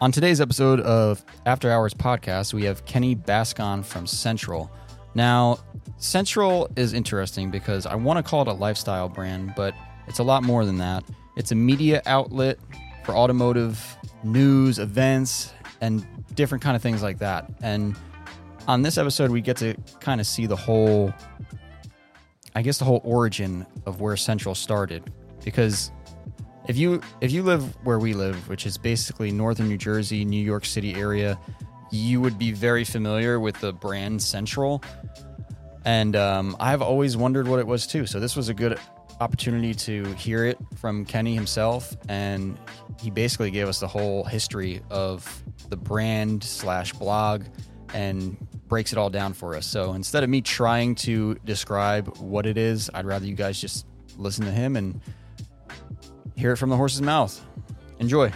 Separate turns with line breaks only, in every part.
On today's episode of After Hours Podcast, we have Kenny Bascon from Central. Now, Central is interesting because I want to call it a lifestyle brand, but it's a lot more than that. It's a media outlet for automotive news, events, and different kind of things like that. And on this episode, we get to kind of see the whole I guess the whole origin of where Central started, because if you if you live where we live, which is basically northern New Jersey, New York City area, you would be very familiar with the brand Central, and um, I've always wondered what it was too. So this was a good opportunity to hear it from Kenny himself, and he basically gave us the whole history of the brand slash blog and breaks it all down for us. So instead of me trying to describe what it is, I'd rather you guys just listen to him and hear it from the horse's mouth. Enjoy.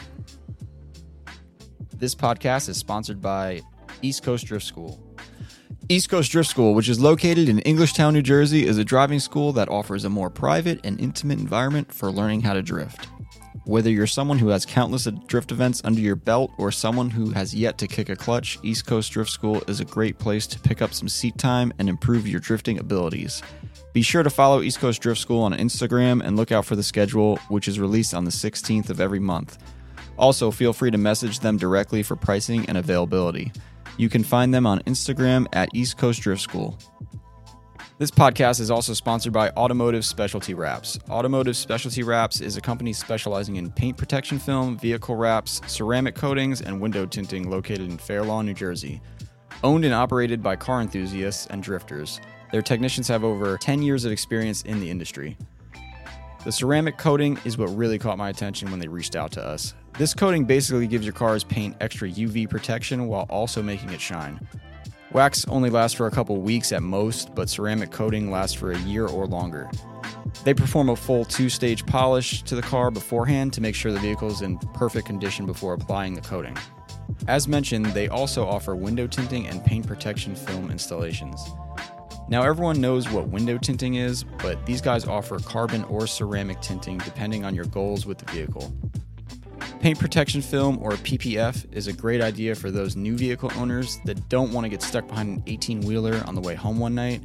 This podcast is sponsored by East Coast Drift School. East Coast Drift School, which is located in Englishtown, New Jersey, is a driving school that offers a more private and intimate environment for learning how to drift. Whether you're someone who has countless drift events under your belt or someone who has yet to kick a clutch, East Coast Drift School is a great place to pick up some seat time and improve your drifting abilities. Be sure to follow East Coast Drift School on Instagram and look out for the schedule, which is released on the 16th of every month. Also, feel free to message them directly for pricing and availability. You can find them on Instagram at East Coast Drift School. This podcast is also sponsored by Automotive Specialty Wraps. Automotive Specialty Wraps is a company specializing in paint protection film, vehicle wraps, ceramic coatings, and window tinting located in Fair Lawn, New Jersey. Owned and operated by car enthusiasts and drifters, their technicians have over 10 years of experience in the industry. The ceramic coating is what really caught my attention when they reached out to us. This coating basically gives your car's paint extra UV protection while also making it shine. Wax only lasts for a couple weeks at most, but ceramic coating lasts for a year or longer. They perform a full two stage polish to the car beforehand to make sure the vehicle is in perfect condition before applying the coating. As mentioned, they also offer window tinting and paint protection film installations. Now, everyone knows what window tinting is, but these guys offer carbon or ceramic tinting depending on your goals with the vehicle. Paint protection film, or PPF, is a great idea for those new vehicle owners that don't want to get stuck behind an 18 wheeler on the way home one night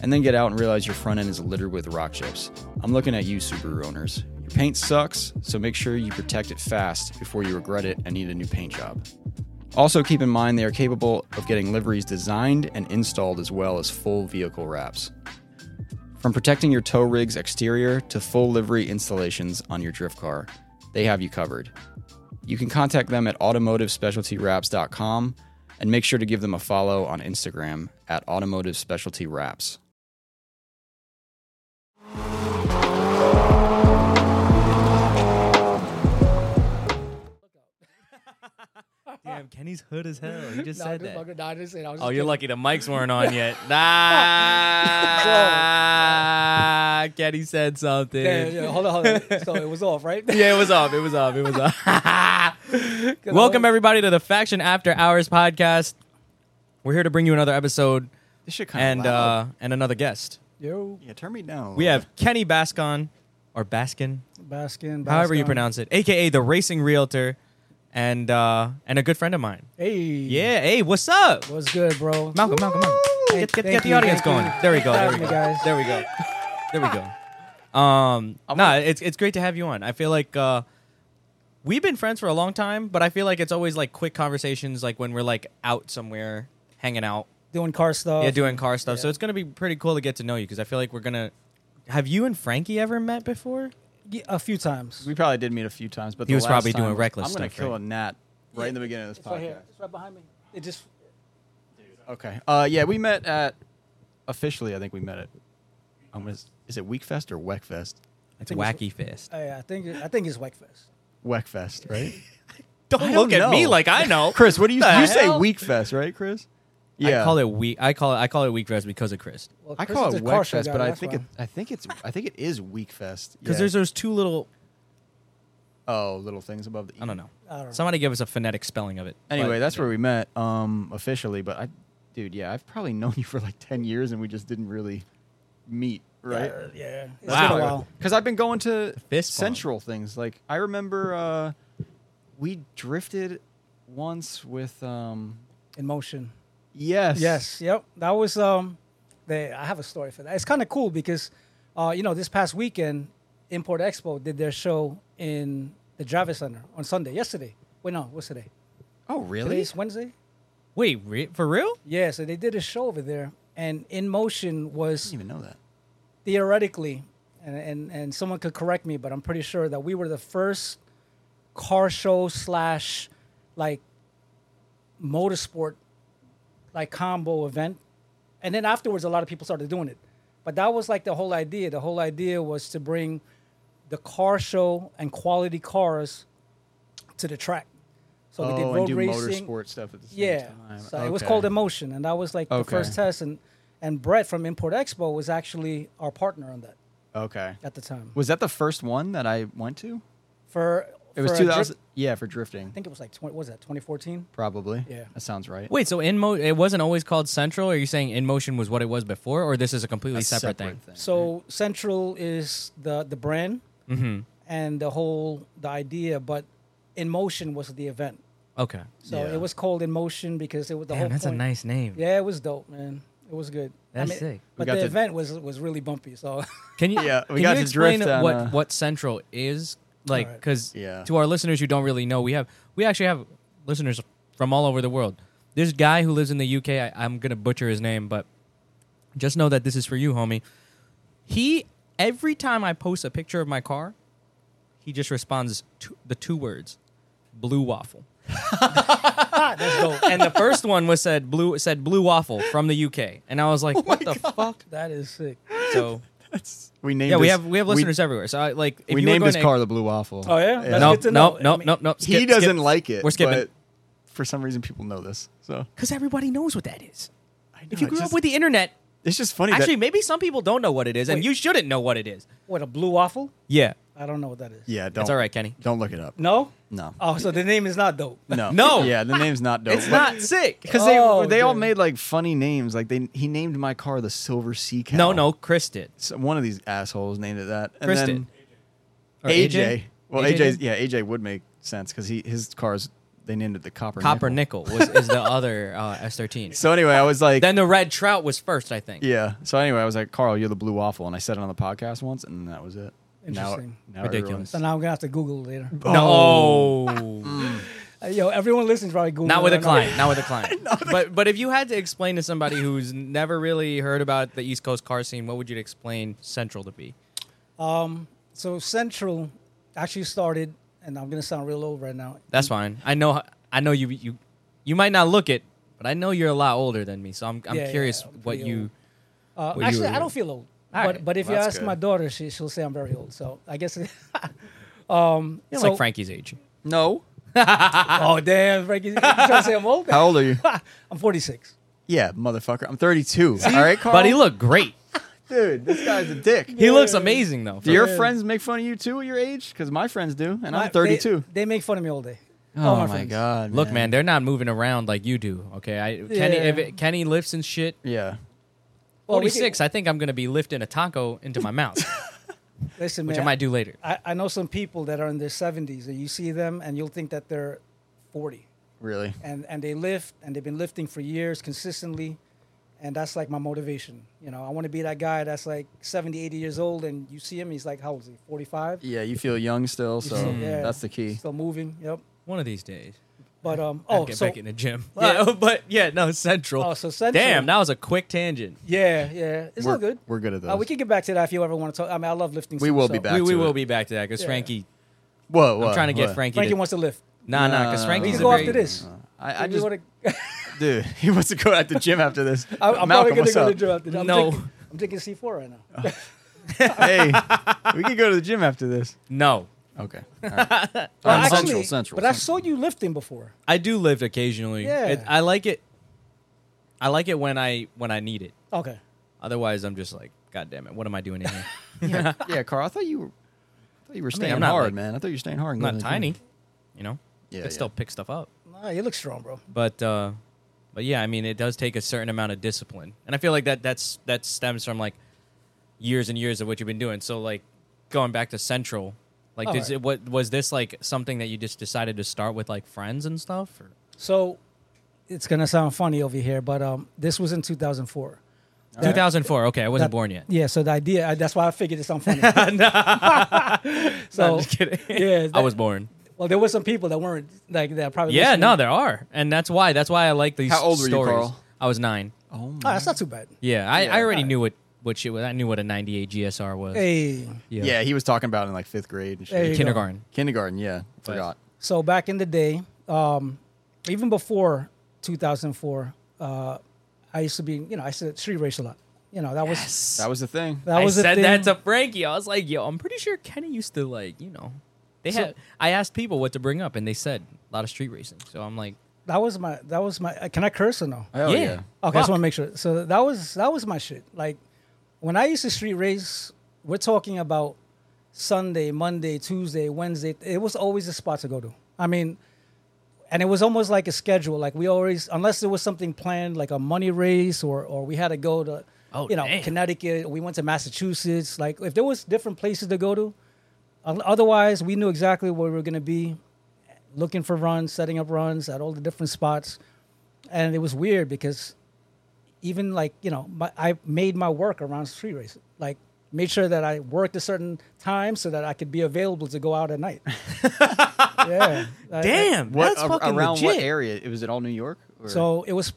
and then get out and realize your front end is littered with rock chips. I'm looking at you, Subaru owners. Your paint sucks, so make sure you protect it fast before you regret it and need a new paint job. Also, keep in mind they are capable of getting liveries designed and installed as well as full vehicle wraps. From protecting your tow rig's exterior to full livery installations on your drift car, they have you covered. You can contact them at automotivespecialtywraps.com and make sure to give them a follow on Instagram at automotivespecialtywraps.
Damn, Kenny's hood as hell. He just
No, I
said
just
that.
fucking- no, I just said- I was
Oh,
just
you're lucky
kidding.
the mics weren't on yet. Nah, Kenny said something.
Yeah, yeah, yeah. Hold on, hold on. so it was off, right?
Yeah, it was off. It was off. It was off. Welcome everybody to the Faction After Hours podcast. We're here to bring you another episode
This shit
Oh,
kind
and uh, and another guest.
Yo,
yeah, turn me down.
We have Kenny Bascon or Baskin,
Baskin.
however you
Bascom.
pronounce it, aka the racing realtor, and uh, and a good friend of mine.
Hey.
Yeah, hey, what's up?
What's good, bro?
Malcolm, Malcolm, Malcolm.
Hey,
Get, get,
thank
get the
you,
audience
thank
going.
you.
There we go. There we
Thank
go.
you, guys.
There we go. There we go. Um, nah, it's it's great to have you on. I feel like uh, we've been friends for a long time, but I feel like it's always like quick conversations, like when we're like out somewhere hanging out,
Doing car stuff.
yeah, doing car stuff. So
yeah.
it's gonna be pretty cool to get to know you because I feel like we're gonna. Have you and Frankie ever met before?
Yeah, a few times.
We probably did meet a few times, but
He
the
was
last
probably
time-
doing reckless
I'm gonna
stuff,
kill a
right?
gnat right in the beginning of this
It's right
podcast.
here. It's right behind me. It just.
Okay. Uh, yeah, we met at officially. I think we met at. Um, is, is it Weekfest or Weckfest?
It's
think it's-
wacky fist.
I, I think. It, I think it's Wackfest.
Weckfest, right?
Don't,
don't
look at me
know.
like I know.
Chris, what do you
The
you say?
hell?
Weekfest, right, Chris?
I call it week. I call it. I call it week rest because of Chris.
Well,
I
Chris
call
is
it
a car show
Weckfest,
guy,
but I
that's
think
why.
it, I think it's I think it is Weekfest
Because
yeah.
there's those two little.
oh little things above the. E.
I don't know.
I don't know.
Somebody give us a phonetic spelling of it.
Anyway,
But-
that's where we met um officially. But I, dude, yeah, I've probably known you for like ten years, and we just didn't really meet, right?
Yeah. yeah. It's
Wow.
been a while.
Because I've been going to
fist bump.
central things. Like I remember uh, we drifted once with um
in motion.
yes
Yes. Yep. That was um, they. I have a story for that. It's kind of cool because, uh, you know, this past weekend, Import Expo did their show in the Jarvis Center on Sunday. Yesterday. Wait, no. What's today?
Oh really?
Today's Wednesday.
Wait, re- for real?
Yeah. So they did a show over there, and In Motion
I
was
didn't even know that.
theoretically, and, and and someone could correct me, but I'm pretty sure that we were the first car show slash like motorsport like combo event. And then afterwards, a lot of people started doing it. But that was like the whole idea. The whole idea was to bring the car show and quality cars to the track. So we did
oh,
road
and do
racing.
motorsport stuff at the same
Yeah.
time.
So it was
Okay.
called Emotion, and that was like the
Okay.
first test. And and Brett from Import Expo was actually our partner on that
Okay.
at the time.
Was that the first one that I went to?
For
It was
for a drip-
2000. yeah, for
I
drifting,
think it was like 20, what was that 2014?
probably.
Yeah.
that sounds right.
Wait, so in mo- it wasn't always called Central. Are you saying In Motion was what it was before, or this is a completely
A
separate, thing?
So Central is the the brand
Mm-hmm.
and the whole the idea, but In Motion was the event.
Okay,
So
Yeah.
it was called In Motion because it was the
damn,
whole.
that's
point.
a nice name.
Yeah, it was dope, man. It was good.
That's sick.
We
But
got
the
to-
event was was really bumpy. So
Can you?
Yeah, we
can
got
you
to
explain
drift on,
what
uh,
what Central is like?
Alright.
Because
Yeah.
to our listeners who don't really know, we have we actually have listeners from all over the world. There's a guy who lives in the UK. I, I'm gonna butcher his name, but just know that this is for you, homie. He every time I post a picture of my car, he just responds to the two words, "blue waffle."
that's dope.
and the first one was said blue said blue waffle from the UK, and I was
Oh
like, what the fuck?
That is sick.
So
we named.
yeah, we
his-
have we have listeners everywhere. So I, like, if
We,
you were
named
going
his
to,
car the Blue Waffle.
Oh, yeah? That's
No,
good to
no,
know.
no,
I mean,
no, no.
he doesn't like it.
We're skipping.
but for some reason, people know this. So
because everybody knows what that is.
I
If
know,
you
it's
grew
just-
up with the internet,
it's just funny.
actually,
that,
maybe some people don't know what it is, and
Wait.
you shouldn't know what it is.
What a blue waffle?
Yeah,
I don't know what that is.
yeah, don't.
that's all right, Kenny.
Don't look it up.
No.
No.
Oh, so the name is not dope.
No,
No.
Yeah, the name's not dope.
It's not sick.
because
Oh,
they they all
dude.
made like funny names. Like they he named my car the Silver Sea Cow.
No, no, Chris did.
So one of these assholes named it that. And
Chris
then
Or
AJ. Well,
AJ
AJ's
did?
yeah, AJ would make sense because he his car's they named it the Copper
Copper nickel was is the other uh, S13.
So anyway, I was like,
then the red trout was first, I think.
yeah. So anyway, I was like, Carl, you're the blue waffle, and I said it on the podcast once, and that was it. Now-
Interesting.
Now,
Ridiculous.
So now I'm gonna have to Google it later.
Oh.
No.
Uh, Yo, everyone listens probably Google.
Not
it
with a
right now.
client. Not with a client. but but if you had to explain to somebody who's never really heard about the East Coast car scene, what would you explain Central to be?
So Central actually started, and I'm gonna sound real old right now.
That's fine. I know I know you you you might not look it, but I know you're a lot older than me, so I'm I'm
Yeah, yeah,
curious
I'm
what
pretty
you
Uh,
Well, you
actually,
were-
I don't feel old.
All
but
right.
but if
Well,
you
that's
ask my
good.
daughter, she she'll say I'm very old. So I guess. um,
you're
so-
like Frankie's age.
No.
Oh damn, Frankie! You trying to say I'm old?
How old are you?
I'm 46.
yeah, motherfucker. I'm 32. All right, Carl.
But he looked great.
Dude, this guy's a dick.
He looks amazing though.
Do your
Yeah.
friends make fun of you too at your age? Because my friends do, and
My-
I'm
they-
32.
They, make fun of me all day. All
oh my
friends.
god.
Look, man, they're not moving around like you do. Okay, I, Kenny
Yeah.
if it, Kenny lifts and shit.
Yeah.
Well, we
Forty six. I think I'm gonna be lifting a taco into my mouth,
can- Listen,
which
man,
I might do later.
I, I know some people that are in their 70s, and you see them, and you'll think that they're 40,
Really.
and and they lift, and they've been lifting for years consistently, and that's like my motivation. You know, I want to be that guy that's like 70, 80 years old, and you see him, he's like, how old is he? 45.
Yeah, you feel young still, so
Yeah.
that's the key.
Still moving. Yep.
One of these days.
But um,
I'll
oh,
get
so
back in the gym.
Yeah.
Yeah, but yeah, no central.
Oh, so Central-
Damn, that was a quick tangent.
yeah, yeah, it's
we're,
all good.
We're good at those.
Uh, we can get back to that if you ever want to talk. I mean, I love lifting.
We
too,
will
so-
be back.
We, we
to
will
it.
be back to that because
Yeah.
Frankie.
Whoa, whoa.
I'm trying to get
whoa.
Frankie.
Frankie
to,
wants to lift.
Nah,
No,
nah,
no,
because
no,
We
Frankie's
can
a
go
very-
after this.
I, I
We
just
wanna-
dude, he wants to go at the gym after this.
I- I'm
Malcolm,
probably
what's
gonna go to
up?
the gym after this. I'm
No.
drinking- I'm drinking C4 right now.
hey, we could go to the gym after this.
No,
Okay. All right.
Well,
Um,
actually,
central, central.
But I
central.
saw you lifting before.
I do lift occasionally.
Yeah.
It- I like it. I like it when I when I need it.
Okay.
Otherwise, I'm just like, God damn it, what am I doing in here?
yeah, Carl, I thought you were, I thought you were staying
I'm not,
hard,
like-
man. I thought you were staying hard. and
I'm not
going to the
tiny,
gym.
you know.
Yeah,
I
yeah.
could still pick stuff up.
Nah, you look strong, bro.
But uh, but yeah, I mean, it does take a certain amount of discipline, and I feel like that that's that stems from like years and years of what you've been doing. So like going back to Central, Like,
All
did
right.
it, what was this like something that you just decided to start with like friends and stuff? Or?
So it's gonna sound funny over here, but um, this was in 2004.
2004. Okay, I wasn't
That-
born yet.
Yeah, so the idea I, that's why I figured it sound funny. so
I'm just kidding.
yeah,
I was born.
well, there were some people that weren't like that. Probably
Yeah,
listening.
no, there are, and that's why that's why I like these.
How old were you,
stories.
Carl?
I was nine.
Oh
Oh,
my.
that's not too bad.
Yeah, I,
Yeah.
I already knew what what shit was. I knew what a 98 GSR was.
Hey,
yeah. he was talking about in like fifth grade and shit.
There you go.
kindergarten.
Kindergarten, yeah. Forgot.
so back in the day, um, even before 2004, uh, I used to be, you know, I used to street race a lot. You know, that was
That was the thing.
that was
I
a
said
thing.
that to Frankie. I was like, "Yo, I'm pretty sure Kenny used to like, you know, they had."
So-
I asked people what to bring up, and they said a lot of street racing. So I'm like,
that was my that was my. uh, Can I curse or no?
Hell
Yeah.
yeah.
Okay, I just
Fuck.
want to make sure. So that was that was my shit. Like when I used to street race, we're talking about Sunday, Monday, Tuesday, Wednesday. It was always a spot to go to. I mean, and it was almost like a schedule. Like we always, unless there was something planned, like a money race, or or we had to go to,
Oh,
you know,
damn.
Connecticut. We went to Massachusetts. Like if there was different places to go to, o- otherwise we knew exactly where we were gonna be, looking for runs, setting up runs at all the different spots, and it was weird because even like you know my, i made my work around street racing like made sure that i worked a certain time so that i could be available to go out at night yeah I- I-
What a- around what area? It was it all New York? Or?
so it was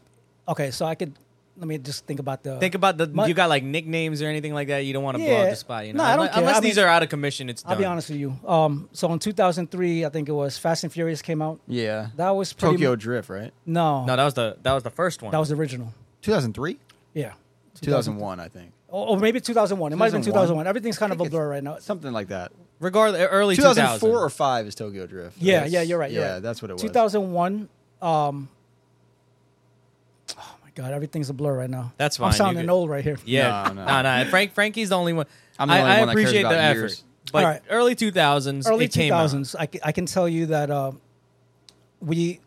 okay so i could let me just think about the
Think about the
My-
you got like nicknames or anything like that. You don't want to blow
Yeah.
out the spot. You know,
No, I don't
Unless-
care.
unless
I
these
mean-
are out of commission. It's done.
i'll be honest with you um so in 2003 i think it was fast and furious came out
yeah.
that was pretty
Tokyo
mu-
Drift, right?
no,
No, that was the that was the first one.
that was the original
2003?
yeah
2001, I think.
or, or maybe 2001 it might have been
2001.
2001 everything's kind
I
of a
think
blur right now
Something like that.
regardless early
2004
2000.
or 5 is Tokyo Drift.
Yeah,
Yes.
yeah, you're right. You're
yeah,
right.
that's what it was.
2001. Um, oh my God, everything's a blur right now.
That's
I'm
fine,
sounding
you're good.
old right here.
Yeah,
No,
no,
no.
no, Frank Frankie's the only one.
I'm the
I-
only
I
one that cares
appreciate
about
the effort.
years.
But
Alright.
early 2000s,
Early
it came out.
2000s. I, ca- I can tell you that uh, we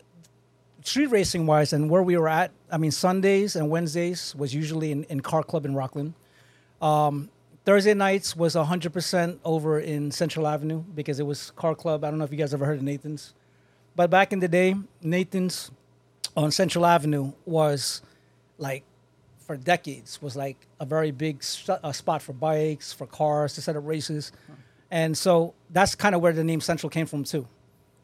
street racing wise and where we were at. I mean, Sundays and Wednesdays was usually in, in car club in Rockland. Um, Thursday nights was 100% over in Central Avenue because it was car club. I don't know if you guys ever heard of Nathan's, but back in the day, Nathan's on Central Avenue was like for decades was like a very big st- uh, spot for bikes, for cars to set up races, and so that's kind of where the name Central came from too.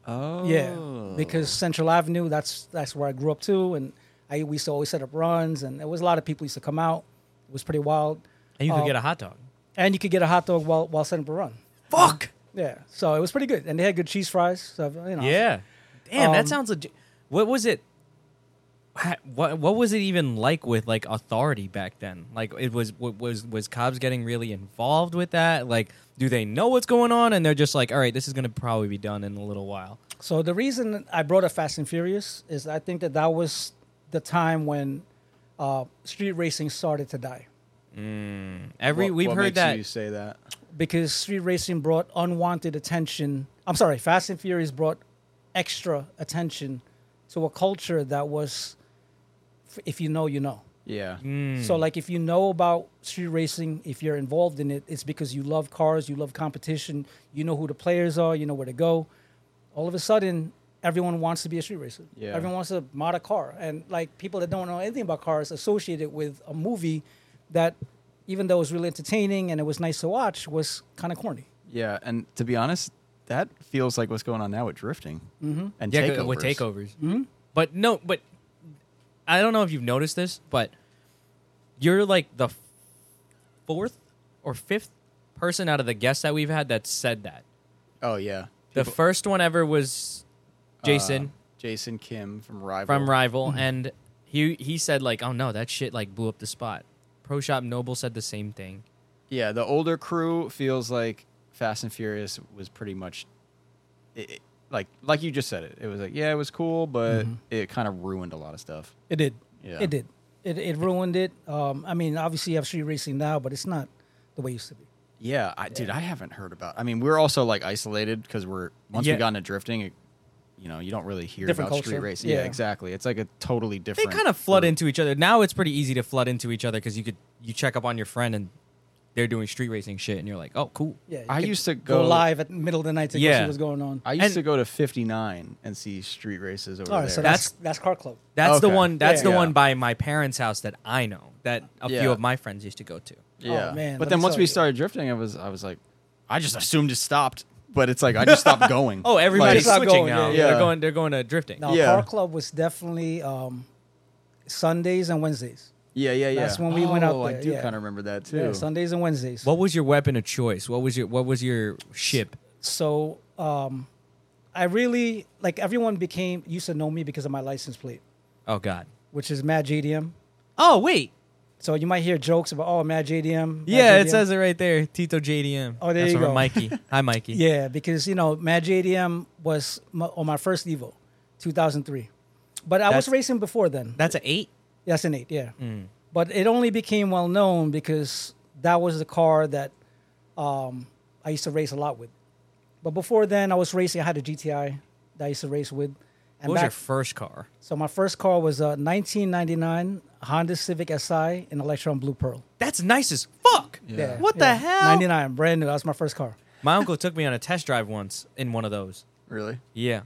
Oh.
Yeah, because Central Avenue, that's that's where I grew up too, and I we used to always set up runs, and there was a lot of people used to come out. It was pretty wild,
And you could
Oh.
get a hot dog.
and you could get a hot dog while while setting up a run.
Fuck.
Yeah, so it was pretty good, and they had good cheese fries. So you know,
Yeah. Damn,
Um,
that sounds legit. What was it? ha- What what was it even like with like authority back then? Like it was wa- was was Cobbs getting really involved with that? Like, do they know what's going on? And they're just like, all right, this is gonna probably be done in a little while.
So the reason I brought up Fast and Furious is I think that that was the time when uh, street racing started to die
Every
What-
we've
what
heard
makes
that
you say that.
because street racing brought unwanted attention. I'm sorry, Fast and Furious brought extra attention to a culture that was, f- if you know, you know.
Yeah.
Mm.
So like if you know about street racing, if you're involved in it, it's because you love cars, you love competition, you know who the players are, you know where to go. All of a sudden, everyone wants to be a street racer.
Yeah.
Everyone wants to mod a car. And like people that don't know anything about cars associate it with a movie that even though it was really entertaining and it was nice to watch, was kind of corny.
Yeah, and to be honest, that feels like what's going on now with drifting mm-hmm. and
yeah,
takeovers.
with takeovers. But no, but I don't know if you've noticed this, but you're like the fourth or fifth person out of the guests that we've had that said that.
Oh yeah, uh,
The first one ever was Jason
Jason Kim from Rival.
from Rival, and he he said like, "Oh no, that shit like blew up the spot." Pro Shop Noble said the same thing.
Yeah, the older crew feels like Fast and Furious was pretty much, it, it- like like you just said it. It was like yeah, it was cool, but
Mm-hmm.
it kind of ruined a lot of stuff.
It did.
Yeah.
It did. It, it ruined it. Um, I mean, obviously you have street racing now, but it's not the way it used to be.
Yeah, I, dude, I haven't heard about. I mean, we're also like isolated because we're once
Yeah.
we got into drifting, it, you know, you don't really hear
Different
about street
culture.
racing. Yeah.
Yeah.
exactly. It's like a totally
They
different.
kind of flood
group.
into each other. Now it's pretty easy to flood into each other because you could you check up on your friend and they're doing street racing shit, and you're like, oh, cool.
Yeah, you
I
could
used to
go,
go-
live at middle of the night to go see
Yeah.
what's going on.
I used
And-
to go to 59 and see street races over
All right,
there.
so that's that's car club. Oh,
That's the
Okay.
one. That's
Yeah.
the
Yeah.
one by my parents' house that I know that a
Yeah.
few of my friends used to go to.
yeah.
Oh, man,
but
let
then
me
once
tell
we
you.
started drifting, I was I was like, I just assumed it stopped. But it's like I just stopped going.
Oh, everybody's
Like-
switching
Going,
now.
yeah,
yeah.
They're going. They're going to drifting.
Now,
Yeah.
car club was definitely um, Sundays and Wednesdays.
yeah, yeah, yeah.
That's when we went out
Oh, I
there,
do
yeah.
kind of remember that too.
Yeah, Sundays and Wednesdays.
What was your weapon of choice? What was your What was your ship?
so um, I really like everyone became used to know me because of my license plate,
Oh God.
which is Mad JDM.
Oh wait.
So you might hear jokes about oh Mad JDM. Mad
Yeah, it
JDM.
says it right there. Tito JDM.
Oh, there
That's
you
from
go.
Mikey. Hi, Mikey.
Yeah, because you know Mad JDM was my, on my first Evo, 2003. But I
That's-
was racing before then.
That's an eight.
That's an eight, yeah.
Mm.
But it only became well known because that was the car that um, I used to race a lot with. But before then, I was racing. I had a GTI that I used to race with. And
What was
back-
your first car?
so my first car was a 1999 Honda Civic SI in Electron Blue Pearl.
That's nice as fuck.
Yeah.
What the hell?
99, brand new. That was my first car.
My uncle took me on a test drive once in one of those.
Really?
Yeah.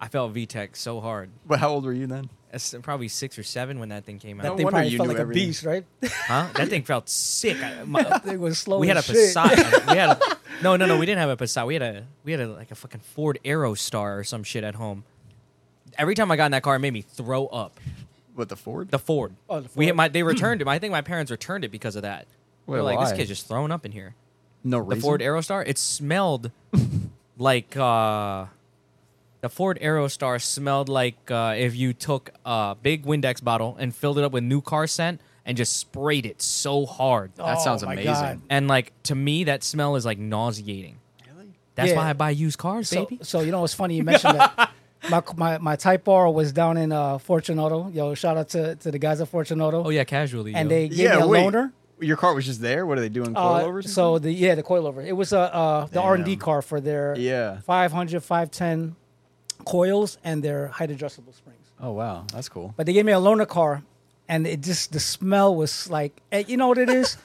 I felt VTEC so hard.
But how old were you then?
That's probably six or seven when that thing came
That
out.
No
thing
wonder
probably
you
felt
knew
like
everything.
a beast, right?
Huh? That thing felt sick. I- my-
it was slow.
we had a
as shit.
Passat. we had a, no, no, no. We didn't have a Passat. We had a we had a, like a fucking Ford Aerostar or some shit at home. Every time I got in that car, it made me throw up.
What the Ford?
The Ford.
Oh, the
We had
Ford.
my they returned it. I think my parents returned it because of that. They
Wait,
were like this
why?
kid's just throwing up in here.
no,
The Ford Aerostar. It smelled like uh, the Ford Aerostar smelled like uh, if you took a big Windex bottle and filled it up with new car scent and just sprayed it so hard.
That sounds
Oh, my
amazing.
God.
And like to me, that smell is like nauseating.
Really?
That's
Yeah.
why I buy used cars,
So,
baby.
so you know, it's funny you mentioned that. My, my my Type R was down in uh, Fortune Auto. Yo, shout out to, to the guys at Fortune Auto.
Oh yeah, casually.
And
yo.
they gave
Yeah,
me a
wait.
loaner.
Your car was just there. What are they doing?
Uh,
Coilovers? and
so the yeah the coilover. It was a uh, the
Damn.
R and D car for their
Yeah.
500, 510 coils and their height adjustable springs.
stuff? oh wow, that's cool.
But they gave me a loaner car, and it just the smell was like eh, you know what it is.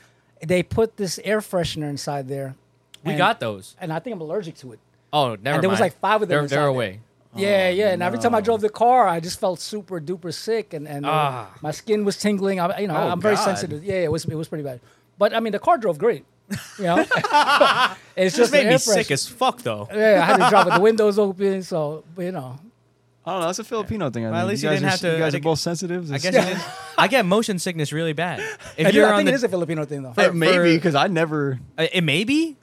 they put this air freshener inside there.
we
and-
got those.
and I think I'm allergic to it.
Oh, never mind.
and there was like five of them.
They're,
inside
they're
there.
away.
Yeah,
Oh,
yeah. And every time I drove the car, I just felt super duper sick, and and uh,
Ah.
my skin was tingling. I, you know,
Oh,
I'm very
God.
sensitive. Yeah, it was it was pretty bad. But I mean, the car drove great. You know, it's
This
just the
made
air
me sick
freshener.
as fuck though.
yeah, I had to drive with the windows open, so you know.
I don't know. That's a Filipino thing. I
Well, at
think.
least
you
you
guys
didn't
are,
have to-
You guys
I
are
think-
both sensitive.
I guess
It's-
it is. I get motion sickness really bad. If
I, do-
you're
I
on
think
the,
it is a Filipino thing, though.
Hey,
for-
maybe because I never.
Uh, It may be,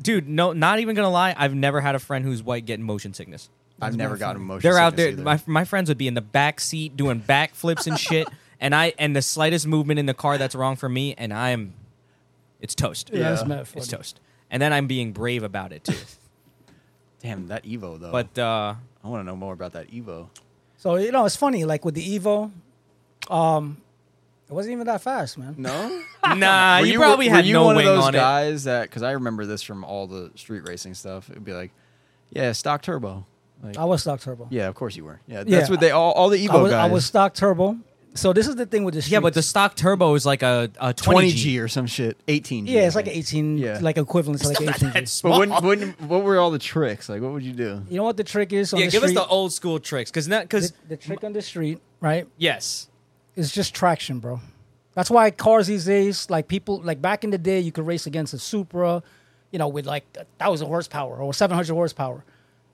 dude. No, not even gonna lie. I've never had a friend who's white getting motion sickness.
I've never gotten motion.
They're out there.
sickness
My,
either.
my friends would be in the back seat doing backflips and shit, and I and the slightest movement in the car that's wrong for me, and I'm, it's toast.
Yeah.
That's meant for
it's toast. And then I'm being brave about it too.
Damn that Evo though.
But uh,
I want to know more about that Evo.
So you know, it's funny. Like with the Evo, um, it wasn't even that fast, man.
No.
nah,
Were
Uh, you, probably
were
had
you
no
one
wing
of those
on it.
guys that because I remember this from all the street racing stuff. It'd be like, yeah, stock turbo. Like,
Oh.
I was stock turbo.
yeah, of course you were. Yeah, that's
Yeah.
what they all all the Evo
I was, I
guys.
was stock turbo. So this is the thing with the
Yeah, but
streets.
the stock turbo is like a, a
20
twenty
G or some shit. 18 G.
yeah, it's like an 18,
Yeah.
like equivalent to like 18. G.
But when, when, what were all the tricks? Like, what would you do?
You know what the trick is on
yeah,
the
give
street?
us the old school tricks, because because
the, the trick on the street, right,
yes,
is just traction, bro. That's why cars these days, like people, like back in the day, you could race against a Supra, you know, with like a thousand horsepower or seven hundred horsepower,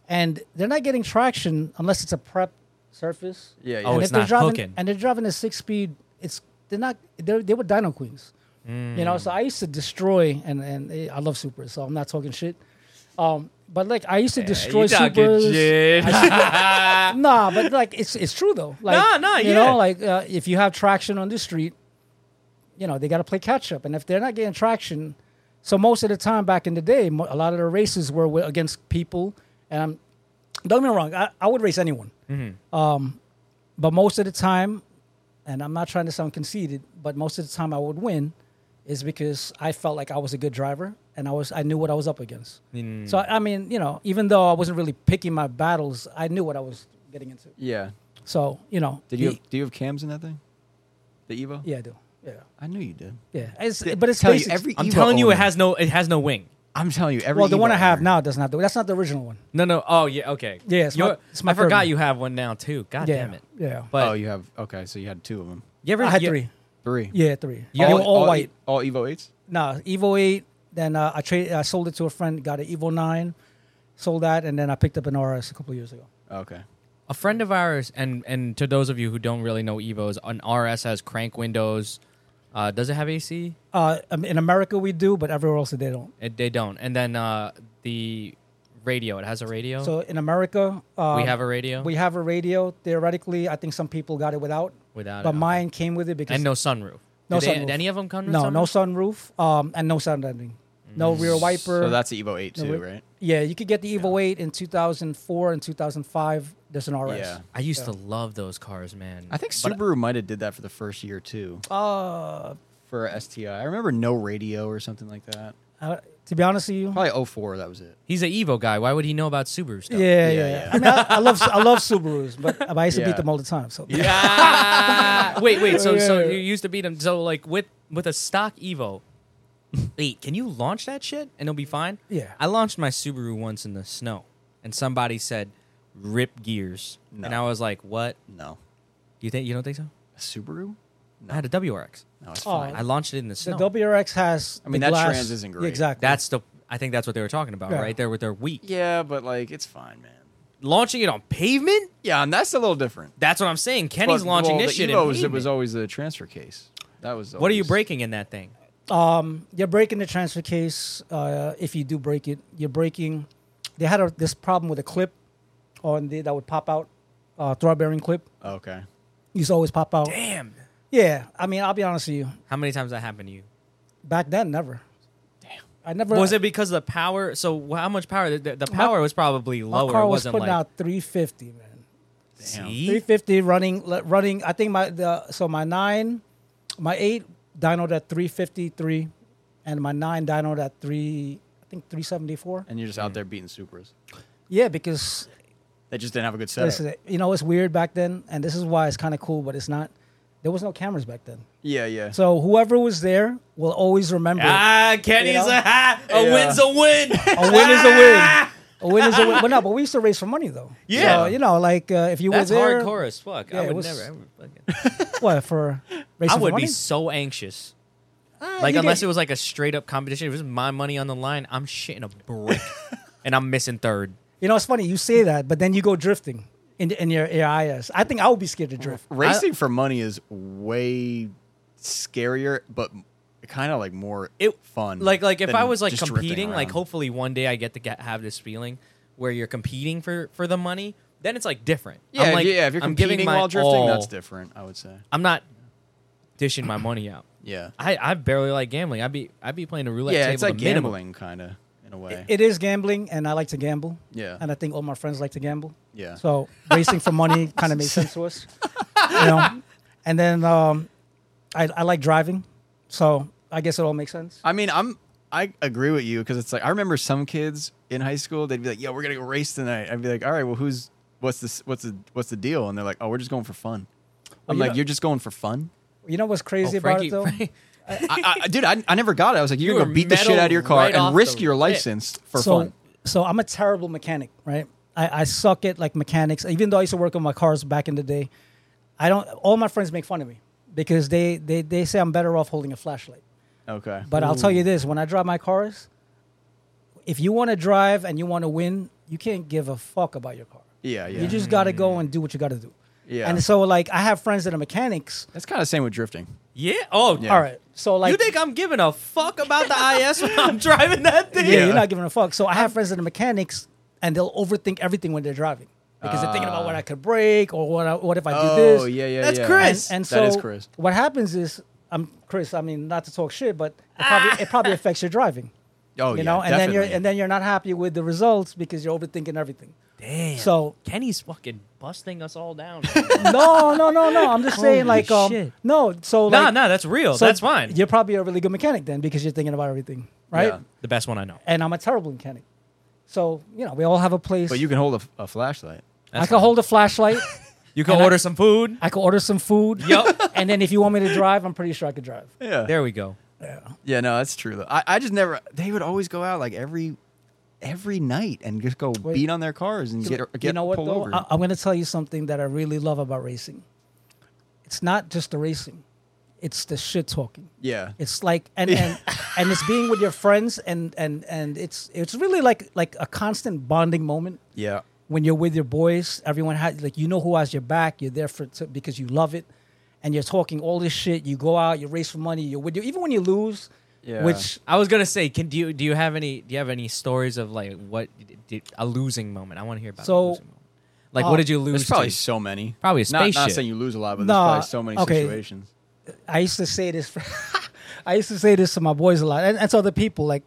and they're not getting traction unless it's a prep surface.
Yeah, yeah.
Oh,
and
it's
if they're
not
driving,
hooking.
And they're driving a six speed. It's they're not. They're, they were dyno queens, you know.
Mm.
So I used to destroy, and and eh, I love Supras, so I'm not talking shit. Um, but like I used to destroy
you talking
Supras.
shit.
nah, but like it's it's true though. Like,
Nah, nah,
you
yeah.
know, like uh, if you have traction on the street, you know they got to play catch up, and if they're not getting traction, so most of the time back in the day, mo- a lot of the races were wi- against people, and I'm, don't get me wrong, I, I would race anyone, um, but most of the time, and I'm not trying to sound conceited, but most of the time I would win, is because I felt like I was a good driver and I was I knew what I was up against.
Mm.
So I I mean, you know, even though I wasn't really picking my battles, I knew what I was getting into.
Yeah.
So you know,
Did you
the-
have, do you have cams in that thing? The Evo?
yeah, I do. Yeah,
I knew you did.
yeah. It's,
Th-
but it's
tell you,
basic.
every-
I'm
Evo
telling you, it
owner.
has no it has no wing.
I'm telling you, every
well, the one I
Evo
have
owner-
now does not. Do, that's not the original one.
No, no. Oh yeah. Okay.
Yeah, it's my-
You're-
it's my
I forgot
third one.
you have one now too. God
yeah,
damn it.
yeah.
But
oh, you have okay. So you had two of them,
you ever
I had
you-
three.
three.
Yeah, three.
You oh,
They
had
were all, white.
All Evo eights.
Nah, Evo eight. Then uh, I traded. I sold it to a friend. Got an Evo nine. Sold that, and then I picked up an RS a couple of years ago.
Okay.
A friend of ours, and and to those of you who don't really know Evos, an RS has crank windows. Uh, does it have AC?
Uh, um, in America we do, but everywhere else they don't.
It, they don't. And then uh, the radio. It has a radio.
So in America, um,
Oh. we have a radio
we have a radio. Theoretically, I think some people got it without,
without.
but
it.
mine came with it because
and no sunroof.
No
Did they- did
sunroof.
any of them come? with
no
sunroof? Mm.
no sunroof um, and no sound ending, no rear wiper.
So that's the Evo eight too,
wait.
right?
yeah, you could get the Evo eight in 2004 and 2005. There's an RS.
Yeah.
I used to love those cars, man.
I think
But-
Subaru might have did that for the first year too
Uh,
for a STI. I remember no radio or something like that.
I- to be honest with you,
Probably 04, That was it.
He's an Evo guy. Why would he know about Subaru stuff?
Yeah, yeah,
Yeah,
yeah.
yeah.
I mean, I, I love I love Subarus, but but I used to
Yeah.
beat them all the time. So
Ah! wait, wait. So, so
Yeah.
you used to beat him. So, like with with a stock Evo, eight. Can you launch that shit and it'll be fine?
Yeah.
I launched my Subaru once in the snow, and somebody said, "Rip gears," and
No.
I was like, "What?
No.
You think you don't think so?"
A Subaru?
I had a WRX.
No, it's
Oh,
fine.
I launched it in the
the
snow.
WRX has.
I mean,
the
that
glass-
trans isn't great.
Exactly.
That's the. I think that's what they were talking about,
Yeah.
right? There with their weak
yeah, but like it's fine, man.
launching it on pavement.
Yeah, and that's a little different.
That's what I'm saying. Kenny's
But,
launching
well,
this
the
shit. in
Evo was, it
pavement.
was always a transfer case. That was.
what are you
always-
breaking in that thing?
um, you're breaking the transfer case. Uh, if you do break it, you're breaking. They had a, this problem with a clip on the that would pop out, uh, throw bearing clip.
Okay.
Used to always pop out.
Damn.
Yeah, I mean, I'll be honest with you.
How many times that happened to you?
Back then, never. Damn. I never
Was it because of the power? So wh- how much power? The, the power was probably
My
lower.
car
it
was
wasn't
putting
like
out 350, man.
Damn.
see.
350 running le- running i think my the so my 9 my 8 dynoed at 353 and my 9 dynoed at 3 i think 374
And you're just
Mm.
out there beating Subarus.
yeah because
They just didn't have a good setup.
listen, you know it's weird back then and this is why it's kind of cool but it's not there was no cameras back then
yeah, yeah.
so whoever was there will always remember it.
Ah, Kenny's
You know?
a ha. A
Yeah.
win's a win.
a win is a win a win is a win but no but we used to race for money though
Yeah.
so, you know like uh, if you
That's
were there
hardcore as fuck.
Yeah,
I
it
would
was-
never. I would, fucking-
what for racing
I
for
would
money?
be so anxious.
Ah,
Like
you
unless
get-
it was like a straight up competition, if it was my money on the line, I'm shitting a brick, and I'm missing third.
You know, it's funny you say that, but then you go drifting in in your AIS. I think I would be scared to drift.
Racing for money is way scarier, but kind of like more
It-
fun.
Like like if
than
I was like
just drifting
competing, like
around.
hopefully one day I get to get, have this feeling where you're competing for for the money. Then it's like different.
Yeah,
I'm like,
yeah. If you're
I'm
competing
giving my
while drifting, that's
all.
different. I would say.
I'm not dishing my money out.
Yeah.
I, I barely like gambling. I'd be I'd be playing a roulette
yeah,
table.
it's like
the minimum.
gambling, kind of in a way.
It is gambling, and I like to gamble.
Yeah.
and I think all my friends like to gamble.
Yeah.
So racing for money kind of makes sense to us, you know. And then um, I I like driving, so I guess it all makes sense.
I mean, I'm I agree with you because it's like I remember some kids in high school. They'd be like, "Yo, we're gonna go race tonight." I'd be like, "All right, well, who's what's this? What's the what's the deal?" And they're like, "Oh, we're just going for fun." I'm
you
like,
know-
"You're just going for fun."
You know what's
Oh,
crazy about
Frankie,
it though?
Frankie-
I, I, dude, I, I never got it. I was like, "You're
You
gonna go
were
beat the shit out of your car
metal right off
and
the
risk your
rip.
license for
so,
fun."
So I'm a terrible mechanic, right? I, I suck at like mechanics. Even though I used to work on my cars back in the day, I don't. All my friends make fun of me because they they, they say I'm better off holding a flashlight.
Okay,
But I'll tell you this: when I drive my cars, if you want to drive and you want to win, you can't give a fuck about your car.
yeah, yeah, Mm.
You just got to go and do what you got to do.
Yeah.
And so, like, I have friends that are mechanics.
that's kind of same with drifting.
yeah. Oh,
Yeah.
All right. So, like,
you think I'm giving a fuck about the IS when I'm driving that thing?
yeah,
Yeah.
you're not giving a fuck. So I have friends that are mechanics, and they'll overthink everything when they're driving because they're thinking about what I could break or what I, what if I
Ah. oh,
do this.
yeah, yeah,
That's
yeah.
Chris.
And, and so
That is Chris.
what happens is, I'm Chris. I mean, not to talk shit, but it probably, it probably affects your driving.
Ah. Oh,
you
yeah,
know, and then you're
definitely.
and then you're not happy with the results because you're overthinking everything.
Damn.
So
Kenny's fucking busting us all down.
no, no, no, no. I'm just saying,
Holy
like, um,
shit.
no. So
nah,
like,
nah, that's real.
so
that's fine.
You're probably a really good mechanic then because you're thinking about everything, right?
Yeah.
The best one I know.
And I'm a terrible mechanic. So you know, we all have a place.
But you can hold a, a flashlight.
I can hold a flashlight.
You can
And I-
order some food.
I could order some food.
Yup.
and then if you want me to drive, I'm pretty sure I could drive.
Yeah.
There we go.
Yeah, no, that's true. though. I, I just never. They would always go out like every every night and just go
Wait.
beat on their cars and get er, get
you know what
pulled
though? Uh,
over.
I, I'm going to tell you something that I really love about racing. It's not just the racing; it's the shit talking.
yeah,
It's like and and, and it's being with your friends and and and it's it's really like like a constant bonding moment
yeah,
when you're with your boys. Everyone has like you know who has your back. You're there for to, because you love it, and you're talking all this shit. You go out, you race for money. You're with you even when you lose,
Yeah.
which
I was gonna say, can do you do you have any do you have any stories of like what did, a losing moment? I want to hear about.
So,
a losing moment. like
uh,
what did you
there's
lose?
probably
to?
so many.
Probably a
not, not
spaceship.
saying you lose a lot, but
Nah,
there's probably so many
okay.
situations.
I used to say this. I used to say this to my boys a lot, and, and to other people. Like,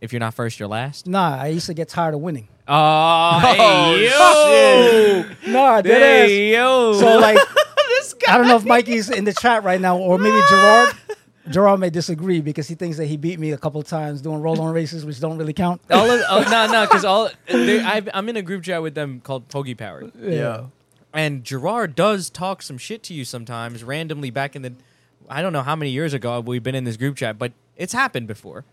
If you're not first, you're last.
nah, I used to get tired of winning.
Oh,
Oh,
hey, yo,
Nah, dead ass.
hey, yo.
So like, I don't know if Mikey's in the chat right now, or maybe Gerard. Gerard may disagree because he thinks that he beat me a couple times doing roll-on races, which don't really count.
all of, oh, no, no, because all they, i I'm in a group chat with them called Pogi Power,
Yeah.
and Gerard does talk some shit to you sometimes randomly. Back in the, I don't know how many years ago we've been in this group chat, but it's happened before,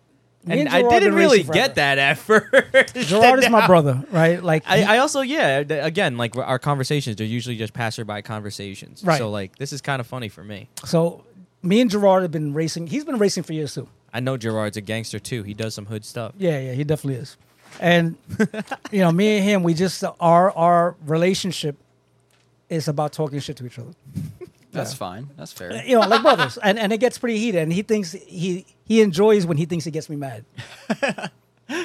Me
and
and
I
Gerard
didn't
been
really
racing
get
forever.
that at first.
Gerard is my brother, right? Like, he-
I, I also yeah th- again like our conversations they're usually just passerby conversations
Right.
so like this is kind of funny for me
so me and Gerard have been racing. He's been racing for years too.
i know gerard's a gangster too he does some hood stuff
Yeah, yeah, he definitely is. And you know, me and him, we just our our relationship is about talking shit to each other.
That's fine. That's fair.
you know, like brothers. And and it gets pretty heated. And he thinks he he enjoys when he thinks he gets me mad.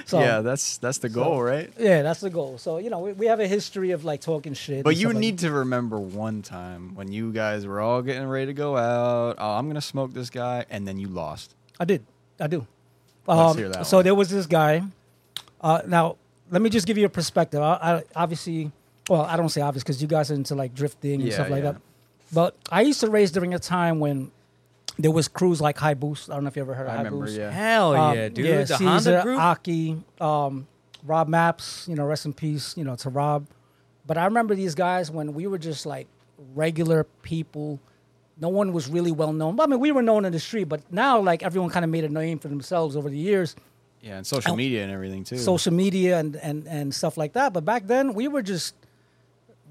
So
yeah, that's that's the goal, right?
yeah, that's the goal. So you know, we, we have a history of like talking shit.
But
and
you
stuff like
need to remember one time when you guys were all getting ready to go out. Oh, I'm gonna smoke this guy, and then you lost.
I did. I do. Um,
Let's hear that
so
one.
there was this guy. Uh, now, let me just give you a perspective. I, I obviously, well, I don't say obvious because you guys are into like drifting and
Yeah,
stuff like
yeah.
that. But I used to race during a time when there was crews like High Boost. I don't know if you ever heard of
I
High
remember.
Boost.
Yeah.
hell
Um,
Oh, yeah dude the
Caesar,
honda group
Aki, um, Rob Maps, you know, rest in peace, you know, to Rob. But I remember these guys when we were just like regular people. No one was really well known. I mean, we were known in the street, but now like everyone kind of made a name for themselves over the years,
Yeah, and
Oh.
social media and everything
Hmm.
too.
social media and, and, and stuff like that. But back then, we were just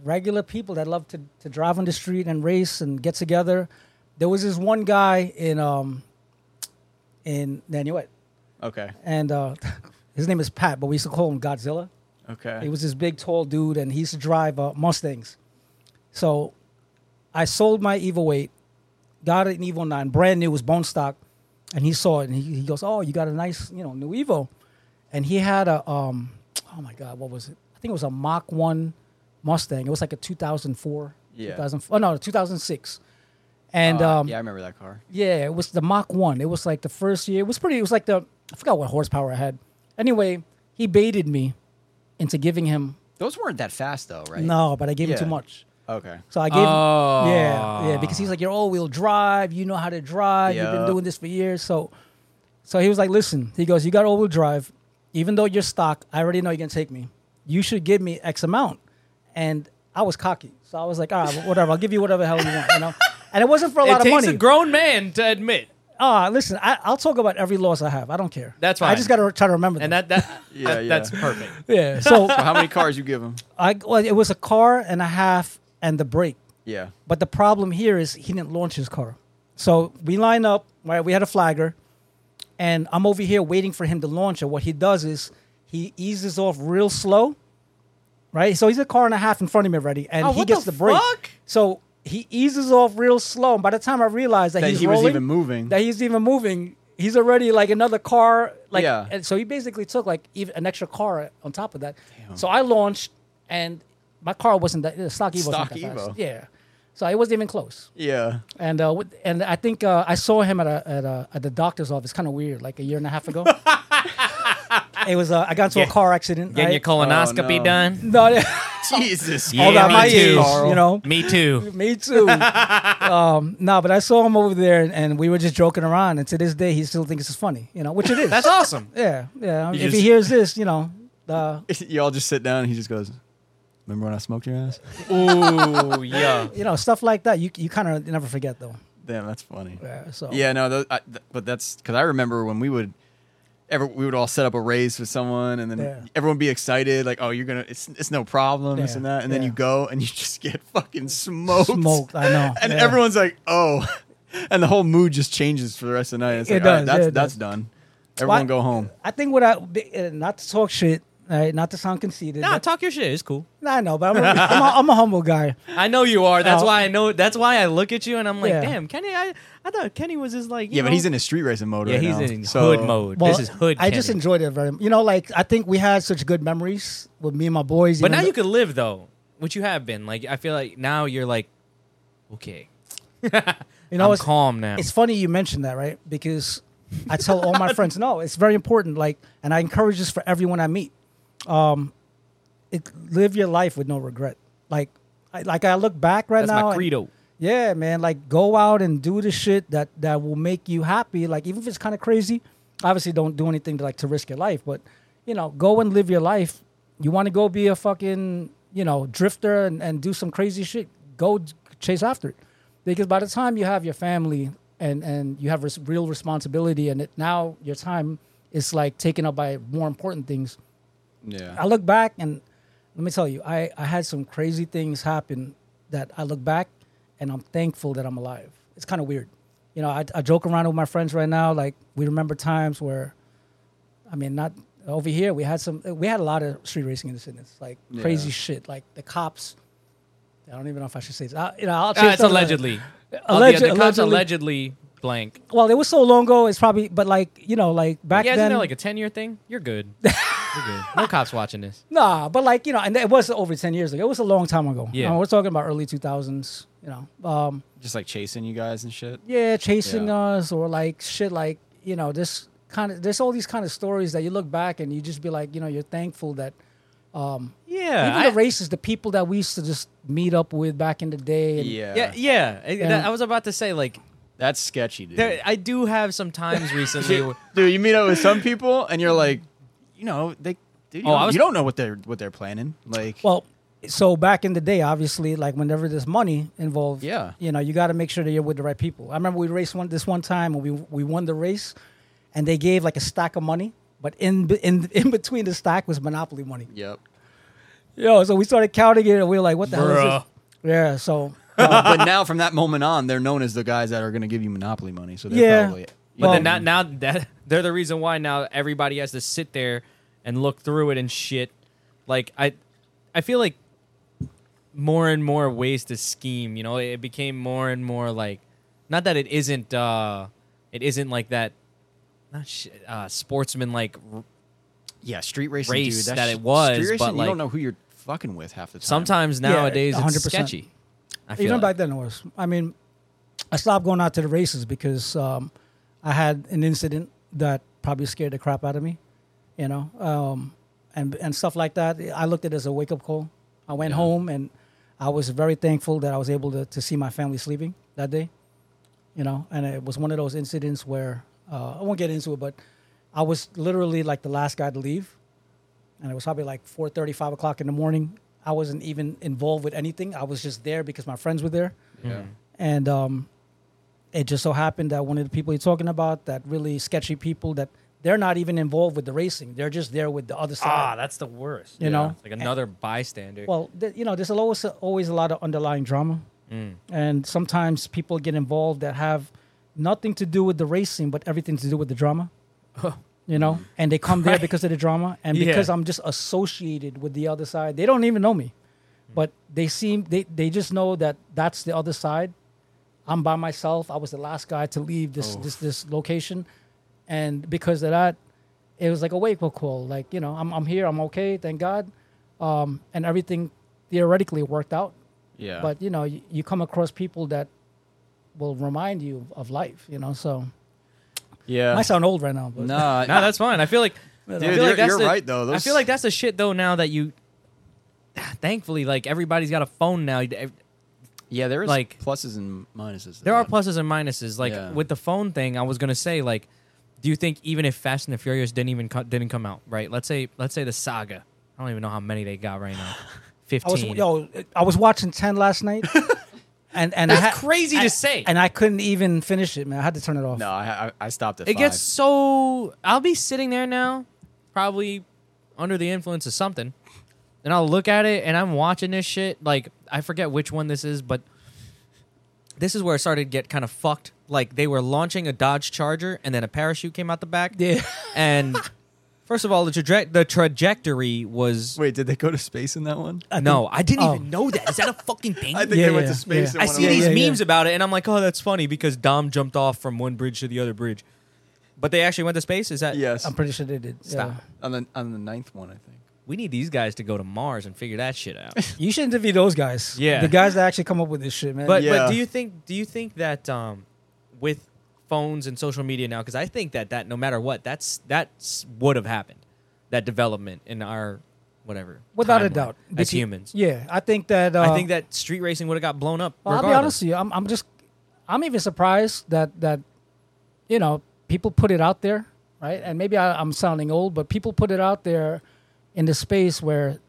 regular people that loved to, to drive on the street and race and get together. There was this one guy in um in Nanuet
Okay.
and uh, his name is Pat, but we used to call him Godzilla.
Okay.
He was this big, tall dude, and he used to drive uh, Mustangs. So I sold my Evo 8, got an Evo 9, brand new, it was bone stock, and he saw it, and he, he goes, "Oh, you got a nice, you know, new Evo," and he had a, um, oh my God, what was it? I think it was a Mach One Mustang. It was like a 2004,
Yeah.
2004 oh no, 2006, and
Uh,
um,
yeah, I remember that car.
yeah, it was the Mach 1. It was like the first year. It was pretty, it was like the, I forgot what horsepower I had. Anyway, he baited me into giving him,
Those weren't that fast though, right?
no, but I gave him too
Yeah.
much.
Okay.
So I gave him, yeah,
Ah.
yeah, because he's like, you're all wheel drive. You know how to drive. You've
Yeah.
been doing this for years. So, so he was like, listen, he goes, you got all wheel drive. Even though you're stock, I already know you're going to take me. You should give me X amount. And I was cocky. So I was like, all right, whatever. I'll give you whatever the hell you want, you know? And it wasn't for a
it
lot
takes
of money.
a grown man to admit
Ah, listen, I, I'll talk about every loss I have. I don't care.
That's
I
fine.
just got to try to remember
and
them.
that that,
Yeah,
that-
yeah.
that's perfect
yeah. So
How many cars you give him?
I, well, it was a car and a half and the brake.
Yeah.
But the problem here is he didn't launch his car. So we line up, right? We had a flagger, and I'm over here waiting for him to launch it. What he does is he eases off real slow, right? So he's a car and a half in front of me already, and
Oh,
he
what
gets
the
the, brake.
fuck?
So he eases off real slow, and by the time I realize that,
That
he's
he was
rolling,
even moving.
that he's even moving, he's already like another car, like
Yeah.
and so he basically took like even an extra car on top of that. So I launched, and my car wasn't that the stock Evo.
Stock
wasn't that
Evo.
fast. Yeah, so it wasn't even close.
Yeah.
And uh, with, and I think uh, I saw him at a, at a at the doctor's office, kind of weird, like a year and a half ago. it was uh, I got into a car accident.
getting
right? Oh,
your colonoscopy
no.
done
No, yeah,
Jesus.
Yeah,
all that
me
my
too.
age, you know.
me too
Me too. um, no, but I saw him over there, and, and we were just joking around. And to this day, he still thinks it's funny, you know, which it is.
that's awesome
Yeah, yeah. I mean,
You
if
just-
he hears this, you know, uh,
you all just sit down and he just goes, Remember when I smoked your ass?
Ooh, yeah.
You know, stuff like that. You you kind of never forget though.
Damn, that's funny.
Yeah, so
Yeah, no, tho- I, th- but that's because I remember when we would, ever we would all set up a race with someone, and then
Yeah.
everyone would be excited, like, "Oh, you're gonna, it's, it's no problem, this
Yeah,
and that," and then
yeah.
you go and you just get fucking smoked,
smoked. I know.
and
Yeah.
everyone's like, "Oh," and the whole mood just changes for the rest of the night. It's
It
like, all right,
does,
that's
yeah, it
that's
does.
done. Everyone go home.
I think what I be- uh, not to talk shit, all right, not to sound conceited.
Nah,
but-
talk your shit. It's cool.
I know, but I'm a, I'm, a, I'm a humble guy.
I know you are. That's
Oh.
why I know. That's why I look at you and I'm like,
Yeah.
damn, Kenny. I, I thought Kenny was just like, you
Yeah, but
know-
he's in a street racing mode.
yeah,
right
he's
now,
in
so-
hood mode.
Well,
this is hood.
I just
Kenny.
enjoyed it very. You know, like I think we had such good memories with me and my boys.
But
even
now
though-
you can live though, which you have been. Like I feel like now you're like, okay,
you
you know, I'm
it's,
calm now.
it's funny you mentioned that, right? Because I tell all my friends, no, it's very important. Like, and I encourage this for everyone I meet. Um, it, live your life with no regret. Like, I, like I look back right
That's
now.
my
and-
credo.
yeah, man. Like, go out and do the shit that that will make you happy. Like, even if it's kind of crazy, obviously don't do anything to like to risk your life. But you know, go and live your life. You want to go be a fucking you know drifter and, and do some crazy shit. Go d- chase after it, because by the time you have your family and and you have res- real responsibility, and it, now your time is like taken up by more important things.
Yeah,
I look back and let me tell you, I, I had some crazy things happen that I look back and I'm thankful that I'm alive. It's kind of weird. You know, I, I joke around with my friends right now. Like, we remember times where, I mean, not over here, we had some, we had a lot of street racing incidents, like crazy
Yeah.
shit. Like, the cops, I don't even know if I should say this. I, you know, I'll
Ah,
chase
it's
them-
allegedly. Alleged,
Alleged-
the cops
allegedly.
allegedly blank.
Well, it was so long ago, it's probably, but like, you know, like back
yeah, isn't
then.
there like a ten year thing? You're good. You're good. No cops watching this.
Nah, but like you know, and it was over ten years ago. It was a long time ago.
Yeah.
I mean, we're talking about early two thousands. You know, um,
just like chasing you guys and shit.
yeah, chasing
Yeah.
us or like shit, like you know, this kind of there's all these kind of stories that you look back and you just be like, you know, you're thankful that um,
Yeah,
even
I-
the races, the people that we used to just meet up with back in the day. And,
Yeah,
yeah, yeah. I-
Yeah.
that- I was about to say like
that's sketchy, dude.
There, I do have some times recently.
dude,
where-
dude, you meet up with some people and you're like, you know, they, dude, you,
Oh, I
don't,
was-
you don't know what they're what they're planning. Like,
Well, so back in the day, obviously, like whenever there's money involved,
Yeah.
you know, you got to make sure that you're with the right people. I remember we raced one this one time, and we we won the race, and they gave like a stack of money, but in be- in in between the stack was monopoly money.
yep.
Yo, so we started counting it, and we were like, "What the hell is
Bruh.
this?" Yeah, so uh,
oh, but now from that moment on, they're known as the guys that are going to give you monopoly money. So they're
Yeah.
probably.
but then
Well-
not, now that they're the reason why now everybody has to sit there and look through it and shit. Like I, I feel like more and more ways to scheme. You know, it became more and more like, not that it isn't. uh It isn't like that. Not shit, uh, sportsman like. r-
yeah, street racing,
Race
dude. That's
that it was,
street racing,
but,
you
like-
don't know who you're fucking with half the time.
Sometimes nowadays it's
100%.
sketchy. I feel
even
like.
back then it was. I mean, I stopped going out to the races because um, I had an incident that probably scared the crap out of me, you know, um, and and stuff like that. I looked at it as a wake up call. I went home and I was very thankful that I was able to, to see my family sleeping that day, you know, and it was one of those incidents where uh, I won't get into it, but I was literally like the last guy to leave. and it was probably like 4.30 5 o'clock in the morning i wasn't even involved with anything i was just there because my friends were there
Yeah.
and um, it just so happened that one of the people you're talking about that really sketchy people that they're not even involved with the racing they're just there with the other
Ah,
side
that's the worst.
You know?
It's like another bystander.
well th- you know there's always, always a lot of underlying drama
Mm.
and sometimes people get involved that have nothing to do with the racing but everything to do with the drama you know and they come there
Right.
because of the drama and
Yeah.
because i'm just associated with the other side they don't even know me but they seem they, they just know that that's the other side i'm by myself i was the last guy to leave this this this location and because of that it was like a wake-up call like you know i'm, I'm here i'm okay thank god um, and everything theoretically worked out
Yeah.
but you know you, you come across people that will remind you of life you know so
yeah.
i sound old right now but
Nah,
no, that's fine. I feel like, I feel
Dude,
like
you're-
that's
you're
the-
right, though.
I
Those-
feel like that's the shit though. Now that you, thankfully, like everybody's got a phone now. Ev-
yeah. There is
like-
like pluses and minuses. to
There are
that.
pluses and minuses. Like
Yeah.
with the phone thing, I was gonna say like, do you think even if Fast and the Furious didn't even co- didn't come out right? Let's say let's say the saga. I don't even know how many they got right now.
I was
15.
yo, I was watching ten last night, and and I
That's
had,
crazy to
I-
say.
and I couldn't even finish it, man. I had to turn it off.
No, I, I, I stopped at
it
five.
gets so. I'll be sitting there now, probably under the influence of something, and I'll look at it and I'm watching this shit. Like, I forget which one this is, but this is where I started to get kind of fucked. Like, they were launching a Dodge Charger and then a parachute came out the back.
Yeah.
And first of all, the, traje- the trajectory was.
Wait, did they go to space in that one?
no, I didn't
oh.
even know that. Is that a fucking thing?
I think
Yeah,
they went
yeah,
to space.
yeah.
In
I
one
see
of
these
those.
yeah, yeah.
memes about it, and I'm like, oh, that's funny because Dom jumped off from one bridge to the other bridge. But they actually went to space. Is that?
Yes,
I'm pretty sure they did. yeah.
Stop.
on the on the ninth one, I think.
We need these guys to go to Mars and figure that shit out.
You should interview those guys.
Yeah.
the guys that actually come up with this shit, man.
but but
Yeah.
do you think do you think that um, with phones and social media now? Because I think that that no matter what, that's that's would have happened. That development in our whatever
without a
timeline
doubt,
as
Did you-
humans.
Yeah, I think that. Uh,
I think that street racing would have got blown up.
Well, I'll be
regardless.
honest with you. I'm, I'm just, I'm even surprised that that, you know, people put it out there, right? And maybe I, I'm sounding old, but people put it out there, in the space where,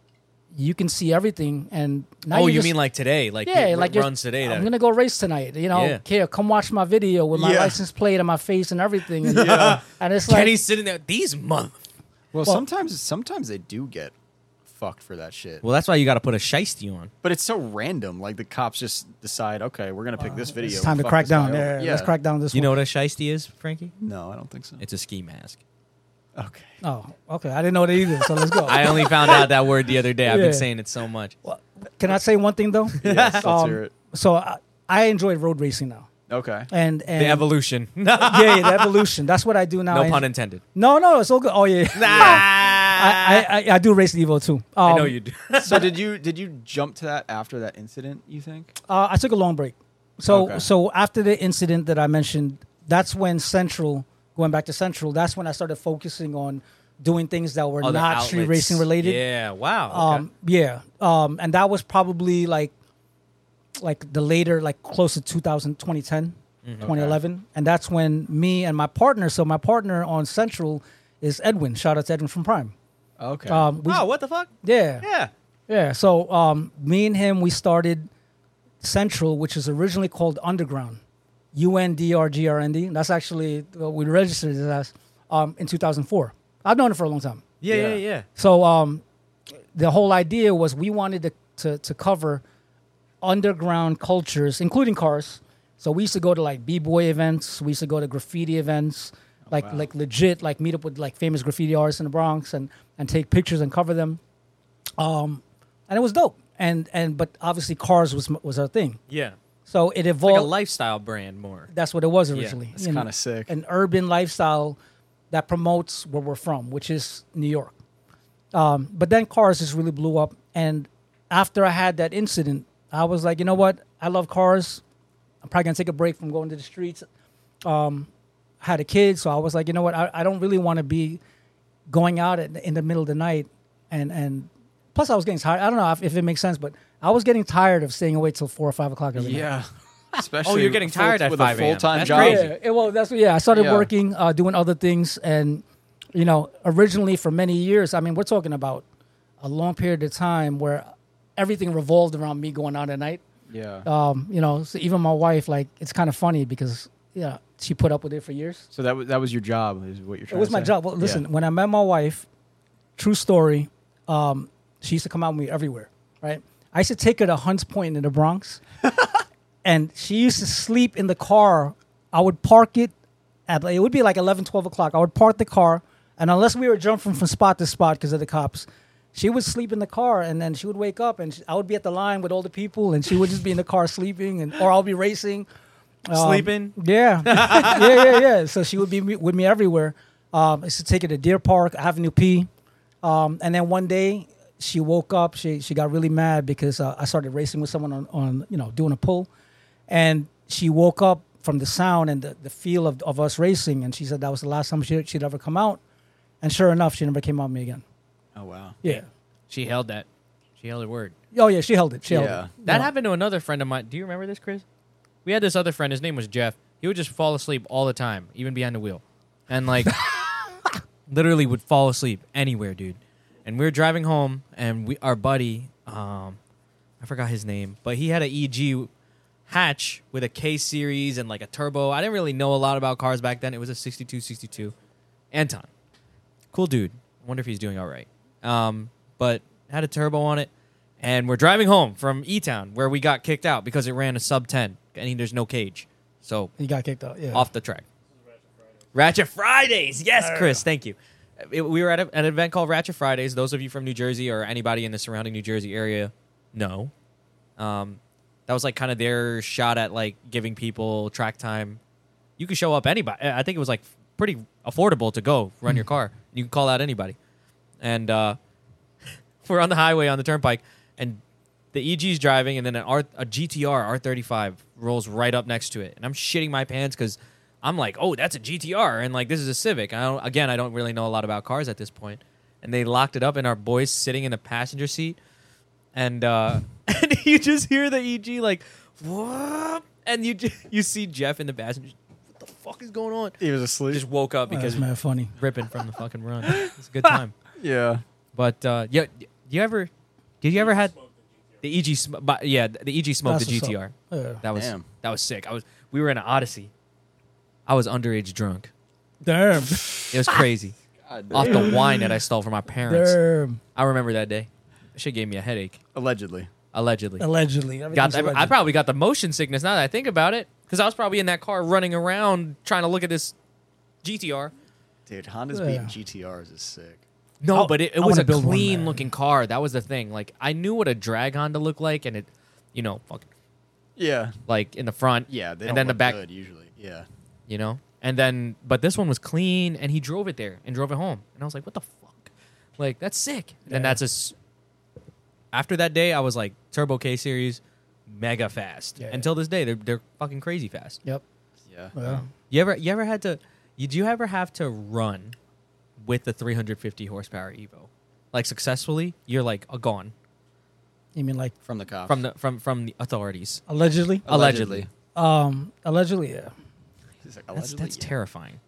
you can see everything, and now
oh, you
just-
mean like today? Like
yeah,
it
like you're-
runs today.
I'm
That
gonna go race tonight. You know,
Yeah.
here, come watch my video with my
Yeah.
license plate and my face and everything. And, and it's like,
Kenny's sitting there. These month.
Well,
Well-
sometimes sometimes they do get fucked for that shit.
Well, that's why you got to put a shiesty on.
but it's so random. Like the cops just decide, okay, we're gonna pick this video.
Uh, it's
and
time to
fuck
crack
this guy
down.
over.
Yeah, let's crack down on this.
You know
one.
what a shiesty is, Frankie?
No, I don't think so.
It's a ski mask.
Okay.
Oh, okay. I didn't know that either. So let's go.
I only found out that word the other day. I've
Yeah.
been saying it so much.
Can I say one thing though? Um,
Yes, let's hear it.
So I, I enjoy road racing now,
Okay.
and and
The evolution.
yeah, yeah, the evolution. That's what I do now.
no
I-
pun intended.
No, no, it's all good. Oh yeah, I, I, I I do race Evo too. Um,
I know you do.
so did you did you jump to that after that incident? You think?
Uh, I took a long break. So
Okay.
so after the incident that I mentioned, that's when Central going back to Central. That's when I started focusing on doing things that were
Other
not street
Oh, outlets.
racing related.
Yeah. Wow. okay.
Um, yeah. Um, and that was probably like, like the later, like close to 2000, 2010,
Mm-hmm.
2011. And that's when me and my partner, so my partner on Central is Edwin. Shout out to Edwin from Prime.
Okay.
Um, we,
wow. Oh, What the fuck?
yeah.
Yeah.
Yeah. So um, me and him, we started Central, which is originally called Underground, U N D R G R N D. That's actually well, we registered it as um, in 2004. I've known it for a long time.
Yeah. Yeah. Yeah.
Yeah.
So um, the whole idea was we wanted to, to to cover underground cultures, including cars. So we used to go to like b boy events. We used to go to graffiti events, like
wow.
like legit, like meet up with like famous graffiti artists in the Bronx and and take pictures and cover them. Um, and it was dope. And and but obviously cars was m- was our thing.
Yeah.
So it
Like
evolved.
a lifestyle brand more.
That's what it was originally.
That's
you know,
kinda sick.
An urban lifestyle that promotes where we're from, which is New York. Um, but then cars just really blew up. And after I had that incident, I was like, you know what? I love cars. I'm probably going to take a break from going to the streets. Um, I had a kid, so I was like, you know what? I, I don't really want to be going out at, in the middle of the night. And, and plus, I was getting tired. I don't know if, if it makes sense, but I was getting tired of staying awake till four or five o'clock every night.
yeah. Especially.
Oh, you're getting
full-
tired at
with
5
a
a.m.
full time
That's
job.
crazy.
Yeah, it- well, that's yeah. I started
Yeah.
working, uh, doing other things, and you know, originally for many years. I mean, we're talking about a long period of time where everything revolved around me going out at night.
Yeah.
Um, you know, so even my wife, like, it's kind of funny because yeah, she put up with it for years.
so that was that was your job. Is what you're
It
trying.
was
to
my
say?
job. Well,
Yeah.
listen, when I met my wife, true story, um, she used to come out with me everywhere, right? I used to take her to Hunts Point in the Bronx, and she used to sleep in the car. I would park it at, it would be like 11, 12 o'clock. I would park the car, and unless we were jumping from spot to spot because of the cops, she would sleep in the car, and then she would wake up, and she, I would be at the line with all the people, and she would just be in the car sleeping, and or I'll be racing. Um,
Sleeping.
yeah, yeah, yeah, yeah. So she would be me- with me everywhere. Um, I used to take her to Deer Park, Avenue P, um, and then one day she woke up. She she got really mad because uh, I started racing with someone on, on you know doing a pull, and she woke up from the sound and the, the feel of, of us racing, and she said that was the last time she, she'd ever come out, and sure enough, she never came out with me again.
Oh wow.
Yeah.
She held that. She held her word.
Oh yeah, she held it. She
Yeah.
held it.
That
No.
happened to another friend of mine. Do you remember this, Chris? We had this other friend. His name was Jeff. He would just fall asleep all the time, even behind the wheel, and like literally would fall asleep anywhere, dude. and we were driving home, and we our buddy, um, I forgot his name, but he had an EG hatch with a K series and like a turbo. I didn't really know a lot about cars back then. It was a 6262 Anton. Cool dude. Wonder if he's doing all right. Um, but had a turbo on it, and we're driving home from E Town where we got kicked out because it ran a sub 10, and there's no cage, so
He got kicked out. Yeah.
off the track. Ratchet Fridays. Yes, Chris. Thank you. It- we were at a- an event called Ratchet Fridays. Those of you from New Jersey or anybody in the surrounding New Jersey area know. Um, that was like kind of their shot at like giving people track time. You could show up anybody. I I think it was like pretty affordable to go run your car. You can call out anybody. And uh, we're on the highway on the turnpike, and the EG's driving, and then an R, a GTR R35 rolls right up next to it, and I'm shitting my pants because I'm like, oh, that's a GTR, and like this is a Civic. I don't, again, I don't really know a lot about cars at this point, and they locked it up, and our boys sitting in the passenger seat, and uh, and you just hear the EG like, Whoop, and you ju- you see Jeff in the passenger. What the fuck is going on?
He was asleep.
Just woke up
Wow, that's
because
mad funny.
ripping from the fucking run. It's a good time.
yeah.
But uh, yeah, do you ever? Did you ever had the EG? Sm- but yeah, the EG smoked
That's
the
what's up.
GTR.
Yeah.
That was
Damn.
that was sick. I was we were in an Odyssey. I was underage drunk.
Damn.
It was crazy.
God
Off
damn.
the wine that I stole from my parents.
Damn.
I remember that day. That Shit gave me a headache.
Allegedly.
Allegedly,
Allegedly.
got
Everything's
the, I
alleged.
probably got the motion sickness now that I think about it because I was probably in that car running around trying to look at this GTR.
Dude, Honda's
Yeah.
beating GTRs is sick.
No,
I-
but it,
I
it was
wanna
a
build one,
clean
man.
looking car. That was the thing. Like I knew what a drag Honda looked like, and it, you know, fuck,
Yeah.
like in the front,
Yeah. They
and
don't
then the
look
back,
good usually. Yeah.
you know, and then but this one was clean, and he drove it there and drove it home, and I was like, what the fuck, like that's sick. And then
Yeah.
that's just after that day, I was like Turbo K series, mega fast.
Yeah,
Until this day, they're they're fucking crazy fast.
Yep.
Yeah.
Uh,
Well,
You ever you ever had to? You, do you ever have to run with the 350 horsepower Evo, like successfully? You're like uh, gone
you mean like
From the cops.
from the from from the authorities.
allegedly?
Allegedly,
Um, allegedly, yeah.
He's like,
that's
allegedly.
that's
yeah.
terrifying.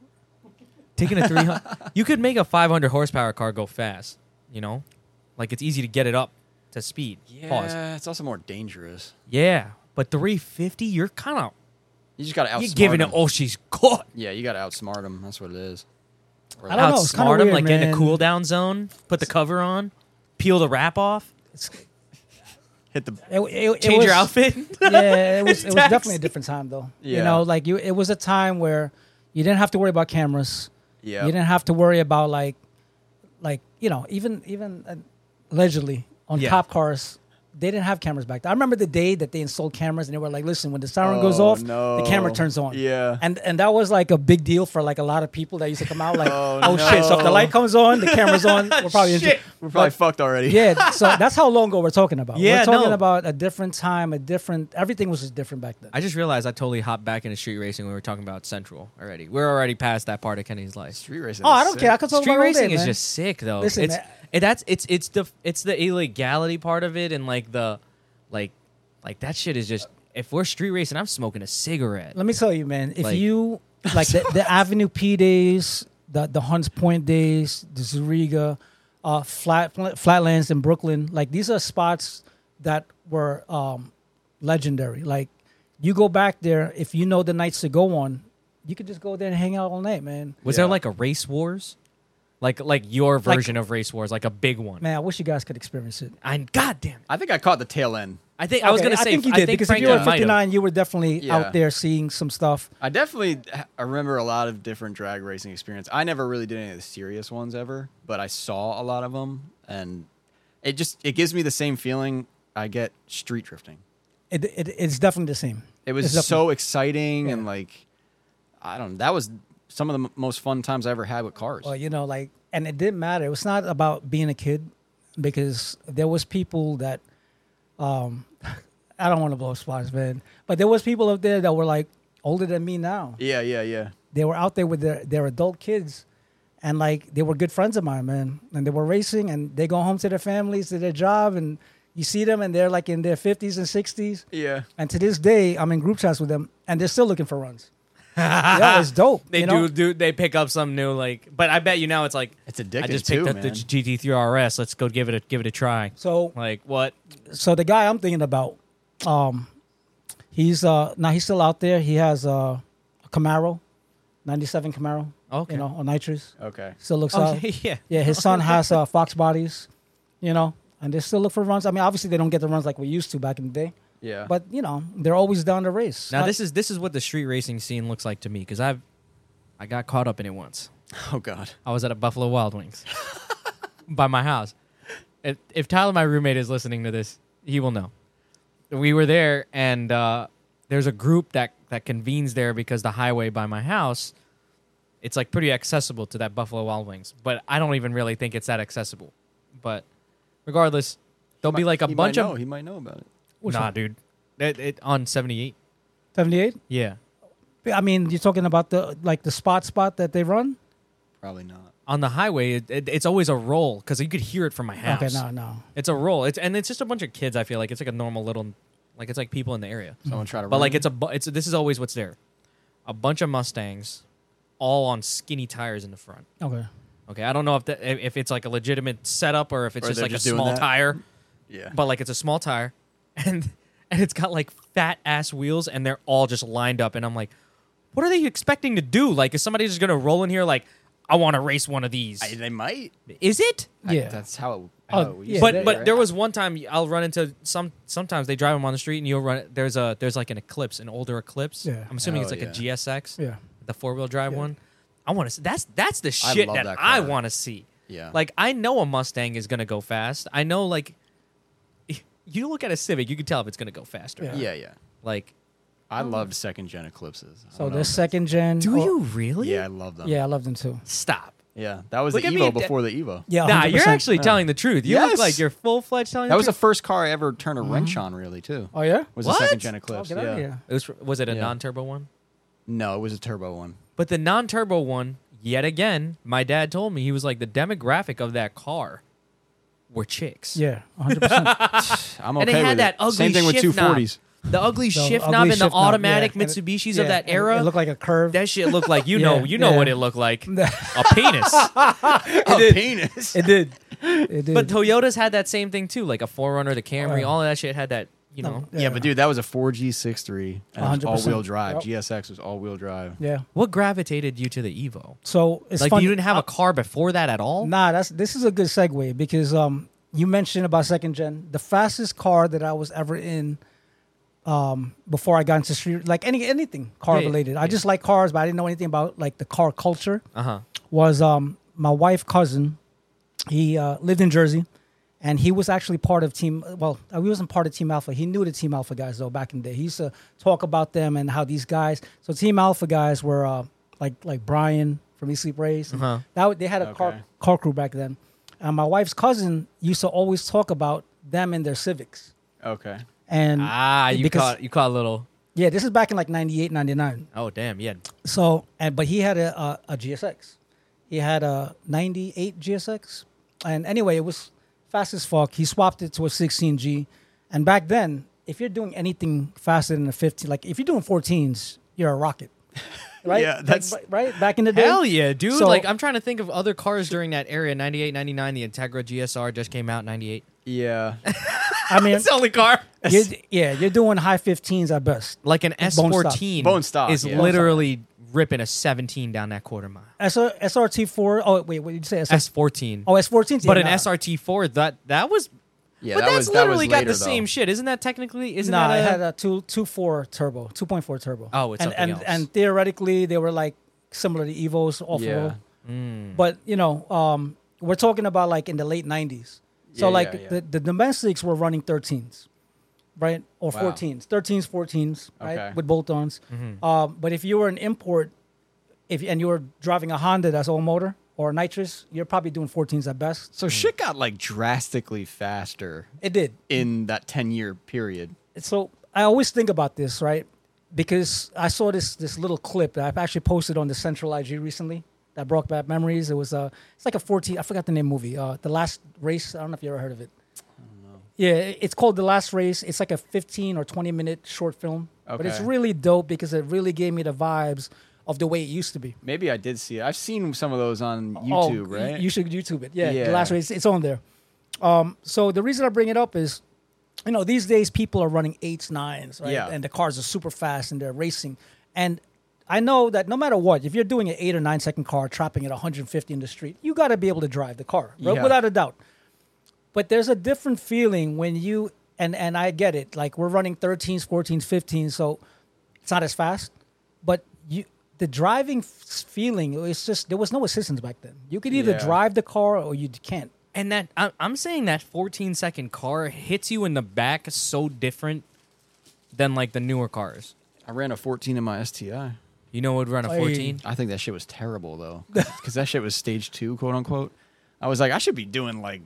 Taking a 300, you could make a 500 horsepower car go fast. You know, like it's easy to get it up to speed.
Yeah.
Pause.
It's also more dangerous.
Yeah, but 350, you're kind of
You just got to outsmart
you're giving it
them.
all she's got.
Yeah, you got to outsmart them. That's what it is. Or
I don't know, it's kinda
Outsmart them,
weird,
like get in a
man.
cool down zone, put the cover on, peel the wrap off.
hit the
It, it, it
change
was,
your outfit.
yeah, it was it was
Tax.
definitely a different time though.
Yeah.
You know, like you it was a time where you didn't have to worry about cameras.
yeah.
You didn't have to worry about like like, you know, even even uh, allegedly on
Yeah.
cop cars they didn't have cameras back then. I remember the day that they installed cameras and they were like, listen, when the siren goes
Oh,
off, the camera
no.
turns on.
Yeah.
And and that was like a big deal for like a lot of people that used to come out like,
Oh,
oh, shit, so if the
no.
light comes on, the camera's on, we're probably in
Shit.
tr-
We're probably fucked already.
yeah, so that's how long ago we're talking about.
Yeah,
we're talking
no.
about a different time, a different everything was just different back then.
I just realized I totally hopped back into street racing when we were talking about Central already. We're already past that part of Kenny's life.
Street racing.
Oh, I
is
don't
sick.
care. I could talk
Street
about it all day,
racing is
man.
just sick though.
Listen,
it's
man.
it- that's it's it's the it's the illegality part of it and like the like like that shit is just if we're street racing, I'm smoking a cigarette.
Let me tell you, man. If
Like-
you like the, the Avenue P days, the the Hunts Point days, the Zuriga, uh, flat Flatlands in Brooklyn, like these are spots that were um, legendary. Like you go back there if you know the nights to go on, you could just go there and hang out all night, man.
Was
Yeah.
there like a race wars? Like like your version of race wars, like a big one.
Man, I wish you guys could experience it.
I goddamn.
I think I caught the tail end.
I think I was
Okay,
gonna say
I think you did because if you were
Franklin might have.
59, you were definitely
Yeah.
out there seeing some stuff.
I definitely ha- I remember a lot of different drag racing experience. I never really did any of the serious ones ever, but I saw a lot of them, and it just it gives me the same feeling I get street drifting.
It, it it's definitely the same.
It was
It's definitely-
so exciting and like I don't. That was some of the m- most fun times I ever had with cars.
Well, you know, like, and it didn't matter. It was not about being a kid, because there was people that, um, I don't want to blow spots, man, but there was people up there that were like older than me now.
yeah, yeah, yeah.
They were out there with their their adult kids, and like they were good friends of mine, man. And they were racing, and they go home to their families, to their job, and you see them, and they're like in their fifties and sixties.
Yeah.
And to this day, I'm in group chats with them, and they're still looking for runs. yeah, it's dope.
They
you know?
do, do they pick up some new like, but I bet you now it's like
It's addictive
I just
too,
picked up the
man.
GT3 RS. Let's go give it a give it a try.
So
Like what?
so the guy I'm thinking about, um, he's uh now he's still out there. He has uh, a Camaro, '97 Camaro.
Okay.
you know, on nitrous.
Okay.
Still looks
Oh,
out.
yeah, yeah.
Yeah, his son has uh, Fox bodies, you know, and they still look for runs. I mean, obviously they don't get the runs like we used to back in the day,
Yeah.
but you know they're always down to race.
Now this is this is what the street racing scene looks like to me because I've I got caught up in it once.
oh god.
I was at a Buffalo Wild Wings by my house. If, if Tyler, my roommate, is listening to this, he will know. We were there, and uh, there's a group that that convenes there because the highway by my house, it's like pretty accessible to that Buffalo Wild Wings. But I don't even really think it's that accessible. But regardless, there'll be like a
he
bunch
might know.
of
He might know about it.
nah, dude. It, it on 78.
78.
Yeah,
I mean, you're talking about the like the spot spot that they run.
Probably not.
on the highway, it, it, it's always a roll because you could hear it from my house.
Okay, no, no.
It's a roll. It's and it's just a bunch of kids. I feel like it's like a normal little, like it's like people in the area.
Mm.
Someone try to.
But
run
like
it?
it's a bu- it's this is always what's there, a bunch of Mustangs, all on skinny tires in the front.
Okay,
Okay, I don't know if that if if it's like a legitimate setup or if it's
Or
just
they're
like
just
a
doing
small
that.
tire.
yeah.
But like it's a small tire, and and it's got like fat ass wheels, and they're all just lined up. And I'm like, what are they expecting to do? Like, is somebody just gonna roll in here like? I want to race one of these.
I- they might.
Is it?
yeah.
That's how. It,
Oh,
how it used
yeah,
to
but
be,
they-
but
right?
there was one time I'll run into some sometimes they drive them on the street and you'll run there's a there's like an Eclipse an older Eclipse
Yeah.
I'm assuming
Oh,
it's like
yeah.
a GSX
Yeah.
the four wheel drive
Yeah.
one I want to see that's that's the
I
shit
love
that,
that
I
car.
want to see
Yeah.
like I know a Mustang is gonna go fast I know like you look at a Civic you can tell if it's gonna go faster
Yeah.
Yeah. Yeah.
like Oh.
I loved second gen eclipses. I
so
don't
the
know.
second gen.
do
oh,
you really
Yeah, I love them.
Yeah, I love them too.
stop
Yeah. That was
Look
the
at me,
Evo
da-
before the Evo.
Yeah,
nah you are
100%.
actually telling the truth you
Yes.
look like you're full fledged telling
that
the
was the
truth.
first car I ever turned a wrench on. Really, too.
Oh yeah.
Was
Mm-hmm. What?
the second gen
Oh,
eclipse.
get out of
yeah.
here.
it was was it a
Yeah.
non turbo one
No, it was a turbo one.
But the non turbo one, yet again, my dad told me he was like the demographic of that car were chicks.
Yeah, 100. percent
I'm okay
And they
with
had that
it.
ugly
Same thing
shift
with 240s.
knob. The ugly shift
ugly
knob and the
shift knob, yeah.
automatic
And it-
Mitsubishis
yeah,
of that
and
era.
It looked like a curve.
that shit looked like you know
Yeah,
you know what
yeah.
it looked like a penis.
A penis.
it did. It did.
But Toyotas had that same thing too, like a Forerunner, the Camry,
Oh.
all of that shit had that. You know
Yeah, but dude, that was a 4G63 and
100%.
all wheel drive.
Yep.
GSX was all wheel drive.
yeah.
what gravitated you to the Evo?
So it's
Like
funny.
you didn't have a car before that at all.
Nah, that's this is a good segue because um, you mentioned about second gen. The fastest car that I was ever in, um, before I got into street, like any anything car
Yeah,
related. I
yeah.
just like cars, but I didn't know anything about like the car culture.
Uh huh.
Was um, my wife cousin, he uh, lived in Jersey, and he was actually part of team. Well, uh, he wasn't part of Team Alpha. He knew the Team Alpha guys though back in the day. He used to talk about them and how these guys. So Team Alpha guys were uh, like like Brian from East Sleep Race.
Uh-huh.
That wa- they had a
Okay.
car car crew back then. And my wife's cousin used to always talk about them and their Civics.
Okay.
And
Ah, you
because-
caught you caught a little.
yeah, this is back in like 98, 99.
Oh damn, yeah.
So, and, but he had a, a, a GSX. He had a 98 GSX. And anyway, it was fast as fuck. He swapped it to a 16G. And back then, if you're doing anything faster than a 15, like if you're doing 14s, you're a rocket. Right?
Yeah,
Like,
that's-
right. Back in the day.
Hell yeah, dude.
So-
like, I'm trying to think of other cars during that area. 98, 99, the Integra GSR just came out, 98.
Yeah.
I mean,
It's the only car.
you're, yeah, you're doing high 15s at best.
Like an
Bone stock.
S14
Bone stock,
is
yeah. Bone
literally ripping a 17 down that quarter mile.
SR, SRT4. Oh, wait, what did you say? SR,
S14.
oh, S14.
but
yeah,
an
nah.
SRT4, that that was.
Yeah,
but
that
that's
was- that was
literally got
later,
the same
though.
shit. Isn't that technically? Isn't
Nah,
that
it
a-
had a two two four turbo, two point four turbo.
Oh, it's
and
something
and
else.
and theoretically they were like similar to Evos off road,
Hmm.
but you know, um, we're talking about like in the late nineties. So
Yeah,
like
yeah, yeah.
the the domestics were running thirteens, right, or
Wow.
fourteens, thirteens, fourteens, right,
Okay.
with bolt-ons.
Mm-hmm.
Um, but if you were an import, if and you were driving a Honda that's all motor or nitrous, you're probably doing fourteens at best.
So shit got like drastically faster
It did.
in that 10 year period.
so I always think about this, right? Because I saw this this little clip that I've actually posted on the Central IG recently that brought back memories. It was uh, it's like a fourteen. I forgot the name of the movie. Uh, the last race. I don't know if you ever heard of it. Yeah, i- it's called The Last Race. It's like a 15 or 20 minute short film, but it's
Okay.
really dope because it really gave me the vibes of the way it used to be.
Maybe I did see it. I've seen some of those on
Oh,
YouTube,
y-
right?
You should YouTube it. Yeah,
Yeah.
The Last Race. It's on there. Um, so the reason I bring it up is, you know, these days people are running eights, nines, right?
Yeah.
And the cars are super fast and they're racing. And I know that no matter what, if you're doing an eight or nine second car, trapping at 150 in the street, you got to be able to drive the car, right?
Yeah.
without a doubt. But there's a different feeling when you and and I get it. Like we're running 13s, 14s, 15s, so it's not as fast. But you the driving f- feeling it's just there was no assistance back then. You could either
Yeah.
drive the car or you can't.
And that I- I'm saying that 14 second car hits you in the back so different than like the newer cars.
I ran a 14 in my STI.
You know what would run a
Hey.
14?
I think that shit was terrible though, because that shit was stage two, quote unquote. I was like, I should be doing like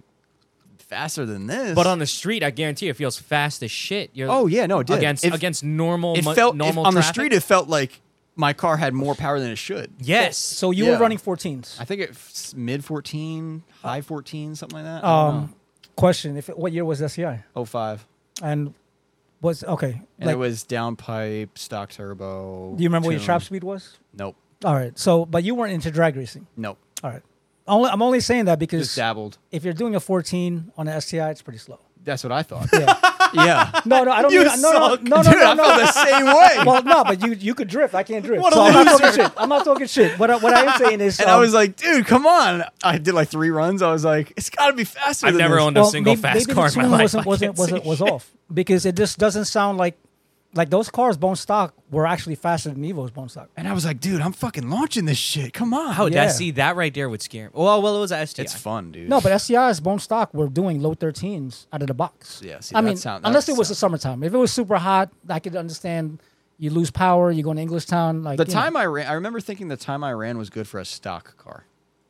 faster than this.
But on the street, I guarantee you, it feels fast as shit. You're
Oh, yeah, no, it did.
against
It-
against normal
it
mu-
felt if-
normal
on the
traffic?
street, it felt like my car had more power than it should.
yes.
So you
Yeah.
were running 14s.
I think it's mid 14, high 14, something like that. I don't
Um, question: If what year was SCI
know. 05.
and was okay?
And
like,
it was downpipe, stock turbo.
do you remember what your
tuned.
trap speed was?
Nope.
All right. So, but you weren't into drag racing.
Nope.
All right. Only, I'm only saying that because
Just dabbled.
if you're doing a 14 on an STI, it's pretty slow.
That's what I thought.
Yeah.
yeah.
No, no, I don't
You
mean no, no,
suck.
no, no,
Dude,
no,
I
no.
felt the same way.
Well, no, but you you could drift. I can't drift.
What a
so I'm not talking shit. I'm not talking shit. What I, what I am saying is,
and I
um,
was like, dude, come on. I did like three runs. I was like, it's got to be faster.
I've
than
never
this.
owned a single fast
the
car in my
tune
life.
Wasn't,
I
wasn't,
can't
was
see
was off because it just doesn't sound like like those cars bone stock were actually faster than Evo's bone stock.
And I was like, dude, I'm fucking launching this shit. Come on.
Oh,
Yeah.
that see that right there would scare me. Well, well, it was a STI.
It's fun, dude.
No, but SCI's bone stock were doing low 13s out of the box.
Yeah, see,
I
that
mean,
sound- that
unless it was the
sound-
summertime. If it was super hot, I could understand. You lose power. You go to English Town. Like
the
you know.
time I ran, I remember thinking the time I ran was good for a stock car.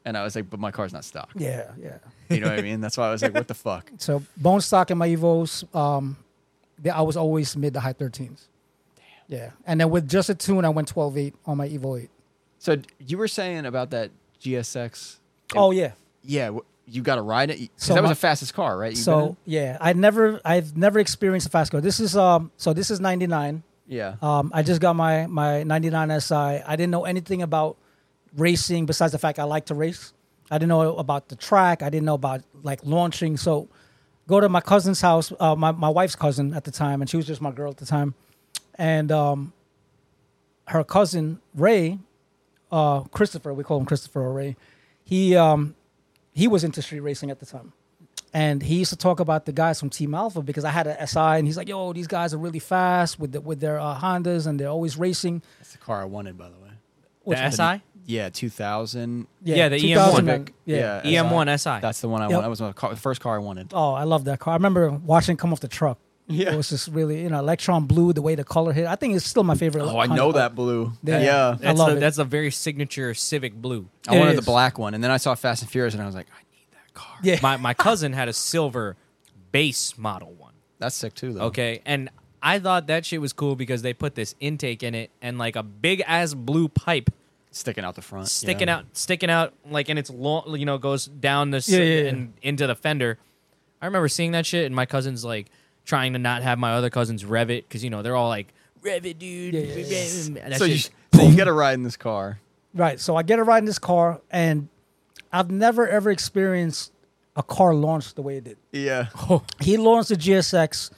And I was like, but my car's not stock.
Yeah, yeah.
You know what I mean? That's why I was like, what the fuck?
So bone stock and my Evos, um, they, I was always mid to high 13s. Damn. Yeah, and then with just a tune, I went 12.8 on my Evo 8.
So d- you were saying about that GSX.
Oh yeah.
Yeah, wh- you got to ride it. 'Cause
So
that was
my-
the fastest car, right? You've been
So yeah, I never, I've never experienced a fast car. This is um, so this is 99.
in? yeah.
Um, I just got my my 99 SI. I didn't know anything about racing besides the fact I like to race. I didn't know about the track. I didn't know about like launching. So go to my cousin's house, uh, my my wife's cousin at the time, and she was just my girl at the time, and um, her cousin Ray, uh, Christopher, we call him Christopher or Ray. He um, he was into street racing at the time. And he used to talk about the guys from Team Alpha because I had an SI, and he's like, "Yo, these guys are really fast with the, with their uh, Hondas, and they're always racing."
That's the car I wanted, by the way.
Which
the SI,
Yeah, 2000.
Yeah, the E EM1.
2000
Civic.
Yeah. E
EM1 SI.
That's the one I
Yep.
wanted. That was my car, the first car I wanted.
Oh, I love that car. I remember watching it come off the truck.
Yeah.
It was just really, you know, electron blue, the way the color hit. I think it's still my favorite.
Oh, I
Honda
know
car.
that blue.
Yeah.
Yeah.
I
that's
love
a,
it.
that's a very signature Civic blue.
I
It
wanted the
is.
black one. And then I saw Fast and Furious and I was like, I need that car.
Yeah.
My my cousin had a silver base model one.
That's sick too, though.
Okay, and I thought that shit was cool because they put this intake in it and like a big ass blue pipe
Sticking out the front.
sticking
yeah.
out, sticking out, like, and it's long, you know, goes down this
Yeah, yeah, yeah.
and into the fender. I remember seeing that shit, and my cousins like trying to not have my other cousins rev it because you know they're all like rev it, dude.
Yeah, yeah, yeah.
rev it," and that
So you,
shit-
so you got to ride in this car.
Right. So I get a ride in this car, and I've never ever experienced a car launch the way it did.
Yeah.
He launched the GSX,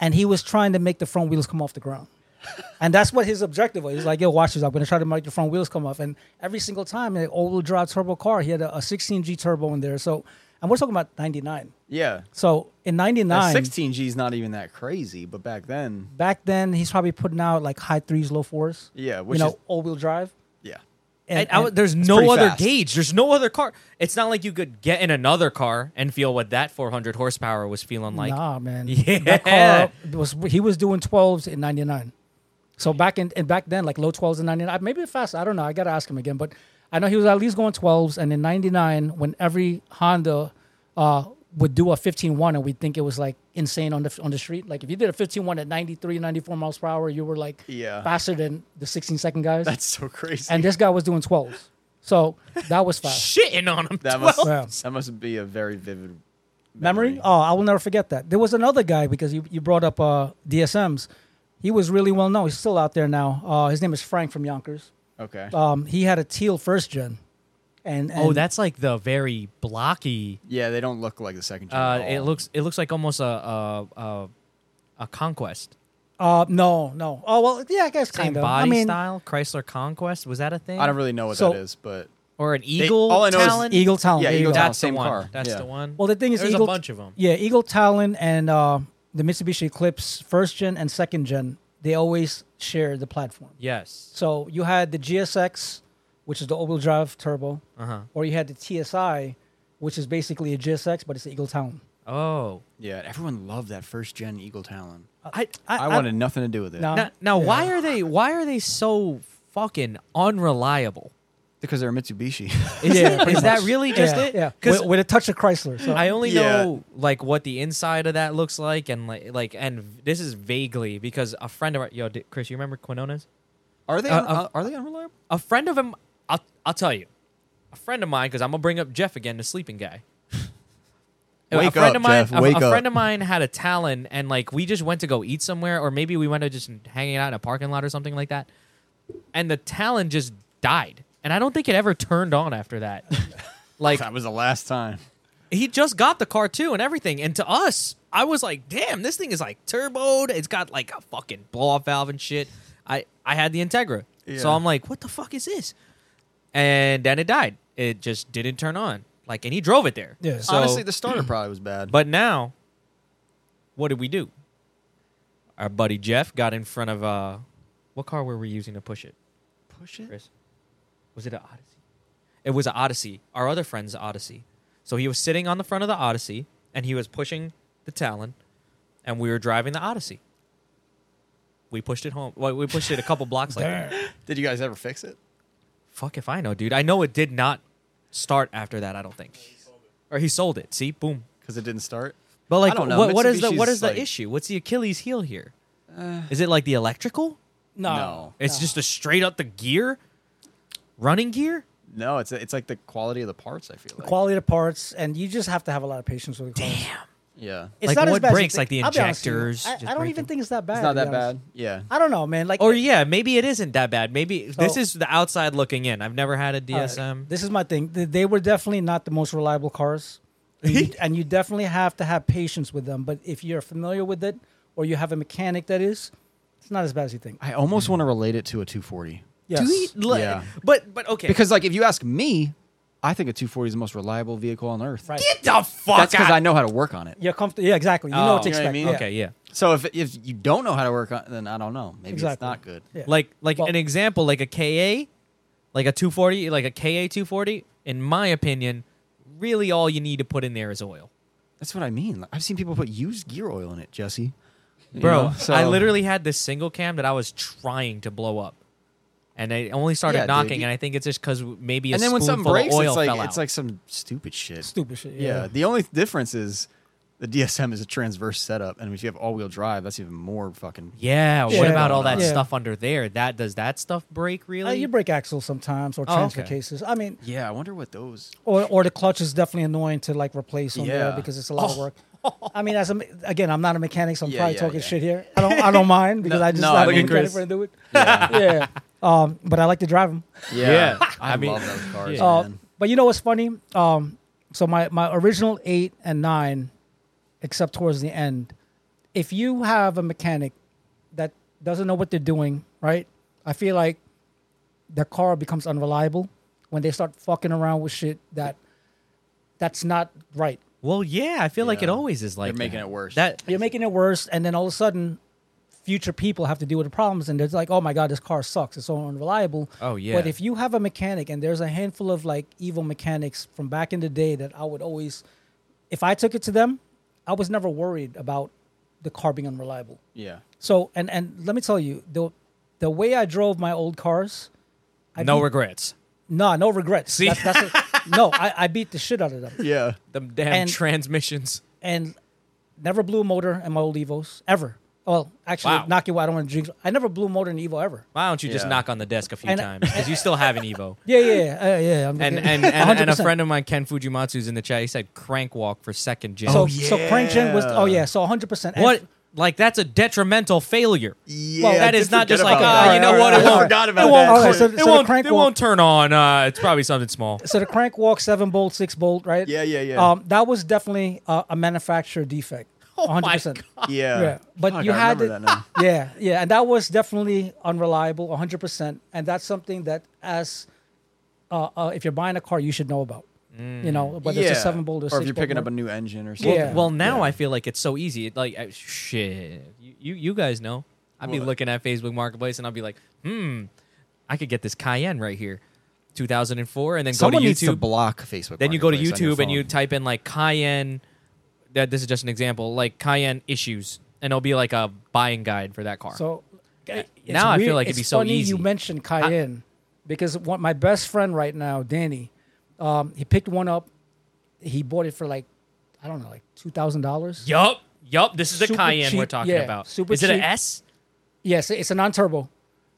and he was trying to make the front wheels come off the ground. And that's what his objective was. He's like, yo, watch this. I'm going to try to make the front wheels come off. And every single time, an all wheel drive turbo car, he had a, a 16G turbo in there. So, and we're talking about 99.
Yeah.
So in 99,
16 G's not even that crazy, but back then,
back then, he's probably putting out like high threes, low fours.
Yeah, which
you know,
is-
all wheel drive.
yeah.
And,
And I w-
and-
there's
pretty
no other
fast.
gauge. There's no other car. It's not like you could get in another car and feel what that 400 horsepower was feeling like.
nah, man.
Yeah.
That car was he was doing 12s in 99. So back in and back then, like low 12s in 99, maybe fast. I don't know. I got to ask him again. But I know he was at least going 12s. And in 99, when every Honda uh, would do a 15.1 and we'd think it was like insane on the on the street. Like if you did a 15.1 at 93, 94 miles per hour, you were like
Yeah.
faster than the 16 second guys.
That's so crazy.
and this guy was doing 12s. So that was fast.
Shitting on him.
that must
Wow.
that must be a very vivid
Memory? Oh, I will never forget that. There was another guy because you, you brought up uh, DSMs. He was really well known. He's still out there now. Uh, his name is Frank from Yonkers.
Okay.
Um, he had a teal first gen, and, and
Oh, that's like the very blocky.
yeah, they don't look like the second gen.
Uh,
at
it
all.
looks it looks like almost a a a, a conquest.
uh, no, no. Oh well, yeah, I guess
Same
kind of.
body
I mean,
style, Chrysler Conquest. Was that a thing?
I don't really know what
So-
that is, but
or an Eagle
all I know is
Talon.
Eagle Talon.
Yeah,
there you
Eagle
go.
Talon.
That's the
Same
one.
car,
That's
yeah.
the one.
Well, the thing is,
There's a
Eagle,
bunch of 'em.
Yeah, Eagle Talon and uh, the Mitsubishi Eclipse first gen and second gen. They always share the platform.
yes.
So you had the GSX, which is the all-wheel drive turbo,
Uh huh.
or you had the TSI, which is basically a GSX, but it's the Eagle Town.
Oh,
yeah, everyone loved that first gen Eagle Talon.
I I,
I, wanted nothing to do with it
No.
Now, now why are they why are they so fucking unreliable?
because they're Mitsubishi.
Is,
Yeah,
is
pretty
that
much.
really just
yeah,
it?
Yeah,
'Cause
with, with a touch of Chrysler. So
I only
Yeah.
know like what the inside of that looks like, and like like and v- this is vaguely because a friend of our, yo di- Chris, you remember Quinones?
are they?
Uh,
un-
uh,
are they unreliable?
A friend of him, I'll I'll tell you, a friend of mine because I'm gonna bring up Jeff again, the sleeping guy. A
Wake up,
friend of mine,
Jeff,
a-
wake
a, friend
up.
of mine had a Talon, and like we just went to go eat somewhere, or maybe we went to just hanging out in a parking lot or something like that. And the Talon just died, and I don't think it ever turned on after that. like
That was the last time.
he just got the car too and everything. And to us, I was like, damn, this thing is like turboed. It's got like a fucking blow off valve and shit. I, I had the Integra. So
Yeah.
I'm like, what the fuck is this? And then it died. It just didn't turn on. Like, and he drove it there.
Yeah.
So,
Honestly, the starter probably was bad.
but now, what did we do? Our buddy Jeff got in front of uh, what car were we using to push it?
push it.
Chris? Was it an Odyssey? It was an Odyssey. Our other friend's Odyssey. So he was sitting on the front of the Odyssey and he was pushing the Talon and we were driving the Odyssey. We pushed it home. Well, we pushed it a couple blocks like that.
Did you guys ever fix it?
Fuck if I know, dude. I know it did not start after that, I don't think. Or he sold it. See? Boom.
Because it didn't start.
But like
I don't know.
what what is the what
Mitsubishi's
is the
like- Uh.
issue? What's the Achilles heel here? Is it like the electrical?
no,
No.
It's just a straight up the gear? Running gear?
No, it's it's like the quality of the parts. I feel like.
quality of parts, and you just have to have a lot of patience with. Damn,
yeah,
it's
Like,
not as
what
bad
breaks,
as you
like,
think.
the
I'll be honest with you.
injectors, just
I, I don't
break
even
them.
think it's that bad.
it's
to
not
be
that
honest.
bad. Yeah,
I don't know, man. Like,
Or yeah, maybe it isn't that bad. Maybe this
So-
is the outside looking in. I've never had a
Oh. All right.
DSM.
uh, This is my thing. Th- They were definitely not the most reliable cars, and you, and you definitely have to have patience with them. But if you're familiar with it, or you have a mechanic that is, it's not as bad as you think.
I almost want to relate it to a 240
Yes.
Do we- li-
Mm. Yeah.
But but okay.
because, like, if you ask me, I think a 240 is the most reliable vehicle on earth.
Right.
get the fuck
That's because
out.
I know how to work on it.
You're comfortable. Yeah, exactly. You know what to
Oh, you know
expect.
what I mean?
Yeah.
Okay, yeah.
So if if you don't know how to work on, then I don't know. Maybe it's
Exactly.
not good.
Yeah.
Like like
Well-
an example, like a KA, like a 240, like a KA 240. In my opinion, really all you need to put in there is oil,
That's what I mean. Like, I've seen people put used gear oil in it, Jesse. You
bro.
know, so-
I literally had this single cam that I was trying to blow up, and I only started
Yeah, dude,
knocking.
you-
and I think it's just because maybe a
And then when something
spoonful of
breaks,
oil
it's
fell
like
out.
it's like some stupid shit.
Stupid shit.
Yeah. The only difference is the DSM is a transverse setup, and if you have all-wheel drive, that's even more fucking.
Yeah,
Yeah.
what about all that
Yeah.
stuff under there? That does that stuff break
Uh,
really?
you break axles sometimes, or
Oh,
transfer
okay.
cases. I mean,
Yeah, I wonder what those.
or or the clutch is definitely annoying to like replace on there
Yeah.
because it's a lot of work. I mean, as a, me- again, I'm not a mechanic, so I'm
Yeah,
probably
yeah,
talking
yeah.
shit here. I don't I don't mind because
No,
I just
no,
I'm
look
a
at
mechanic
Chris.
when I do it. Yeah. Um, but I like to drive them.
Yeah.
I,
I mean-
love those cars,
Yeah.
Uh,
man.
but you know what's funny? Um, so my my original eight and nine, except towards the end, if you have a mechanic that doesn't know what they're doing, right? I feel like the car becomes unreliable when they start fucking around with shit that that's not right.
well, yeah, I feel like it
Yeah.
always is like
They're making
that.
it worse.
That
You're making it worse, and then all of a sudden, future people have to deal with the problems, and they're like, "Oh my god, this car sucks. It's so unreliable."
Oh, yeah.
But if you have a mechanic, and there's a handful of like evil mechanics from back in the day that I would always, if I took it to them, I was never worried about the car being unreliable.
Yeah.
So, and and let me tell you, the the way I drove my old cars, I
no
beat-
regrets.
no, no regrets.
See?
That's- that's a- no, I, I beat the shit out of them
Yeah.
The damn
And-
transmissions.
and never blew a motor in my old Evos ever. Well, actually,
Wow.
knock you. I don't want to drink. I never blew more than Evo ever.
Why don't you just
Yeah.
knock on the desk a few
And-
times? Because you still have an Evo.
Yeah, yeah, yeah, uh, yeah. I'm
And
okay.
and, and, and a
100%.
friend of mine, Ken Fujimatsu's in the chat. He said crank walk for second gen.
So,
Oh,
so crank gen was. Oh
yeah.
yeah. So 100. percent
what? Like that's a detrimental failure.
Yeah,
Well, that
is not just like, uh,
ah, you know what, it won't-
forgot
it
about
won't-
that.
all right, so-
it won't.
the crank
it
walk-
won't turn on. Uh, it's probably something small.
So the crank walk, seven bolt, six bolt, right?
Yeah, yeah, yeah.
Um, that was definitely uh, a manufacturer defect.
Oh my
100%.
yeah.
Yeah, but
Fuck,
you
I
had
remember
it.
that now.
yeah, yeah, and that was definitely unreliable, 100. percent And that's something that, as uh, uh, if you're buying a car, you should know about. You know, whether it's a seven bolt or,
or
six
if you're
bolt
picking up a
motor.
new engine or something.
Yeah.
Well, now I feel like it's so easy. It, like, I, shit, you, you you guys know. I'd be
uh,
What?
looking at Facebook Marketplace and I'll be like, hmm, I could get this Cayenne right here, 2004, and then
Someone
go to
needs to
YouTube.
block Facebook.
then you go to
Marketplace on your
YouTube and you
phone.
type in like Cayenne. That this is just an example, like Cayenne issues, and it'll be like a buying guide for that car.
So
now
it's
I
weird-
feel like it'd
it's
be so
funny
easy.
You mentioned Cayenne because one, my best friend right now, Danny, um, he picked one up. He bought it for like I don't know, like two thousand dollars.
yup, yup. This is a
Super
Cayenne we're
cheap,
talking
yeah,
about.
super
is it an
cheap.
S?
Yes, it's a non-turbo,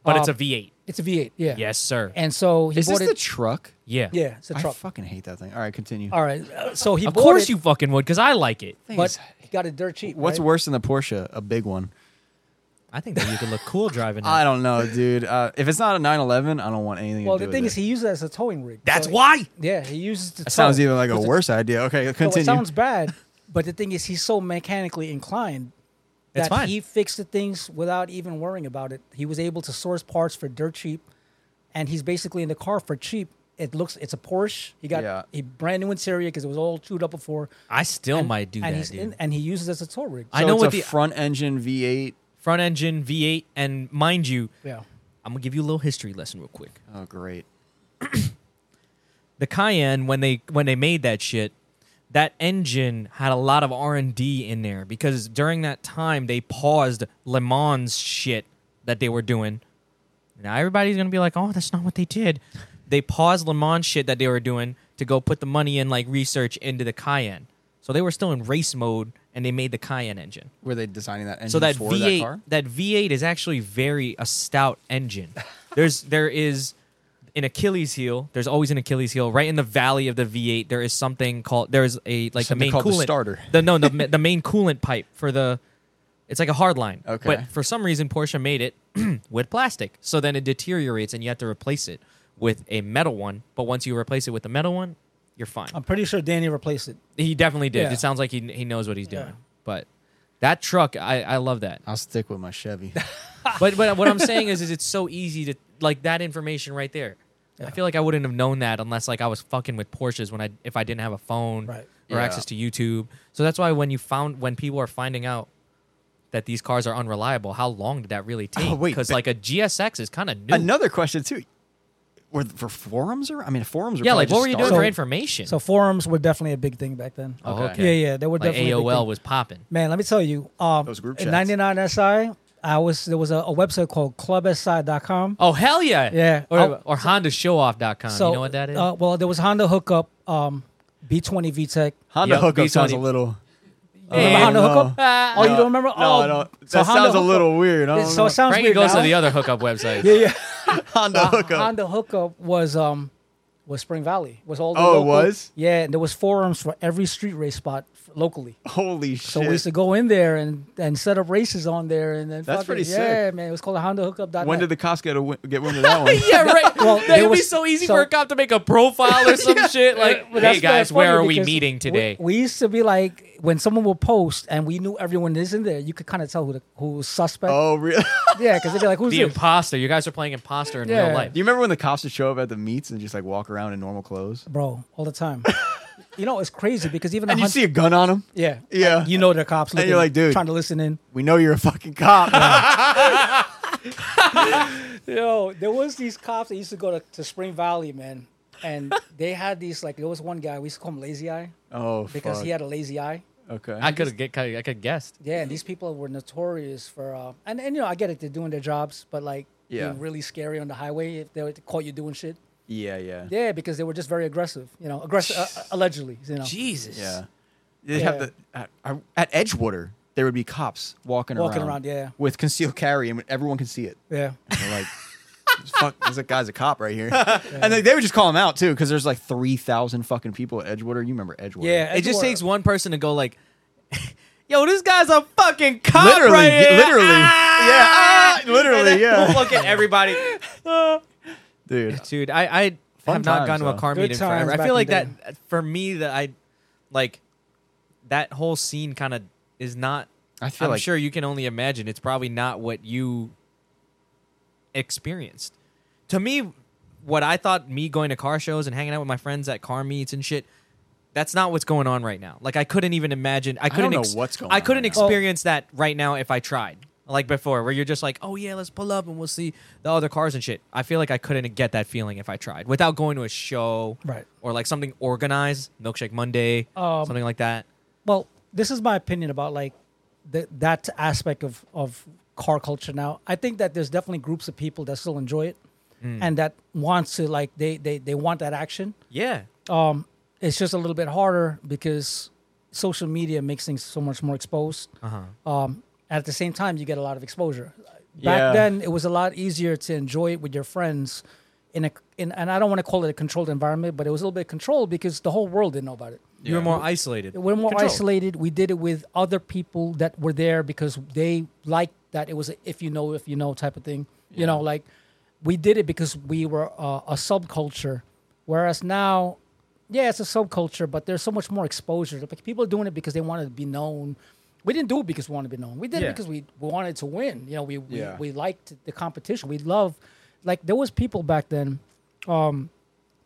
But
Uh,
it's a V8.
It's a V8. Yeah.
Yes, sir.
And so he
Is
bought
this
it.
the truck?
yeah.
yeah, it's a
I
truck.
fucking hate that thing. All right, continue.
All right. uh, So he
Of
bought
course
it,
you fucking would, because I like it.
Thing
but
is,
he got it dirt cheap.
What's
right?
worse than the Porsche? A big one.
I think that you could look cool driving
I
it.
don't know, dude. Uh, if it's not a 911, I don't want anything.
Well,
to do
the thing
with
is, he uses it as a towing rig.
That's
So-
why.
Yeah, he uses it. To
that sounds
tow.
even like a
It's
worse idea. Okay,
So
continue.
it sounds bad, but the thing is, he's so mechanically inclined
It's
that
fine.
he fixed the things without even worrying about it. He was able to source parts for dirt cheap, and he's basically in the car for cheap. It looks, it's a Porsche. He got
Yeah.
a brand new interior because it was all chewed up before.
I still
and,
might do
and
that,
he's
dude.
in- and he uses it as a tow rig.
I
So
know
it's
what
a
the-
front engine V8.
Front engine V8, and mind you,
yeah.
I'm gonna give you a little history lesson real quick.
Oh, great.
The Cayenne, when they when they made that shit, that engine had a lot of R and D in there because during that time they paused Le Mans shit that they were doing. Now everybody's gonna be like, "Oh, that's not what they did." They paused Le Mans shit that they were doing to go put the money in like research into the Cayenne. So they were still in race mode, and they made the Cayenne engine.
Were they designing that engine
so that
for
V8
that car?
that, V8 is actually very a stout engine. There's there is an Achilles heel. There's always an Achilles heel right in the valley of the V8. There is something called there's a like
Something
the main
called the
coolant
starter.
The no the ma- the main coolant pipe for the it's like a hard line.
Okay.
But for some reason Porsche made it with plastic. So then it deteriorates and you have to replace it with a metal one. But once you replace it with the metal one, you're fine.
I'm pretty sure Danny replaced it.
he definitely did.
Um, Yeah.
It sounds like he he knows what he's doing.
Yeah.
But that truck, I, I love that
I'll stick with my Chevy.
but but what I'm saying is, is it's so easy to like that information right there. I feel like I wouldn't have known that unless like I was fucking with Porsches when I if I didn't have a phone
Right.
or
Yeah.
access to YouTube. So that's why when you found when people are finding out that these cars are unreliable, how long did that really take?
Oh, wait,
because
but-
like a GSX is kind of new.
Another question too. Were th- for forums or I mean forums? Were
yeah, like
probably
what were you
just
doing
started.
for information?
So forums were definitely a big thing back then.
Oh,
okay.
Yeah, yeah, they were
like
definitely a big
AOL
thing.
was popping.
Man, let me tell you, um,
Those group
in
chats.
99 SI, I was there was a, a website called clubsi.com.
Oh hell yeah,
Yeah.
Or,
Oh,
or HondaShowOff.com.
so
Um, you know what that is?
Uh, well, there was Honda hookup, um, B20 VTech.
Honda
Yep,
hookup sounds a
V20.
little.
Remember
Hey,
Honda
no.
hookup?
Ah.
oh, you
No,
don't remember?
No,
oh,
I don't.
so
That
Honda
sounds a
hookup-
little weird. I don't
So it sounds
Frankie
weird
goes
now.
to the other hookup website.
Yeah, yeah.
know. Honda hookup.
Honda hookup was um was Spring Valley. Was all the
Oh, it
local-
was?
Yeah, and there was forums for every street race spot f- locally.
Oh,
Holy shit!
So we used to go in there and, and set up races on there, and then
That's
fucking-
pretty
Yeah, man, it was called a Honda hookup.
when did the cops get a wi- get wind of that one?
Yeah, right.
Well,
that
there
would be
was-
so easy
so-
for a cop to make a profile or some shit. Like,
But
hey
that's kinda
guys, where
funny
are we
because
meeting
we-
today?
We, used to be like when someone would post and we knew everyone is in there. You could kind of tell who the who was suspect.
Oh, really?
Yeah, because they'd be like, "Who's
the
this?"
imposter. You guys are playing imposter in
Yeah.
real life.
Do you remember when the cops would show up at the meets and just like walk around in normal clothes?
Bro, all the time. you know, it's crazy because even
And
a
you
hun-
see a gun on them?
yeah,
Yeah.
you know they're cops.
And
Looking,
you're like, "Dude."
trying to listen in.
We know you're a fucking cop.
Yo, there was these cops that used to go to, to Spring Valley, man, and they had these like there was one guy we used to call him Lazy Eye
oh,
because
fuck.
he had a lazy eye.
okay.
I could get. I could guessed.
Yeah, and these people were notorious for, uh, and and you know I get it, they're doing their jobs, but like
Yeah.
being really scary on the highway if they were to caught you doing shit.
yeah, yeah, yeah.
Yeah, because they were just very aggressive, you know, aggressive uh, allegedly, you know.
Jesus.
They have
Yeah.
the at, at Edgewater. there would be cops walking,
Walking
around,
around, yeah.
with concealed carry, and everyone can see it.
Yeah.
And we're like, fuck, this guy's a cop right here. And they, they would just call him out too, because there's like three thousand fucking people at Edgewater. You remember Edgewater?
Yeah.
It just
Edgewater.
takes one person to go like, "Yo, this guy's a fucking cop
literally,
right here."
literally,
Ah!
yeah, ah, literally,
We'll
yeah,
Look at everybody,
dude.
dude. I I
Fun
have not
times,
gone to a
though.
car
Good
meet in forever.
times
I
back
feel
in
like
the
that
day.
for me that I like that whole scene kind of is not.
I feel
I'm
like-
sure you can only imagine. It's probably not what you experienced. To me, what I thought me going to car shows and hanging out with my friends at car meets and shit. That's not what's going on right now. Like I couldn't even imagine. I
don't
couldn't
know what's going
I
on
couldn't
right now.
experience that right now if I tried. Like before, where you're just like, oh yeah, let's pull up and we'll see the other cars and shit. I feel like I couldn't get that feeling if I tried without going to a show,
Right.
Or like something organized, Milkshake Monday,
Um,
something like that.
Well, this is my opinion about like th- that aspect of of car culture now. I think that there's definitely groups of people that still enjoy it and that wants to like they they they want that action.
Yeah,
Um it's just a little bit harder because social media makes things so much more exposed. Um at the same time you get a lot of exposure. Back
Yeah.
then it was a lot easier to enjoy it with your friends in a in, and I don't want to call it a controlled environment, but it was a little bit controlled because the whole world didn't know about it.
you were more isolated.
We're more
Controlled.
isolated. We did it with other people that were there because they liked that it was a if you know, if you know type of thing. You know, like we did it because we were uh, a subculture. Whereas now, yeah, it's a subculture, but there's so much more exposure. Like people are doing it because they wanted to be known. We didn't do it because we wanted to be known. We did
Yeah.
it because we we wanted to win. You know, we we,
Yeah.
we liked the competition. We love, like there was people back then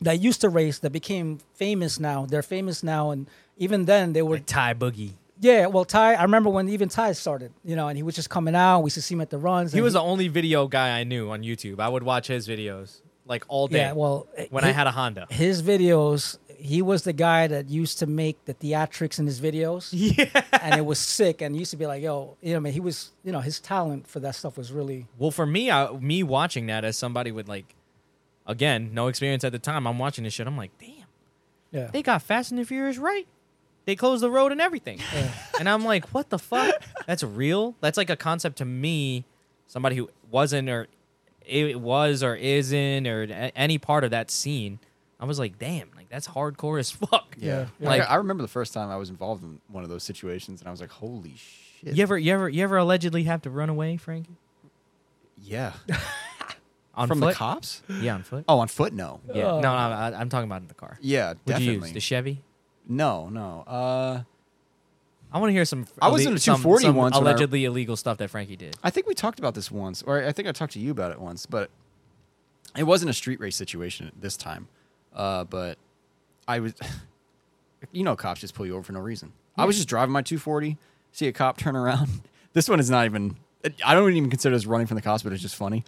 that used to race that became famous now. They're famous now, and even then they were
Like Ty Boogie.
yeah, well, Ty, I remember when even Ty started, you know, and he was just coming out. We used to see him at the runs.
He
and
was the only video guy I knew on YouTube. I would watch his videos like all day.
yeah. Well,
when I
hi-
had a Honda.
his videos, he was the guy that used to make the theatrics in his videos. Yeah, and it was sick. And he used to be like, yo, you know, I mean, he was, you know, his talent for that stuff was really
Well, for me, I, me watching that as somebody with like, again, no experience at the time, I'm watching this shit. I'm like, damn,
yeah.
they got Fast and the Furious right. They closed the road and everything, and I'm like, what the fuck? That's real. That's like a concept to me, somebody who wasn't or it was or isn't or a- any part of that scene. I was like, damn, like that's hardcore as fuck.
Yeah.
Yeah.
Like
Like-
I remember the first time I was involved in one of those situations, and I was like, "Holy shit!"
You ever, you ever, you ever allegedly have to run away, Frankie?
Yeah.
On
From
foot?
the cops?
Yeah, on foot.
Oh, on foot? No.
Yeah. No, no, I, I'm talking about in the car.
Yeah,
What'd you
definitely.
use? The Chevy.
no, no. Uh,
I want to hear some.
I was in a 240
some, some
once when I-
Allegedly illegal stuff that Frankie did.
I think we talked about this once, or I think I talked to you about it once, but it wasn't a street race situation this time. Uh, but I was, you know, cops just pull you over for no reason. I was just driving my 240, see a cop turn around. this one is not even, I don't even consider this running from the cops, but it's just funny.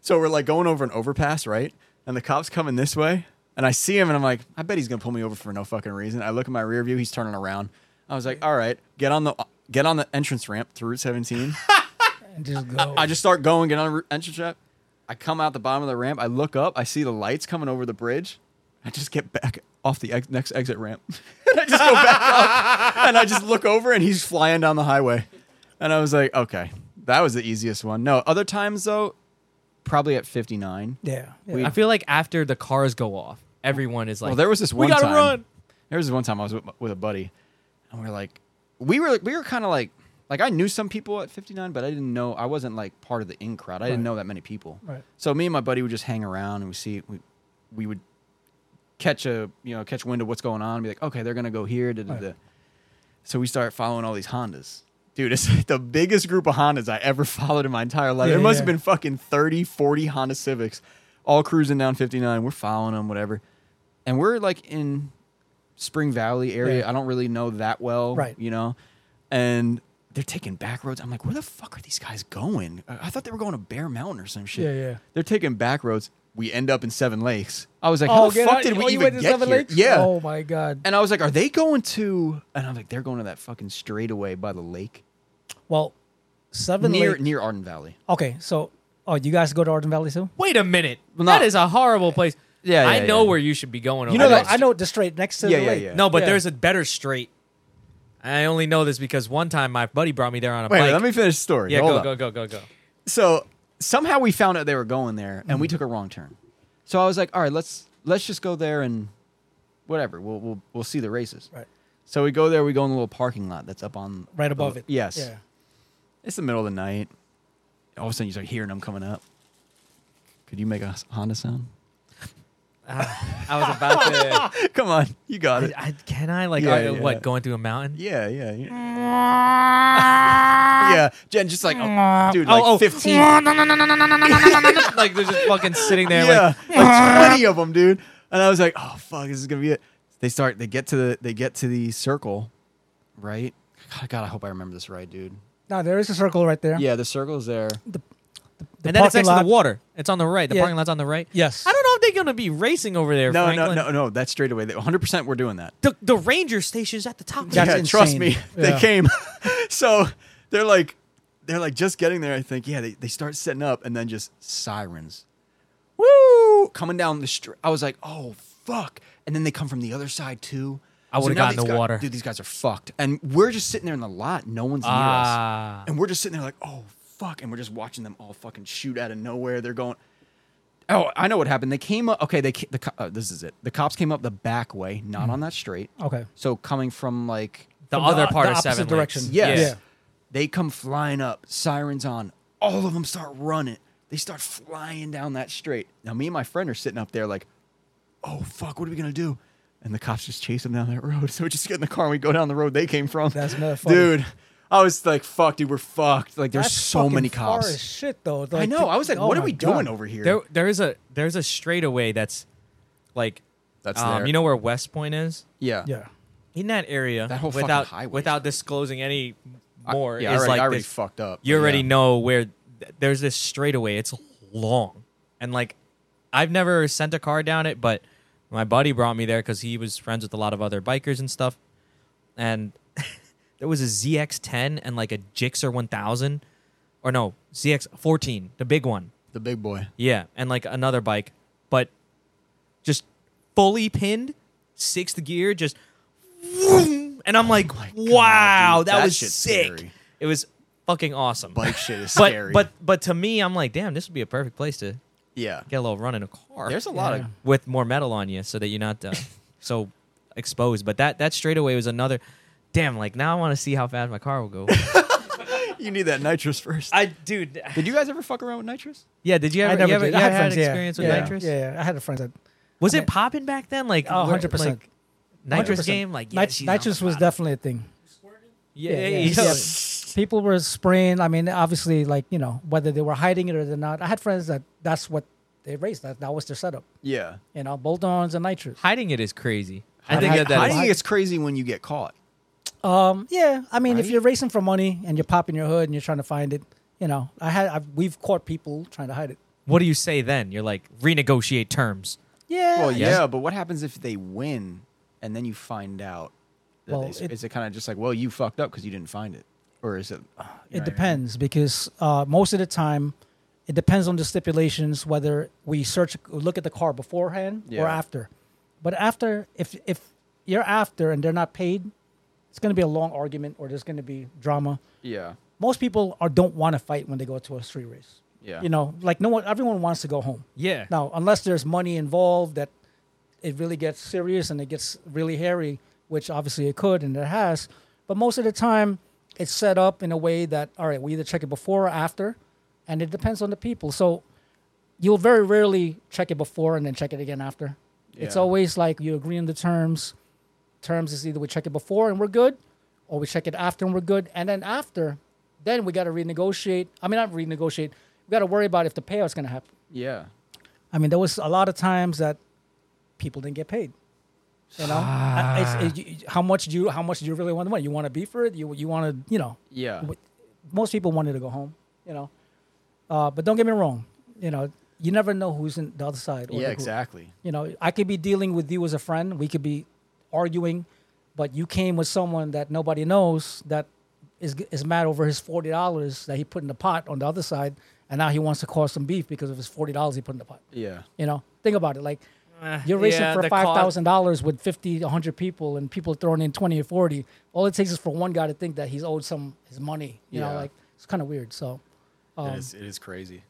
So we're like going over an overpass, right? And the cop's coming this way. And I see him and I'm like, I bet he's going to pull me over for no fucking reason. I look at my rear view, he's turning around. I was like, all right, get on the, get on the entrance ramp through Route 17.
And just go.
I just start going, get on the entrance ramp. I come out the bottom of the ramp. I look up. I see the lights coming over the bridge. I just get back off the ex- next exit ramp. and I just go back up. And I just look over, and he's flying down the highway. And I was like, okay, that was the easiest one. No, other times, though, probably at 59.
yeah. yeah.
We-
I feel like after the cars go off, everyone is like,
Well, there was this
"We
one
gotta
time.
run."
There was this one time I was with, with a buddy, and we were like, we were we were kind of like, like I knew some people at 59, but I didn't know I wasn't like part of the in crowd. I didn't know that many people.
Right.
So me and my buddy would just hang around and we see we, we would catch a you know catch wind of what's going on and be like, okay, they're gonna go here. Da, da, da. So we start following all these Hondas. Dude, it's like the biggest group of Hondas I ever followed in my entire life.
Yeah,
there must
yeah.
have been fucking 30, 40 Honda Civics all cruising down 59. We're following them, whatever. And we're like in Spring Valley area.
Yeah.
I don't really know that well,
Right.
You know, and they're taking back roads. I'm like, where the fuck are these guys going? I I thought they were going to Bear Mountain or some shit.
Yeah, yeah.
They're taking back roads. We end up in Seven Lakes. I was like, how the
get
fuck
out-
did we
oh, you
even
went to
get
Seven
here?
Lakes?
Yeah.
Oh my God.
And I was like, are they going to? And I'm like, they're going to that fucking straightaway by the lake
well, seven
near
Lake-
near Arden Valley.
Okay, so oh, you guys go to Arden Valley too?
Wait a minute.
Well,
that
no.
is a horrible place.
Yeah, yeah,
I know
yeah.
where you should be going.
You know
I know,
that-
I know the straight next to
Yeah,
the
yeah,
lake.
yeah.
No, but
Yeah.
there's a better straight. I only know this because one time my buddy brought me there on a
Wait,
bike.
let me finish the story.
yeah,
Hold
go,
up.
go, go, go, go.
so somehow we found out they were going there and we took a wrong turn so i was like all right let's let's just go there and whatever we'll we'll, we'll see the races
Right.
so we go there we go in the little parking lot that's up on
Right above it.
Oh, yes
Yeah.
it's the middle of the night all of a sudden you start hearing them coming up could you make a honda sound
I was about to.
come on you got it
I, can I like
Yeah,
uh,
yeah.
what going through a mountain?
yeah yeah yeah, yeah. jen just like oh, dude like
Oh, oh.
15
like they're just fucking sitting there.
yeah,
Like,
like twenty of them, dude. And I was like, oh fuck, this is gonna be it. They start, they get to the, they get to the circle, right? God, God, I hope I remember this right, dude.
Now there is a circle right there.
Yeah, the circle's there.
The
and then it's
parking
next to
lot-
the water. It's on the right. The
Yeah.
parking lot's on the right.
Yes.
I don't know if they're gonna be racing over there.
No, no,
Franklin.
no, no. That's straight away. One hundred percent, we're doing that.
The the ranger station's at the top.
That's
yeah,
insane.
trust me, they
Yeah.
came. so they're like, they're like just getting there. I think. Yeah, they, they start setting up, and then just sirens, woo, coming down the street. I was like, oh fuck, and then they come from the other side too.
I would've
now
gotten
these
the
guy-
water.
dude. These guys are fucked, and we're just sitting there in the lot. No one's near us,
Ah.
and we're just sitting there like, oh fuck, and we're just watching them all fucking shoot out of nowhere. They're going. Oh, I know what happened. They came up. Okay, they ca- the co- uh, this is it. The cops came up the back way, not on that straight.
Okay.
So coming from like
the
From the-
other part
the
of
opposite
seven
direction.
Lakes.
Yes.
Yeah.
They come flying up, sirens on. All of them start running. They start flying down that straight. Now, me and my friend are sitting up there like, oh, fuck, what are we going to do? And the cops just chase them down that road. So we just get in the car and we go down the road they came from.
That's mad funny.
Dude, I was like, fuck, dude, we're fucked. Like, there's
That's
so
fucking
many
far
cops.
as shit though.
I
Like,
know. I was like,
oh
what are
my
we
God.
doing over here?
There there is a there's a straightaway that's like
That's
um,
there.
you know where West Point is?
yeah.
Yeah.
In that area
That whole fucking
without
highway is
without disclosing any
I-
more
yeah, I
is
already,
like
I already
this-
fucked up.
you already
Yeah.
know where th- there's this straightaway. It's long, and like I've never sent a car down it, but my buddy brought me there because he was friends with a lot of other bikers and stuff. And there was a ZX10 and like a Gixxer 1000, or no ZX14, the big one.
The big boy.
Yeah, and like another bike, but just fully pinned, sixth gear, just. vroom, And I'm like,
Oh God,
wow,
dude,
that,
that
was
shit's
sick.
scary.
It was fucking awesome
Bike shit is
but
scary.
but but to me, I'm like, damn, this would be a perfect place to
yeah.
get a little run in a car
There's a lot of.
Yeah.
with more metal on you, so that you're not uh, so exposed. But that that straightaway was another. Damn, like now I want to see how fast my car will go.
You need that nitrous first.
I dude,
Did you guys ever fuck around with nitrous?
yeah. Did you
I
ever,
never
you ever,
did.
you
I
ever
had
had,
friends, yeah.
experience with
yeah.
nitrous?
Yeah, yeah. I had a friend that
Was
I
it
mean-
popping back then? Like
Oh,
where-
100%.
like, nitrous
100%.
game. Like
Nit-
yeah, she's on
nitrous
the
was
bottom.
definitely a thing.
yeah,
yeah,
yeah,
yeah,
yeah.
yeah. People were spraying. I mean, obviously, like you know, whether they were hiding it or they're not. I had friends that that's what they raised. That that was their setup.
Yeah.
You know, bolt-ons and nitrous.
Hiding it is crazy. I
Hiding-
think that, that
I
is-
hiding-
think it's crazy when you get caught.
Um, yeah. I mean, if
Right?
you're racing for money and you're popping your hood and you're trying to find it, you know, I had I've, we've caught people trying to hide it.
What do you say then? You're like renegotiate terms.
Yeah.
Well,
I
yeah,
guess.
but what happens if they win and then you find out? That
Well,
they-
it-
is it kind of just like, well, you fucked up because you didn't find it, or is it? ah.
It depends because uh, most of the time, it depends on the stipulations whether we search, look at the car beforehand or
Yeah.
after. But after, if if you're after and they're not paid, it's going to be a long argument or there's going to be drama.
Yeah,
Most people are don't want to fight when they go to a street race.
yeah.
You know, like no one, everyone wants to go home.
Yeah.
Now, unless there's money involved that it really gets serious and it gets really hairy, which obviously it could and it has. But most of the time, it's set up in a way that, all right, we either check it before or after, and it depends on the people. So you'll very rarely check it before and then check it again after. It's
Yeah.
always like you agree on the terms. Terms is either we check it before and we're good, or we check it after and we're good. And then after, then we got to renegotiate. I mean, not renegotiate. We got to worry about if the payout's going to happen.
yeah.
I mean, there was a lot of times that people didn't get paid. You know, I- it's, it, you- how much do you how much do you really want to win? You want to be for it? You you want to you know?
Yeah.
w- Most people wanted to go home. You know, uh, but don't get me wrong. You know, you never know who's in the other side. Or the
Yeah,
group.
exactly.
You know, I could be dealing with you as a friend. We could be arguing, but you came with someone that nobody knows that is is mad over his forty dollars that he put in the pot on the other side, and now he wants to cause some beef because of his forty dollars he put in the pot.
Yeah.
You know, think about it. Like You're racing
Uh, Yeah,
for
the
five
cost-
thousand dollars with 50, 100 people, and people throwing in twenty or forty. All it takes is for one guy to think that he's owed some his money. You know,
Yeah.
like it's kind of weird. So, um,
it, is, it is crazy.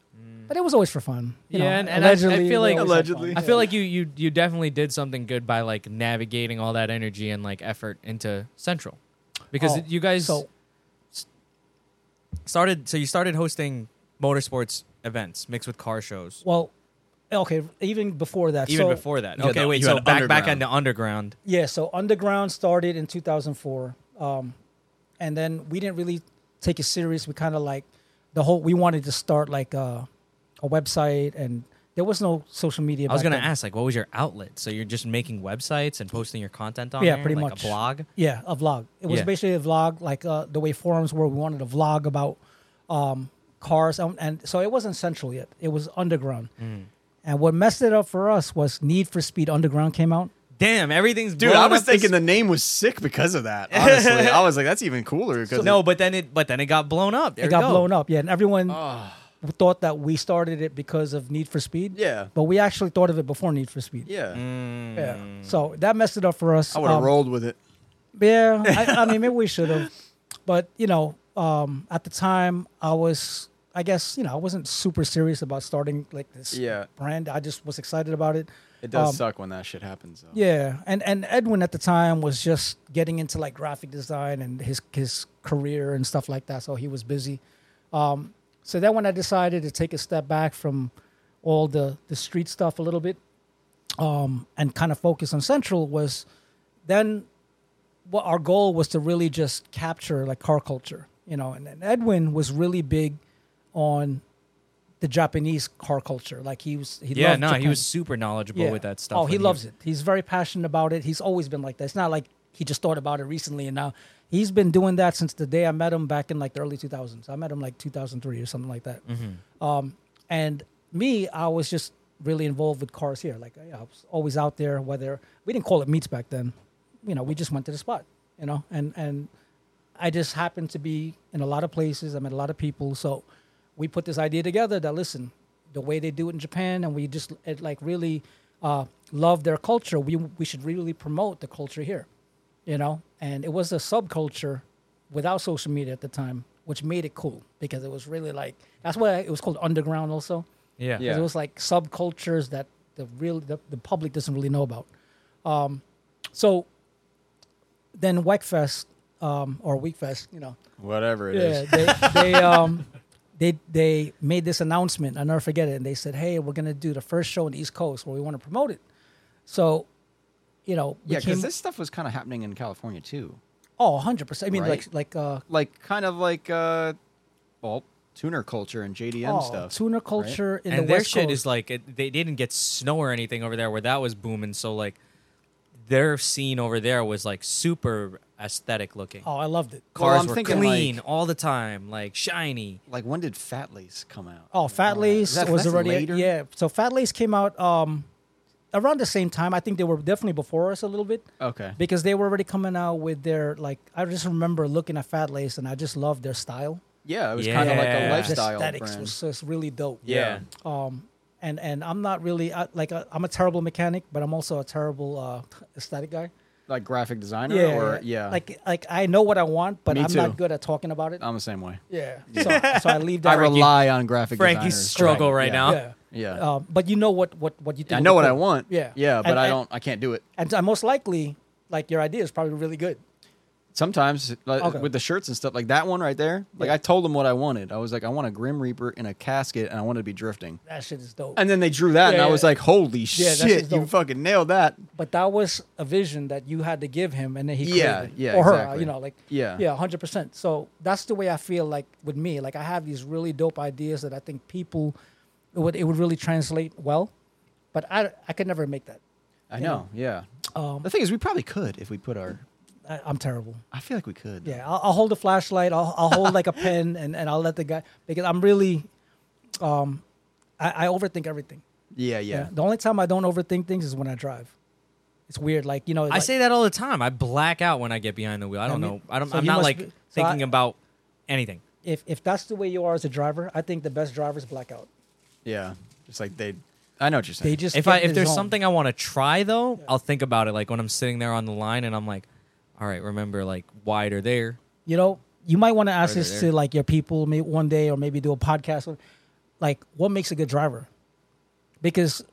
but it was always for fun. You know,
Mm. Yeah, and- and I- I
allegedly,
feel
we
like-
always had fun.
Allegedly.
I feel like you you you definitely did something good by like navigating all that energy and like effort into Central, because
Oh,
you guys
so
started so you started hosting motorsports events mixed with car shows
well, okay. Even before that,
even
so-
before that
You had
okay
the-
wait
you
so
had
back back
underground.
into underground
Yeah, so Underground started in 2004. Um, and then we didn't really take it serious. We kind of like the whole, we wanted to start like a, a website and there was no social media.
i was
back
gonna
then.
ask like what was your outlet so you're just making websites and posting your content on
Yeah,
there?
pretty
like
much.
a blog
Yeah, a vlog. It was
Yeah.
basically a vlog, like uh, the way forums were. We wanted a vlog about um, cars. Um, and so it wasn't central yet, it was underground.
Mm.
And what messed it up for us was Need for Speed Underground came out.
damn everything's
Dude,
blown
I
up
was
this-
thinking the name was sick because of that. Honestly, I was like, that's even cooler because
no but then it but then it got blown up there
it got
you go. Ah.
blown up, yeah. And everyone thought that we started it because of Need for Speed.
Yeah.
But we actually thought of it before Need for Speed.
Yeah,
Mm.
Yeah. So that messed it up for us.
Mm, I would have
Um,
rolled with it.
Yeah. I, I mean, maybe we should have. But, you know, um, at the time, I was, I guess, you know, I wasn't super serious about starting like this
Yeah.
brand. I just was excited about it.
It does
um,
suck when that shit happens. Though.
Yeah. And and Edwin at the time was just getting into like graphic design and his his career and stuff like that. So he was busy. Um, so then when I decided to take a step back from all the the street stuff a little bit, um, and kind of focus on Central was then what our goal was to really just capture like car culture, you know, and, and Edwin was really big on the Japanese car culture. Like he was, he
yeah
loved
no he
Japan.
was super knowledgeable with that stuff.
Oh, he
and
loves it. He's very passionate about it. He's always been like that. It's not like he just thought about it recently and now he's been doing that since the day I met him back in like the early 2000s. I met him like 2003 or something like that.
Mm-hmm.
Um, and me, I was just really involved with cars here. Like I I was always out there. Whether we didn't call it meets back then, you know, we just went to the spot. You know, and and I just happened to be in a lot of places. I met a lot of people. So we put this idea together that listen, the way they do it in Japan, and we just it, like really uh, love their culture. We we should really promote the culture here, you know. And it was a subculture without social media at the time, which made it cool because it was really like that's why it was called underground also.
yeah
'Cause It was like subcultures that the real the, the public doesn't really know about. Um, so then Weckfest um, or Weekfest, you know,
Whatever it is.
yeah, they, they um they they made this announcement. I'll never forget it. And they said, "Hey, we're gonna do the first show in the East Coast where we want to promote it." So, you know, we
Yeah,
came-
because this stuff was kind of happening in California too.
oh 100 percent. I mean,
Right.
like like uh
Like kind of like uh, well, tuner culture and JDM
oh,
stuff.
tuner culture in
and
the
their
West
shit
Coast.
is like it, they didn't get snow or anything over there where that was booming so like their scene over there was like super aesthetic looking
oh, I loved it.
Well,
cars
I'm
were
thinking,
clean
like-
all the time like shiny
Like when did Fat Lace come out?
Oh, Fat
All that.
Lace
That-
was
that's
already
later?
yeah. So Fat Lace came out um around the same time. I think they were definitely before us a little bit.
Okay.
because they were already coming out with their like I just remember looking at Fat Lace and I just loved their style.
Yeah, it was kind of like
Yeah.
a
The
lifestyle
aesthetics
brand.
was just really dope.
Yeah.
Um and and I'm not really I, like I, I'm a terrible mechanic, but I'm also a terrible uh aesthetic guy.
like graphic designer or yeah.
Like like I know what I want, but
Me
I'm not
too.
good at talking about it.
I'm the same way.
yeah. So so I leave that
I rely on graphic
Frankie's
designers.
struggle right
Yeah.
now.
yeah.
Yeah.
Um, but you know what what what you think
I
would
know
be
what I
cool.
want.
Yeah.
Yeah, but
And-
I
and-
don't I can't do it.
And so most likely like your idea is probably really good.
Sometimes like,
Okay.
with the shirts and stuff like that one right there. Like
Yeah.
I told them what I wanted. I was like I want a grim reaper in a casket and I want it to be drifting.
That shit is dope.
And then they drew that and
Yeah,
I was
yeah.
like holy
that's
shit,
just
you
dope.
fucking nailed that.
but that was a vision that you had to give him and then he
Yeah,
created it.
yeah,
or her
exactly.
you know like
Yeah.
yeah 100% so that's the way i feel like with me like i have these really dope ideas that i think people it would it would really translate well but i i could never make that
I
You
know. Yeah.
um
The thing is we probably could if we put our
I, i'm terrible
I feel like we could.
yeah i'll, I'll hold a flashlight i'll, I'll hold like a pen and, and i'll let the guy because i'm really um i, I overthink everything
Yeah, yeah.
the only time i don't overthink things is when i drive it's weird like you know
I
like-
say that all the time. I black out when I get behind the wheel. I don't
me-
know. I don't.
so
I'm
you
not
must
like
be- so
thinking
I-
about anything.
if if that's the way you are as a driver, I think the best drivers black out.
Yeah. Just like they I know what you're saying.
They just
if
get
I
in
if
the
there's
zone.
something I want to try though, I'll think about it. Like when I'm sitting there on the line and I'm like, all right, remember like wide or there.
you know, you might want to ask
Further
this
there.
to like your people may one day, or maybe do a podcast. on, Like, what makes a good driver? Because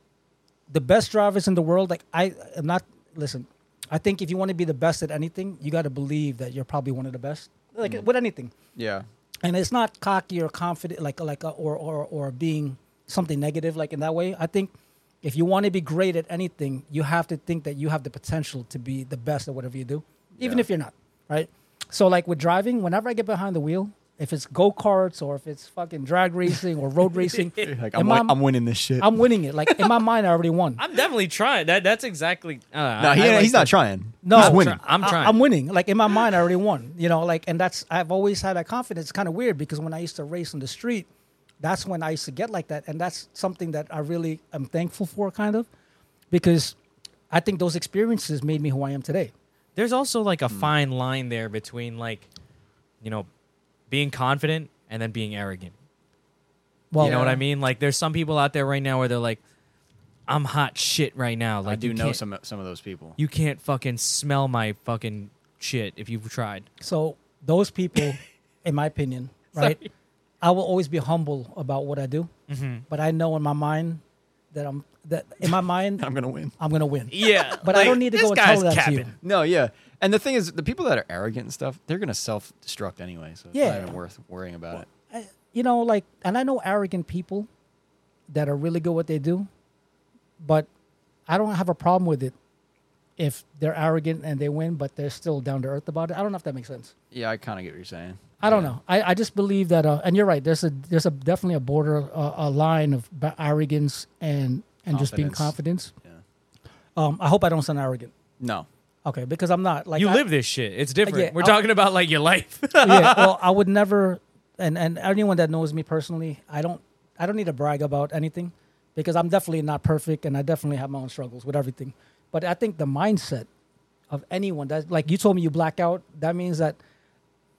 the best drivers in the world, like I am not. Listen, I think if you want to be the best at anything, you got to believe that you're probably one of the best. Like with anything,
yeah.
and it's not cocky or confident, like like uh, or or or being something negative, like in that way. I think if you want to be great at anything, you have to think that you have the potential to be the best at whatever you do, even
Yeah.
if you're not, right? So like with driving, whenever I get behind the wheel, if it's go karts or if it's fucking drag racing or road racing,
Like
in
I'm,
my-
win- I'm winning this shit.
I'm winning it. Like in my mind, I already won.
I'm definitely trying. That that's exactly. Uh,
no,
I-
he,
I like
he's
that.
not trying.
No,
he's winning.
try- I'm
I-
trying.
I'm winning. Like in my mind, I already won. You know, like and that's I've always had that confidence. It's kind of weird because when I used to race on the street, that's when I used to get like that, and that's something that I really am thankful for, kind of, because I think those experiences made me who I am today.
There's also like
Hmm.
a fine line there between like, you know, being confident and then being arrogant.
Well,
you know what I mean? Like there's some people out there right now where they're like, I'm hot shit right now. Like
I do
you
know
can't-
some some of those people.
You can't fucking smell my fucking shit if you've tried.
So those people, in my opinion, right, I will always be humble about what I do,
Mm-hmm.
but I know in my mind that I'm that in my mind
I'm gonna win.
I'm gonna win.
Yeah,
But I don't need to go and tell that to you.
No, yeah. And the thing is, the people that are arrogant and stuff, they're gonna self destruct anyway. So it's
Yeah.
not even worth worrying about it.
I- you know, like, and I know arrogant people that are really good at what they do, but I don't have a problem with it if they're arrogant and they win, but they're still down to earth about it. I don't know if that makes sense.
Yeah, I kind of get what you're saying.
I don't know. I, I just believe that, uh, and you're right. There's a there's a definitely a border uh, a line of ba- arrogance and and just being confidence.
Yeah.
Um, I hope I don't sound arrogant.
No,
Okay, because I'm not like
you
I-
live this shit. It's different.
Yeah,
We're
I'll-
talking about like your life.
yeah, well, I would never, and and anyone that knows me personally, I don't, I don't need to brag about anything, because I'm definitely not perfect, and I definitely have my own struggles with everything. But I think the mindset of anyone that, like you told me, you black out. That means that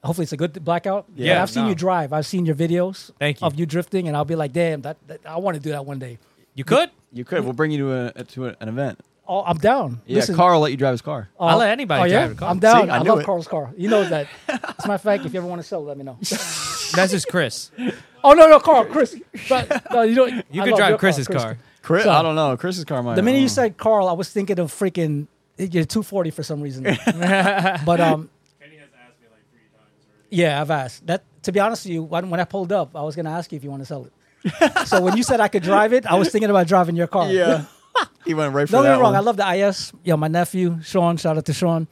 hopefully it's a good blackout. But
Yeah,
I've seen
no.
you drive. I've seen your videos
Thank you.
of you drifting, and I'll be like, damn, that, that I want to do that one day.
you could.
you could. We'll bring you to a, to a- an event.
Oh, I'm down.
Yeah, Carl will let you drive his car.
oh,
I'll let anybody
oh, yeah?
drive a car.
I'm down.
See, I
I,
knew
love
it.
Carl's car. You know that. As a matter of fact, if you ever want to sell, let me know.
That's just Chris.
Oh no, no, Carl, Chris. But, no, you don't.
You
I
could
love
drive
your
Chris's
Chris.
car.
Chris,
So-
I don't know. Chris's car might.
The minute
I
you
don't know.
said Carl, I was thinking of freaking you're 240 for some reason. but um,
Kenny has asked me like three times already.
yeah, I've asked that. To be honest with you, when, when I pulled up, I was gonna ask you if you want to sell it. so when you said I could drive it, I was thinking about driving your car.
yeah, he went right for
Don't
that
get me wrong.
one.
I love the IS. Yo, my nephew Sean. Shout out to Sean.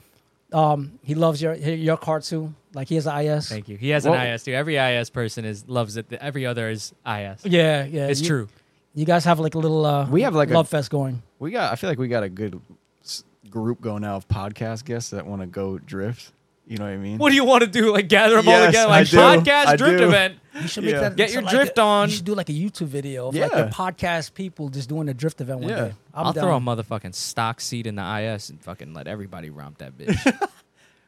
Um, he loves your your car too. Like he has an IS.
Thank you. He has
Well-
an IS too. Every IS person is loves it. Every other is IS.
Yeah, yeah.
It's
you-
true.
You guys have like a little. Uh,
We have, like, a-
love fest going.
we got. I feel like we got a good s- group going now of podcast guests that want to go drift. You know what I mean?
What do you want to do? Like gather them all
Yes, I
together, like
do.
podcast
I
drift
do.
event.
You should make
Yeah.
that
Get
so
your
like
drift
a-
on.
You should do like a YouTube video of like
Yeah.
your podcast people just doing a drift event one
Yeah.
day.
i
I'm
will
down.
throw a motherfucking stock seat in the IS and fucking let everybody romp that bitch.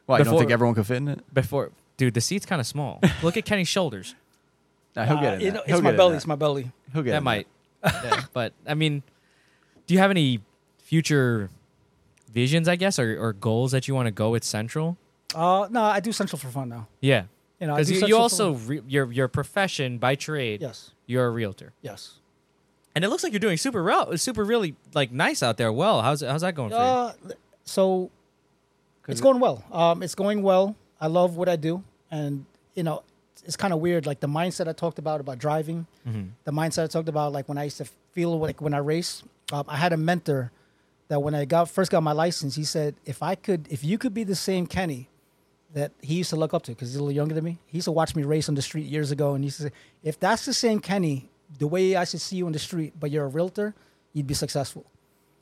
Why you don't
Before-
think everyone could fit in it?
Before, dude, the seat's kind of small. Look at Kenny's shoulders.
Nah, he'll get
Uh,
it.
you know, it's my belly. It's my belly.
He'll get it
that
in
might. Yeah, but I mean, do you have any future visions, I guess, or, or goals that you want to go with Central?
Uh, no, I do Central for fun now.
Yeah,
You know, I
because
do
you, you
Central for
also
fun.
re- your your profession by trade.
yes,
you're a realtor,
yes.
and it looks like you're doing super real, super really like nice out there. Well, how's how's that going for you?
Uh, so it's going well. Um, it's going well. I love what I do, and you know, it's kind of weird. Like the mindset I talked about about driving,
Mm-hmm.
the mindset I talked about like when I used to feel like when I race. Um, I had a mentor that when I got first got my license, he said, "If I could, if you could be the same Kenny." That he used to look up to because he's a little younger than me. He used to watch me race on the street years ago, and he used to say, "If that's the same Kenny, the way I should see you on the street, but you're a realtor, you'd be successful."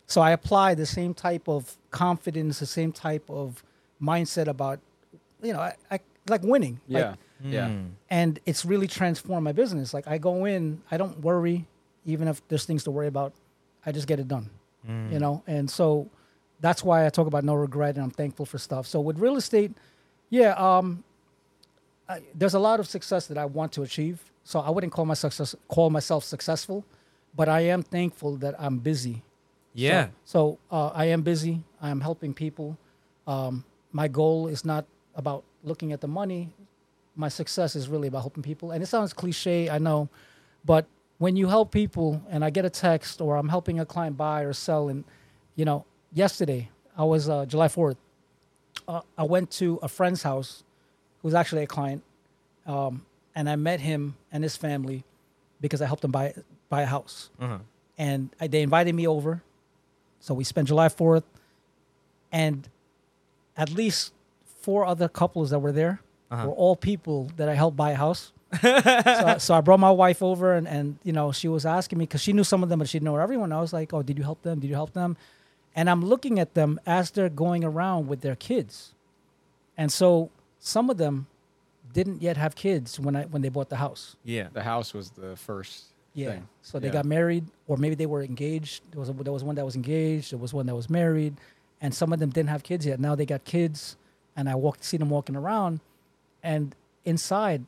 So I apply the same type of confidence, the same type of mindset about, you know, I, I like winning.
there.
Like,
Yeah, yeah.
and it's really transformed my business. Like I go in, I don't worry, even if there's things to worry about, I just get it done. You know, and so that's why I talk about no regret, and I'm thankful for stuff. So with real estate, yeah, um, I, there's a lot of success that I want to achieve. So I wouldn't call myself success, call myself successful, but I am thankful that I'm busy.
Yeah.
So uh, I am busy. I am helping people. Um, my goal is not about looking at the money. My success is really about helping people. And it sounds cliche, I know, but when you help people, and I get a text, or I'm helping a client buy or sell, and you know, yesterday I was uh, July 4th. Uh, I went to a friend's house, who's actually a client, um, and I met him and his family because I helped them buy buy a house. And I, they invited me over, so we spent July 4th, and at least four other couples that were there were all people that I helped buy a house. so, so I brought my wife over, and, and you know she was asking me because she knew some of them, but she didn't know everyone. I was like, "Oh, did you help them? Did you help them?" And I'm looking at them as they're going around with their kids, and so some of them didn't yet have kids when I when they bought the house.
Yeah.
The house was the first.
Yeah.
Thing.
So they
Yeah.
got married, or maybe they were engaged. There was a, there was one that was engaged. There was one that was married, and some of them didn't have kids yet. Now they got kids, and I walked see them walking around, and inside,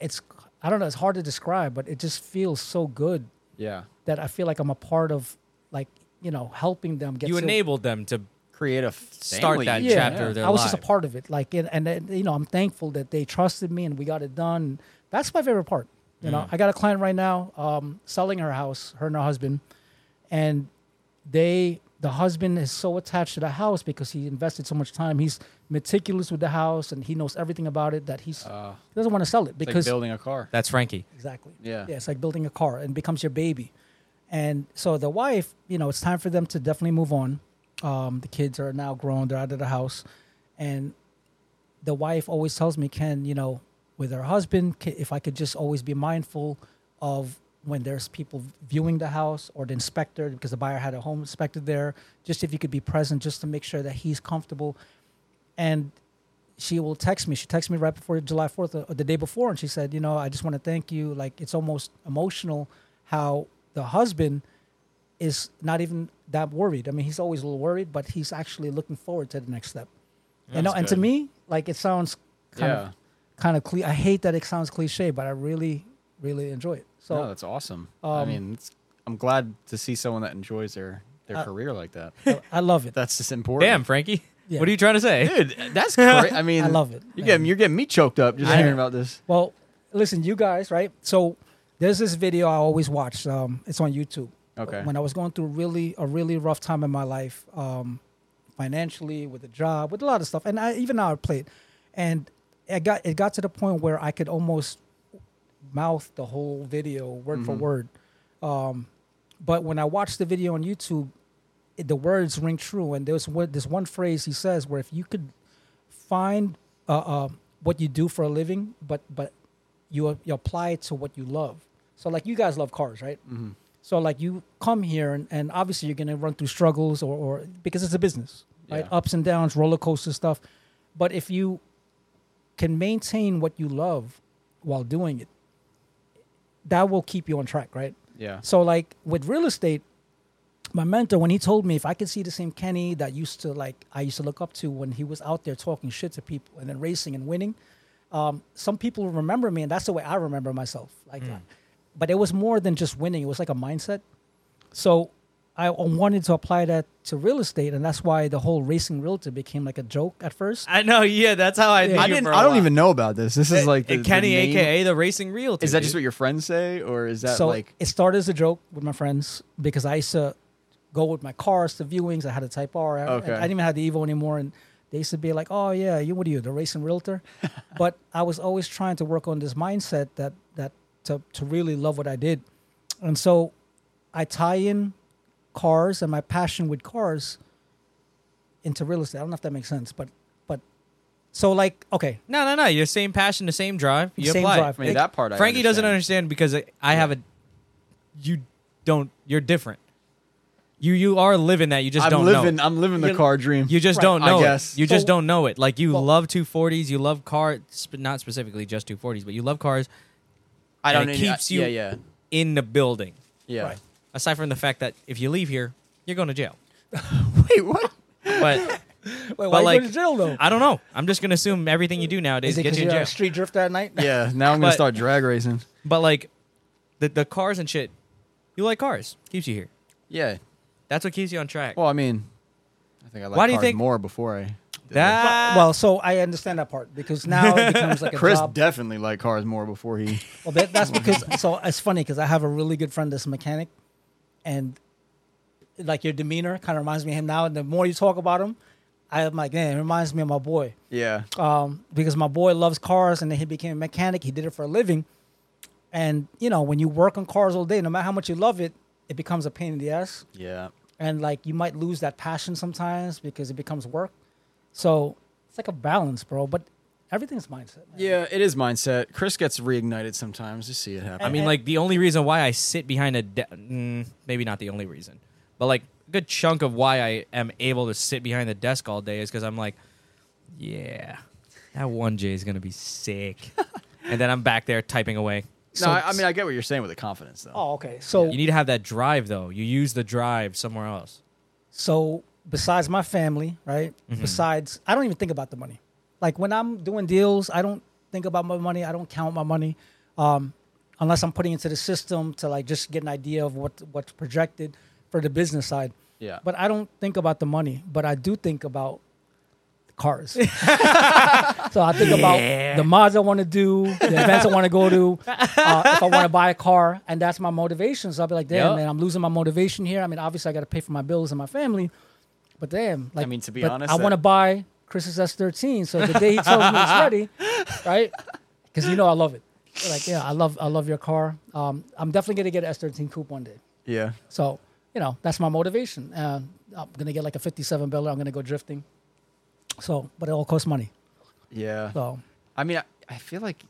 it's I don't know. It's hard to describe, but it just feels so good
Yeah.
that I feel like I'm a part of, like you know, helping them get.
You
to-
enabled them to
Create a f-
Start
family
that
unit.
chapter of their
I was just
life.
a part of it. Like, and, and then, you know, I'm thankful that they trusted me and we got it done. That's my favorite part. You
Mm.
know, I got a client right now um, selling her house, her and her husband, and they, the husband is so attached to the house because he invested so much time. He's meticulous with the house and he knows everything about it that he's
Uh,
he doesn't want to sell it
it's like
because
building a car.
That's Frankie.
Exactly.
Yeah.
Yeah, it's like building a car and becomes your baby. And so the wife, you know, it's time for them to definitely move on. Um, the kids are now grown, they're out of the house. And the wife always tells me, Ken, you know, with her husband, ca- if I could just always be mindful of when there's people viewing the house or the inspector, because the buyer had a home inspector there, just if you could be present just to make sure that he's comfortable. And she will text me. She texted me right before July 4th, or the day before, and she said, You know, I just want to thank you. Like, it's almost emotional how the husband is not even that worried. I mean, he's always a little worried, but he's actually looking forward to the next step. You know, and to me, like, it sounds kind
Yeah.
of kind of cliche. I hate that it sounds cliche, but I really, really enjoy it. So, um,
no, that's awesome. I mean, it's, I'm glad to see someone that enjoys their their
uh,
career like that.
I love it.
That's just important.
Damn, Frankie.
Yeah.
What are you trying to say?
dude, that's great. I mean,
I love it,
You're
man.
getting you're getting me choked up just
I-
hearing about this.
Well, listen, you guys, right? So there's this video I always watch. Um, it's on YouTube.
Okay.
When I was going through really a really rough time in my life, um, financially, with a job, with a lot of stuff, and I even now I played, and it got it got to the point where I could almost mouth the whole video word for word. Um, but when I watched the video on YouTube, it, the words ring true. And there's one, this one phrase he says where if you could find uh, uh, what you do for a living, but but you, you apply it to what you love. So like you guys love cars, right? So like you come here and, and obviously you're gonna run through struggles or, or because it's a business, right?
Yeah.
Ups and downs, roller coaster stuff. But if you can maintain what you love while doing it, that will keep you on track, right?
Yeah.
So like with real estate, my mentor when he told me if I could see the same Kenny that used to like I used to look up to when he was out there talking shit to people and then racing and winning, um, some people remember me and that's the way I remember myself. Like, I- but it was more than just winning; it was like a mindset. So I wanted to apply that to real estate, and that's why the whole racing realtor became like a joke at first.
I know. Yeah, that's how I.
Yeah.
knew
I
you
didn't.
for a
I don't
while.
even know about this. This
Uh,
is like the, the
Kenny,
name-
aka the racing realtor.
Is that
dude.
just what your friends say, or is that
so
like?
it started as a joke with my friends because I used to go with my cars to viewings. I had a Type R. I-
Okay.
I didn't even have the Evo anymore, and they used to be like, "Oh yeah, you what are you, the racing realtor?" but I was always trying to work on this mindset that that to to really love what I did, and so I tie in cars and my passion with cars into real estate. I don't know if that makes sense, but but so like okay,
No, no, no. Your same passion, the same drive. You
Same
apply.
drive.
I mean, that part. I
Frankie doesn't
understand.
understand because I I have a. You don't. You're different. You you are living that. You just
I'm
don't
living.
know.
I'm living the
You-
car dream.
it. You just
Right.
don't
I
know.
guess.
It. You just
So-
don't know it. Like you
Well-
love 240s. You love cars. sp- Not specifically just 240s, but you love cars
I
and
don't.
it
know-
keeps you-
Yeah, yeah,
in the building.
yeah.
Right.
Aside from the fact that if you leave here, you're going to jail.
Wait, what?
But
wait, why you
like-
go to jail though?
I don't know. I'm just going to assume everything you do nowadays
Is it
gets
because
you in
you're a
jail.
street drifter at night?
Yeah. Now I'm gonna
But-
start drag racing.
But like the the cars and shit
You like cars. Keeps you here.
Yeah.
That's what keeps you on track.
Well, I mean, I think I like
Why do you
cars
think-
more before I. did this.
that
well, so I understand that part because now it becomes like a
Chris
job.
definitely liked cars more before he.
Well, that, that's because so it's funny because I have a really good friend that's a mechanic, and like your demeanor kind of reminds me of him now. And the more you talk about him, I'm like, man, it reminds me of my boy.
yeah.
Um, because my boy loves cars, and then he became a mechanic. He did it for a living, and you know when you work on cars all day, no matter how much you love it, it becomes a pain in the ass
Yeah.
and like you might lose that passion sometimes because it becomes work. So it's like a balance, bro. But everything's mindset. man.
Yeah, it is mindset. Chris gets reignited sometimes. You see it happen.
I mean, like the only reason why I sit behind a de- mm, maybe not the only reason, but like a good chunk of why I am able to sit behind the desk all day is because I'm like, yeah, that one J is gonna be sick, and then I'm back there typing away.
no, I, I mean, I get what you're saying with the confidence, though.
Oh, okay. So
You need to have that drive though. You use the drive somewhere else.
so besides my family, right?
Mm-hmm.
Besides, I don't even think about the money. Like when I'm doing deals, I don't think about my money. I don't count my money, um, unless I'm putting into the system to like just get an idea of what what's projected for the business side.
Yeah.
But I don't think about the money. But I do think about cars. so I think about the mods I want to do, the events I want to go to, uh, if I want to buy a car, and that's my motivation. So I'll be like, damn,
Yep.
man, I'm losing my motivation here. I mean, obviously, I got to pay for my bills and my family, but damn, like,
mean, to be
but
honest,
I
that-
want to buy Chris's S13. So the day he tells me it's ready, right? Because you know I love it. Like, yeah, I love, I love your car. Um, I'm definitely gonna get an S13 coupe one day.
yeah.
So, you know, that's my motivation. Uh, I'm going to get like a 57 biller. I'm going to go drifting. So, but it all costs money.
Yeah.
So,
I mean, I, I feel like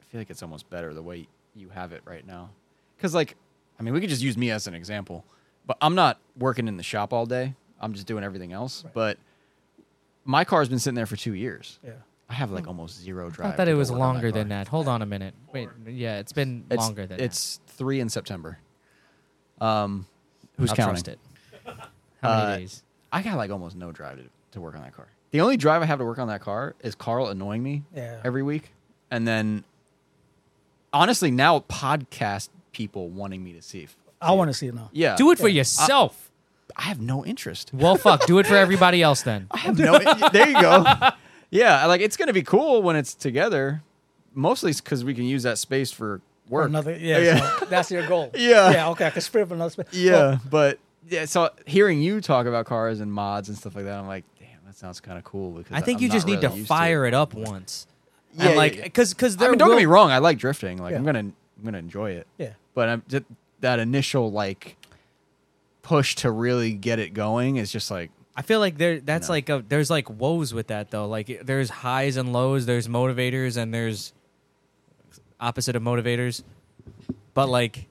I feel like it's almost better the way you have it right now, because like, I mean, we could just use me as an example, but I'm not working in the shop all day. I'm just doing everything else. But my car's been sitting there for two years.
yeah.
I have like almost zero
Hmm. I
drive.
thought that
to
it
go
was
work on
longer than
car.
that. Hold on a minute. Wait, yeah, it's been
It's,
longer than
it's three in September. Um, who's
that. I'll
counting?
trust it. How many
Uh,
days?
I got like almost no drive to, to work on that car. The only drive I have to work on that car is Carl annoying me
Yeah.
every week. And then honestly, now podcast people wanting me to see if
I want to see it now.
yeah,
Do it for yourself.
I have no interest.
well, fuck. Do it for everybody else then.
I have no. there you go. Yeah, like it's gonna be cool when it's together, mostly because we can use that space for
Or
work.
Another, yeah. so that's your goal.
Yeah.
Yeah. Okay. I can spirit up another space.
Yeah, but yeah. So hearing you talk about cars and mods and stuff like that, I'm like, damn, that sounds kind of cool. Because
I think
I'm
you
not
just need
really
to
used
fire it up once.
Yeah,
and
yeah,
like,
yeah.
because because
I
there
mean, don't
will,
get me wrong. I like drifting. Like I'm
Yeah.
gonna, I'm gonna enjoy it.
Yeah.
But I'm just, that initial like push to really get it going is just like
I feel like there that's
No.
like a there's like woes with that though. Like it- there's highs and lows. There's motivators and there's opposite of motivators. But like,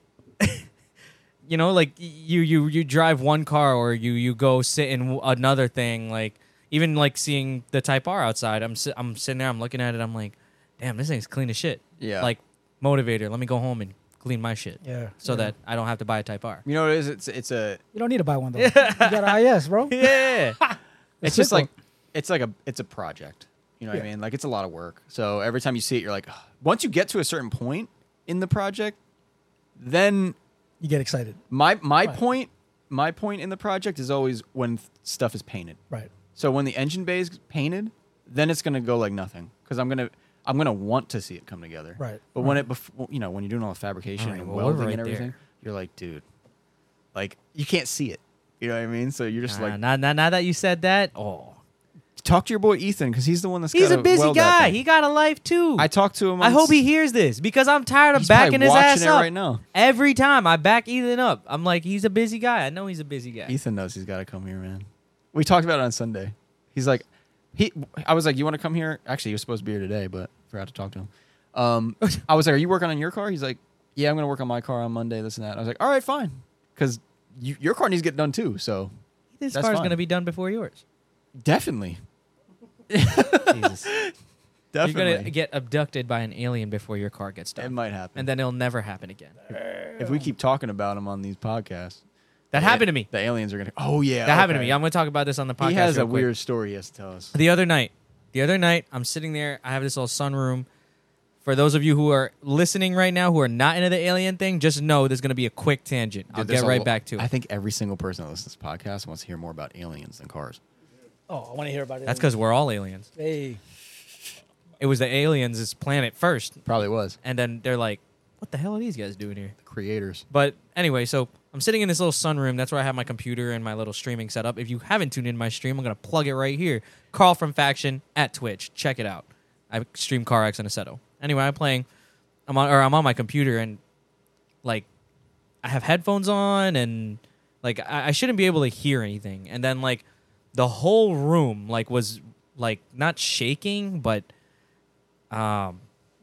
you know, like y- you you you drive one car or you you go sit in w- another thing. Like even like seeing the Type R outside. I'm si- I'm sitting there. I'm looking at it. I'm like, damn, this thing's clean as shit.
Yeah.
Like motivator. Let me go home and clean my shit.
Yeah.
So
Yeah.
that I don't have to buy a Type R.
you know what it is. It's it's a
You don't need to buy one though. you got an IS, bro.
Yeah.
it's just like
simple.
it's like a it's a project. You know what I
Yeah.
mean? Like it's a lot of work. So every time you see it, you're like, "Ugh." once you get to a certain point in the project, then
You get excited.
my my
Right.
point my point in the project is always when th- stuff is painted.
Right.
So when the engine bay is painted, then it's gonna go like nothing because I'm gonna I'm gonna want to see it come together.
Right.
But when it bef- you know when you're doing all the fabrication
All right,
and
well, we're
welding
right
and everything,
there.
you're like, dude, like you can't see it. You know what I mean? So you're just
Nah,
like,
now, now, now that you said that, oh,
talk to your boy Ethan because he's the one that's
he's a
gotta
busy
weld that
guy.
thing.
He got a life too.
I talked to him.
I
on
hope
s-
he hears this because I'm tired of
He's probably
backing his
watching
ass
it
up
right now.
Every time I back Ethan up, I'm like, he's a busy guy. I know he's a busy guy.
Ethan knows he's got to come here, man. We talked about it on Sunday. He's like, he. I was like, you want to come here? Actually, he was supposed to be here today, but forgot to talk to him. Um, I was like, are you working on your car? He's like, yeah, I'm gonna work on my car on Monday. This and that. I was like, all right, fine, because you, your car needs to get done too. So
This
That's
car's
fine.
gonna be done before yours.
definitely,
Jesus. You're
definitely,
gonna get abducted by an alien before your car gets
it
done,
might happen.
and then it'll never happen again.
if we keep talking about him on these podcasts, the-
That happened to me.
The aliens are gonna. Oh yeah,
That happened to
okay.
me. I'm gonna talk about this on the podcast.
He has
real
a
quick.
weird story he has to tell us.
The other night, the other night, I'm sitting there. I have this little sunroom. For- For those of you who are listening right now who are not into the alien thing, just know there's going to be a quick tangent. I'll
There's
get
a
right
lo-
back to it.
I think every single person that listens to this podcast wants to hear more about aliens than cars.
Oh, I want to hear about it.
That's because we're all aliens.
hey,
It was the aliens' planet first,
Probably was
and then they're like, "What the hell are these guys doing here?"
the creators.
But anyway, so I'm sitting in this little sunroom. That's where I have my computer and my little streaming setup. If you haven't tuned in my stream, I'm gonna plug it right here. Carl from Faction at Twitch. Check it out. I stream Car X and Aceto. Anyway, I'm playing. I'm on or I'm on my computer and like I have headphones on and like I, I shouldn't be able to hear anything. And then like the whole room like was like not shaking, but um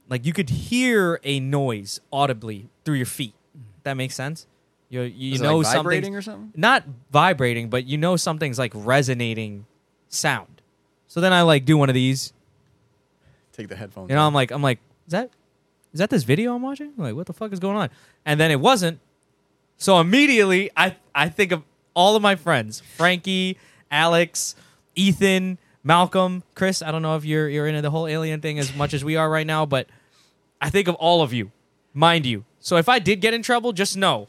like you could hear a noise audibly through your feet. That makes sense. You you
Is it,
know
like,
something's-
vibrating or something?
Not vibrating, but you know something's like resonating sound. So then I like do one of these.
Take the headphones.
You know,
off.
I'm like, I'm like, is that is that this video I'm watching? Like, what the fuck is going on? And then it wasn't. So immediately, I I think of all of my friends: Frankie, Alex, Ethan, Malcolm, Chris. I don't know if you're you're into the whole alien thing as much as we are right now, but I think of all of you, mind you. So if I did get in trouble, just know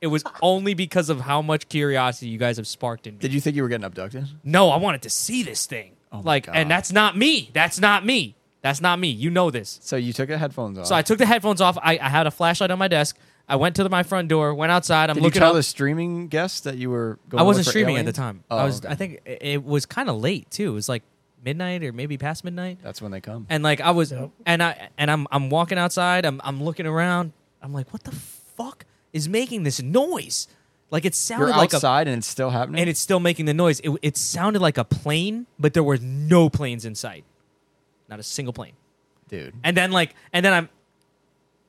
it was only because of how much curiosity you guys have sparked in me
Did you think you were getting abducted?
no, I wanted to see this thing.
Oh my
like,
God.
and that's not me. That's not me. That's not me. You know this.
So you took the headphones off.
So I took the headphones off. I, I had a flashlight on my desk. I went to the, my front door, went outside. I'm
Did you
looking
tell
up.
the streaming guests that you were? going
I
to
wasn't
look for
streaming at
aliens?
the time.
Oh,
I was.
okay.
I think it, it was kind of late too. It was like midnight or maybe past midnight.
that's when they come.
And like I was, and I and I'm I'm walking outside. I'm I'm looking around. I'm like, what the fuck is making this noise? Like it sounded
You're
like a
outside and it's still happening.
and it's still making the noise. It, it sounded like a plane, but there were no planes in sight, not a single plane.
dude.
And then like, and then I'm,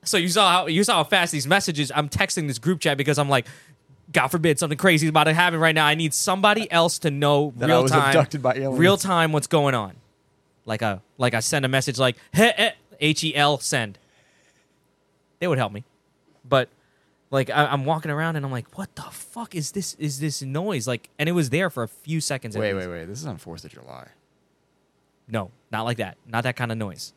so you saw how you saw how fast these messages. I'm texting this group chat because I'm like, God forbid something crazy is about to happen right now. I need somebody else to know
That I
real
was
time,
abducted by aliens.
real time what's going on. Like a like I send a message like H E L send. They would help me, but like I, I'm walking around and I'm like, what the fuck is this? Is this noise? Like, and it was there for a few seconds. at
Wait,
least.
wait, wait. This is on Fourth of July.
No, not like that. Not that kind of noise.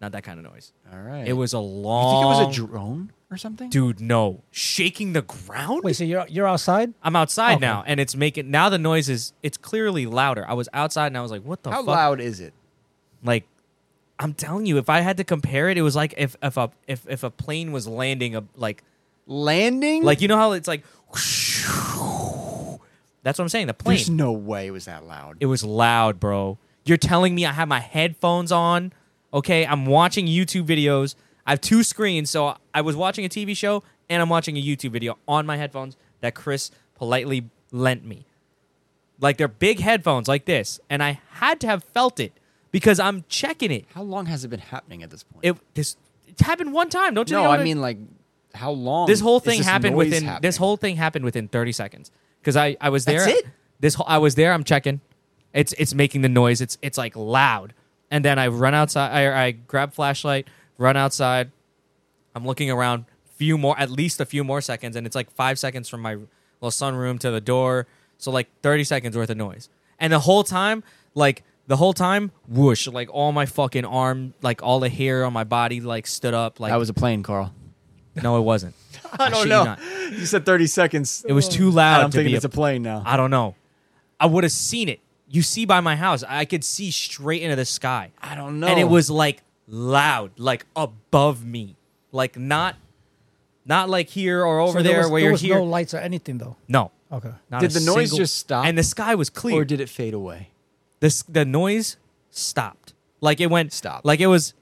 Not that kind of noise.
All right.
It was a
You
long.
think it was a drone or something?
dude. No, shaking the ground.
wait. So you're you're outside?
I'm outside
Oh.
Okay.
now, and it's making now the noise is it's clearly louder. I was outside and I was like, what the
how
fuck?
loud is it?
Like, I'm telling you, if I had to compare it, it was like if if a if if a plane was landing a like
Landing?
like you know how it's like. That's what I'm saying. The plane.
there's no way it was that loud.
It was loud, bro. You're telling me I have my headphones on. Okay, I'm watching YouTube videos. I have two screens, so I was watching a TV show and I'm watching a YouTube video on my headphones that Chris politely lent me. Like they're big headphones like this, and I had to have felt it because I'm checking it.
how long has it been happening at this point?
It this it happened one time, don't you
no,
know?
I
what
mean like how long?
this whole
is
thing
this
happened
noise
within
happening?
this whole thing happened within 30 seconds because I I was there.
That's it?
This whole I was there. I'm checking. It's it's making the noise. It's it's like loud. And then I run outside. I, I grab flashlight, run outside. I'm looking around. Few more, at least a few more seconds, and it's like five seconds from my little sunroom to the door. So like 30 seconds worth of noise. And the whole time, like the whole time, whoosh! Like all my fucking arm, like all the hair on my body, like stood up. Like
That was a plane, Carl.
no, it wasn't. I
don't
shit you
know.
not.
You said 30 seconds.
It was too loud
I'm
to
thinking
be.
it's a plane now.
I don't know. I would have seen it. You see by my house, I could see straight into the sky.
I don't know.
And it was like loud, like above me, like not, not like here or over
So
there,
was,
where
there
you're
was
here.
no lights or anything though.
No,
Okay.
not
Did
a
the noise
single-
just stop?
And the sky was clear.
or did it fade away?
the s- the noise stopped. Like it went
Stop.
Like it was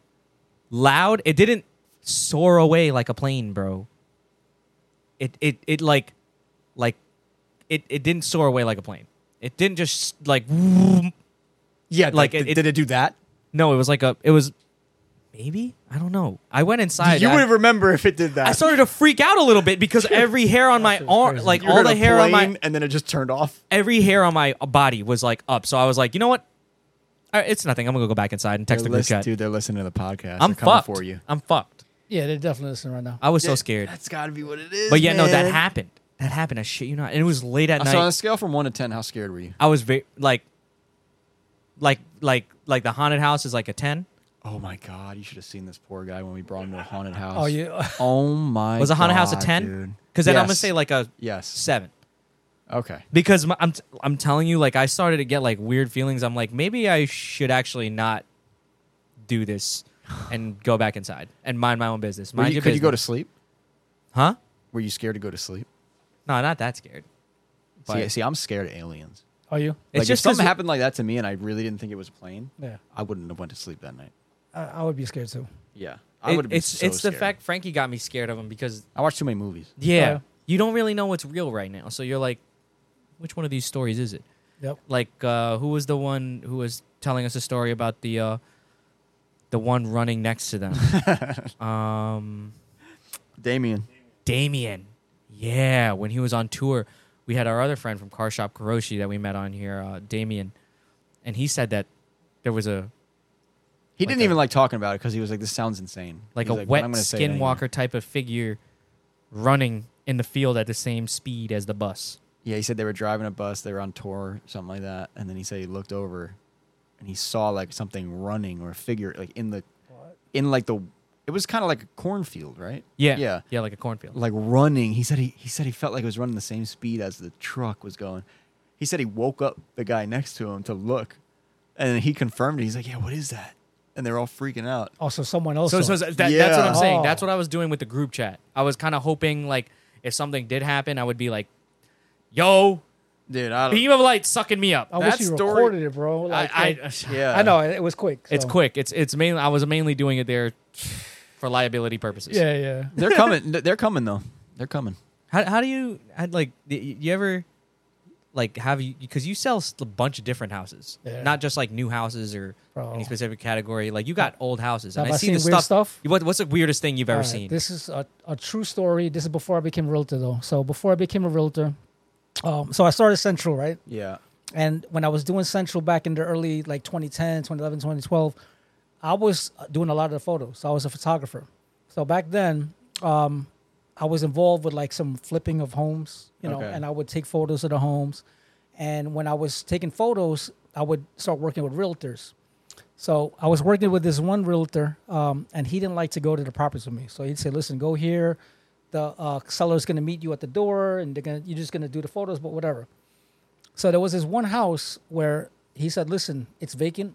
loud. It didn't soar away like a plane, bro. It it it like like it it didn't soar away like a plane. It didn't just like vroom.
Yeah,
Like,
like did-
it-
did it do that?
no. It was like a it was maybe I don't know. I went inside.
you
I,
would remember if it did that.
I started to freak out a little bit because every hair on my arm, like
You
all
heard
the
a
hair on my
plane, and then it just turned off.
every hair on my body was like up. So I was like, you know what? All right, it's nothing. I'm gonna go back inside and text the group chat.
Dude, they're listening to the podcast.
I'm
They're coming
fucked
for you.
I'm fucked.
Yeah, they're definitely listening right now.
I was so scared.
That's got to be what it is.
But yeah, no, that
man.
happened. That happened. I shit you not. And it was late at
So on a
night.
scale from one to ten, how scared were you?
I was very like, like, like, like the haunted house is like a ten.
Oh my god, you should have seen this poor guy when we brought him to a haunted house.
Oh, you.
Oh my.
Was a haunted house a
God,
10?
dude.
Because then I'm gonna
Yes.
say like a
yes.
seven.
Okay.
Because my, I'm t- I'm telling you, like I started to get like weird feelings. I'm like, maybe I should actually not do this and go back inside and mind my own business.
Were
Mind
you,
your
could you go to
business.
sleep?
Huh?
Were you scared to go to sleep?
No, not that scared.
See, see, I'm scared of aliens.
Are you?
It's
like if
just
something
'cause-
happened like that to me, and I really didn't think it was a plane,
Yeah.
I wouldn't have went to sleep that night.
I, I would be scared too.
Yeah, I
It-
would.
it's
so
it's
scared.
the fact Frankie got me scared of him because
I watched too many movies.
yeah,
yeah.
you don't really know what's real right now. So you're like, which one of these stories is it?
Yep.
Like uh, who was the one who was telling us a story about the uh, the one running next to them? um,
Damien.
Damien. Yeah, when he was on tour, we had our other friend from Car Shop Karoshi that we met on here, uh, Damien, and he said that there was a
He
Like
didn't
a-
even like talking about it because he was like, "This sounds insane."
like
He's
a
"But
wet
I'm gonna say it anyway."
skinwalker type of figure running in the field at the same speed as the bus.
Yeah, he said they were driving a bus, they were on tour, something like that, and then he said he looked over, and he saw like something running or a figure like in the, in like the, it was kind of like a cornfield, right?
Yeah,
yeah,
yeah, like a cornfield.
like running. He said he he said he felt like it was running the same speed as the truck was going. He said he woke up the guy next to him to look, and then he confirmed it. He's like, "Yeah, what is that?" And they're all freaking out.
Also, someone else.
So, so,
saw it.
so that, that's what
Yeah.
I'm saying.
Oh.
That's what I was doing with the group chat. I was kind of hoping like if something did happen, I would be like, "Yo,
Dude, I
beam of light sucking me up."
I
I,
wish
that
you
story-
recorded it, bro. Like,
I,
like,
yeah,
I know it it was quick.
it's
so.
quick. It's it's mainly I was mainly doing it there for liability purposes.
Yeah, yeah.
They're coming. They're coming though. They're coming.
How how do you how, like y- y- you ever like have you because you sell s- a bunch of different houses,
Yeah.
not just like new houses or
Bro.
any specific category. Like you got old houses, and
Have
I
I
see
seen
the
weird
stuff.
stuff?
What, what's the weirdest thing you've ever
All right,
seen?
This is a, a true story. This is before I became a realtor, though. So before I became a realtor, um, so I started Central, right?
Yeah.
And when I was doing Central back in the early like 2010, 2011, 2012, I was doing a lot of the photos. So I was a photographer. So back then, um, I was involved with like some flipping of homes, you know,
Okay.
and I would take photos of the homes. And when I was taking photos, I would start working with realtors. So I was working with this one realtor, um, and he didn't like to go to the properties with me. So he'd say, "Listen, go here. The uh, seller's going to meet you at the door, and they're gonna, you're just going to do the photos, but whatever." So there was this one house where he said, "Listen, it's vacant,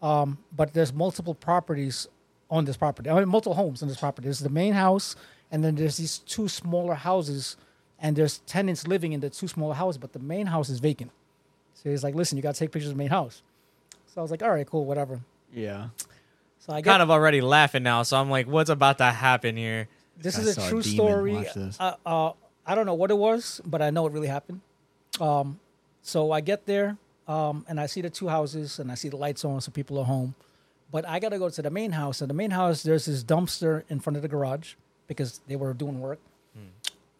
um, but there's multiple properties on this property. I mean, multiple homes on this property. There's the main house, and then there's these two smaller houses, and there's tenants living in the two smaller houses, but the main house is vacant." So he's like, "Listen, you got to take pictures of the main house." So I was like, "All right, cool, whatever."
Yeah.
So I get,
kind of already laughing now, so I'm like, what's about to happen here?
this
I
is
saw
a
a
true
demon.
story.
Watch this.
Uh, uh, I don't know what it was, but I know it really happened. Um, so I get there um, and I see the two houses and I see the lights on, so people are home. But I gotta go to the main house. And the main house, there's this dumpster in front of the garage because they were doing work,
Hmm.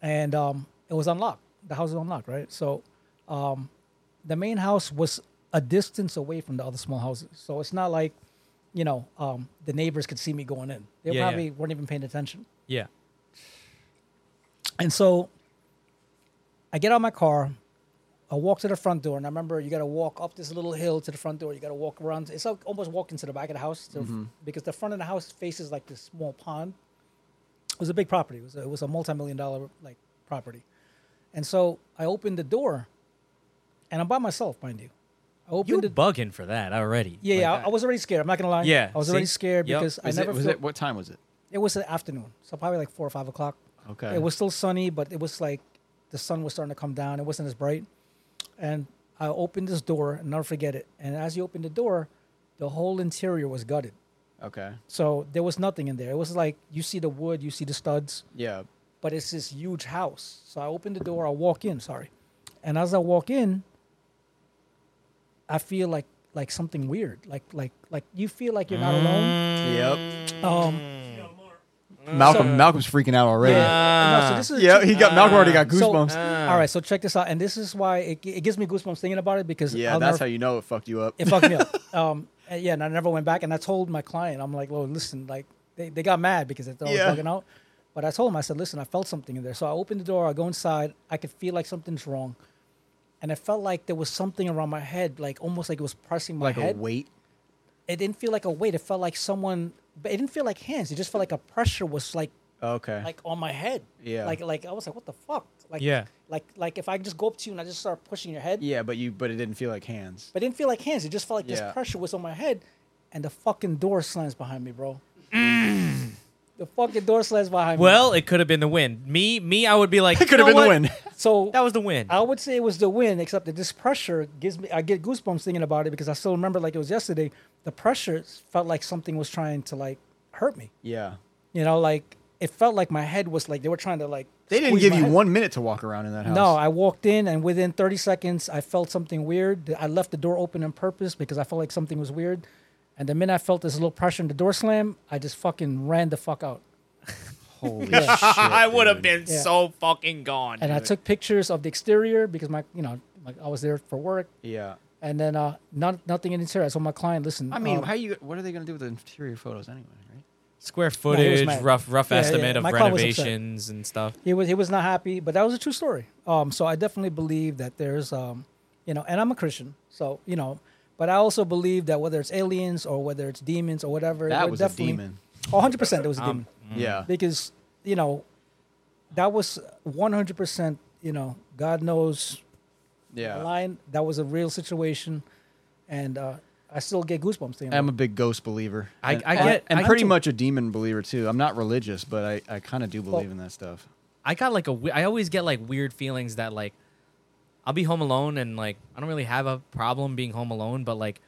and um, it was unlocked. The house is unlocked, right? So um, the main house was a distance away from the other small houses. So it's not like, you know, um, the neighbors could see me going in. They
Yeah, yeah.
probably weren't even paying attention.
Yeah.
And so I get out of my car, I walk to the front door, and I remember you got to walk up this little hill to the front door. You got to walk around. It's like almost walking to the back of the house so- because the front of the house faces like this small pond. It was a big property. It was a, it was a multi-million dollar like property. And so I opened the door, and I'm by myself, mind you. I
You
opened it.
bugging for that already.
Yeah,
Like,
yeah. I, I was already scared. I'm not gonna lie.
Yeah,
I was
see?
already scared
Yep.
because I
Was
never
it, was
feel-
it? What time was it?
it was the afternoon, so probably like four or five o'clock.
Okay.
It was still sunny, but it was like the sun was starting to come down. It wasn't as bright. And I opened this door, and I'll never forget it. And as you opened the door, the whole interior was gutted.
Okay.
So there was nothing in there. It was like you see the wood, you see the studs,
Yeah.
but it's this huge house. So I opened the door, I walk in, sorry. And as I walk in, I feel like like something weird. Like like like you feel like you're not alone.
Yep.
Um
Malcolm.
Mm. So-
Malcolm's freaking out already.
yeah. Uh, No, so this is Uh,
Yeah. He got. Malcolm already got
So-
goosebumps.
all right, so check this out, and this is why it, it gives me goosebumps thinking about it because
yeah,
I'll
that's
never-
how you know it fucked you up.
it fucked me up. Um, and yeah, and I never went back, and I told my client, I'm like, well, listen, like they, they got mad because they thought I
Yeah.
was bugging out, but I told him, I said, listen, I felt something in there, so I opened the door, I go inside, I could feel like something's wrong, and I felt like there was something around my head, like almost like it was pressing my
like
head.
a weight.
it didn't feel like a weight. It felt like someone, but it didn't feel like hands. It just felt like a pressure was like
Okay.
like on my head.
Yeah.
Like like I was like, what the fuck? Like
Yeah.
Like like if I just go up to you and I just start pushing your head,
yeah, but you but it didn't feel like hands.
but it didn't feel like hands. It just felt like
Yeah.
this pressure was on my head, and the fucking door slams behind me, bro.
Mm.
The fucking door slams behind me.
Well, it could have been the wind. Me, me, I would be like,
It could have been the wind.
so
That was the wind.
I would say it was the wind, except that this pressure gives me. I get goosebumps thinking about it because I still remember like it was yesterday. The pressure felt like something was trying to like hurt me.
yeah.
You know, like it felt like my head was like they were trying to like.
They didn't
squeeze
give
my
you
head.
one minute to walk around in that house.
No, I walked in and within 30 seconds I felt something weird. I left the door open on purpose because I felt like something was weird. And the minute I felt this little pressure in the door slam, I just fucking ran the fuck out.
Holy
Yeah.
shit.
I would have
dude.
been
Yeah.
so fucking gone.
And I took pictures of the exterior because my, you know, like I was there for work.
Yeah.
And then uh, not, nothing in the interior. I told my client, listen.
I mean,
um,
how you what are they going to do with the interior photos anyway, right?
Square
was
footage,
mad.
rough, rough
Yeah, yeah,
estimate
yeah.
of
My car was upset.
renovations and stuff.
he was he was not happy, but that was a true story. Um, so I definitely believe that there's, um, you know, and I'm a Christian, so you know, but I also believe that whether it's aliens or whether it's demons or whatever,
That
we're
was a
definitely- Mm.
demon. Um,
100 percent, it was a demon
Yeah.
because you know, that was 100 percent. You know, God knows
Yeah.
line. That was a real situation, and uh, I still get goosebumps. Thinking
I'm a
about
big ghost believer.
I-
and,
I
and-
get-
and
I
pretty
do.
much a demon believer too. I'm not religious, but I, I kind of do believe in that stuff.
I got like a, we- I always get like weird feelings that like, I'll be home alone and like, I don't really have a problem being home alone, but like,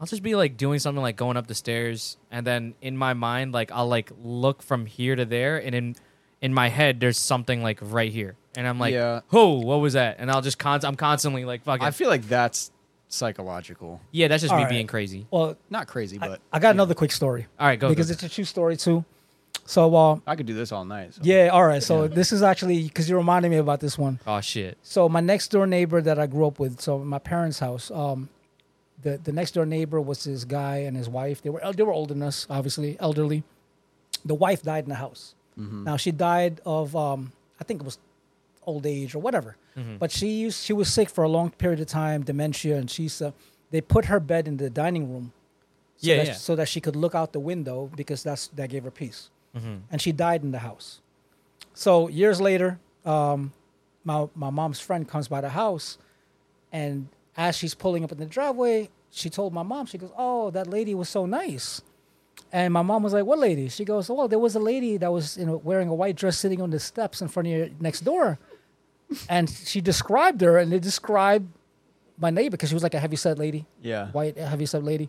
I'll just be like doing something like going up the stairs, and then in my mind, like I'll like look from here to there, and in in my head, there's something like right here, and I'm like,
Yeah.
"Whoa, what was that?" And I'll just const- I'm constantly like fucking.
I feel like that's psychological.
yeah, that's just me
All right.
being crazy.
it. well,
Not crazy,
I-
but
I, got another quick story
All right, go.
because
go.
it's a true story too. So, uh,
I could do this all night. so.
yeah, all right. So this is actually because you reminded me about this one.
oh shit.
So my next door neighbor that I grew up with, so my parents' house, um, the the next door neighbor was this guy and his wife. They were they were older than us, obviously elderly. The wife died in the house. Now she died of um, I think it was old age or whatever,
Mm-hmm.
but she used, she was sick for a long period of time, dementia, and she's uh, they put her bed in the dining room. So
Yeah,
that,
yeah.
So that she could look out the window because that's that gave her peace,
Mm-hmm.
and she died in the house. So years later, um, my my mom's friend comes by the house, and as she's pulling up in the driveway, she told my mom, she goes, "Oh, that lady was so nice," and my mom was like, "What lady?" She goes, "Well, there was a lady that was you know wearing a white dress sitting on the steps in front of your next door," and she described her, and they described my neighbor because she was like a heavy set lady,
Yeah.
white heavy set lady,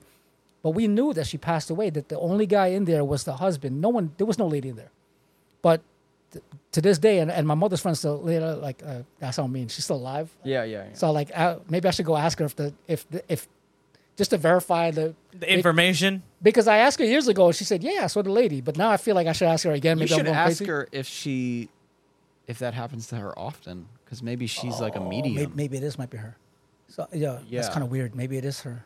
but we knew that she passed away. That the only guy in there was the husband. No one, there was no lady in there, but. th- To this day, and, and my mother's friends still later like uh, that's how I mean. She's still alive.
Yeah, yeah, yeah.
So like, I, maybe I should go ask her if the if the, if just to verify the
The information.
because I asked her years ago and she said yeah, I saw the lady, but now I feel like I should ask her again.
you
Maybe I'm
should
going
ask
crazy.
her if she, if that happens to her often, because maybe she's like a
Oh,
medium.
Maybe, maybe it is might be her. So yeah,
Yeah.
that's kind of weird. Maybe it is her.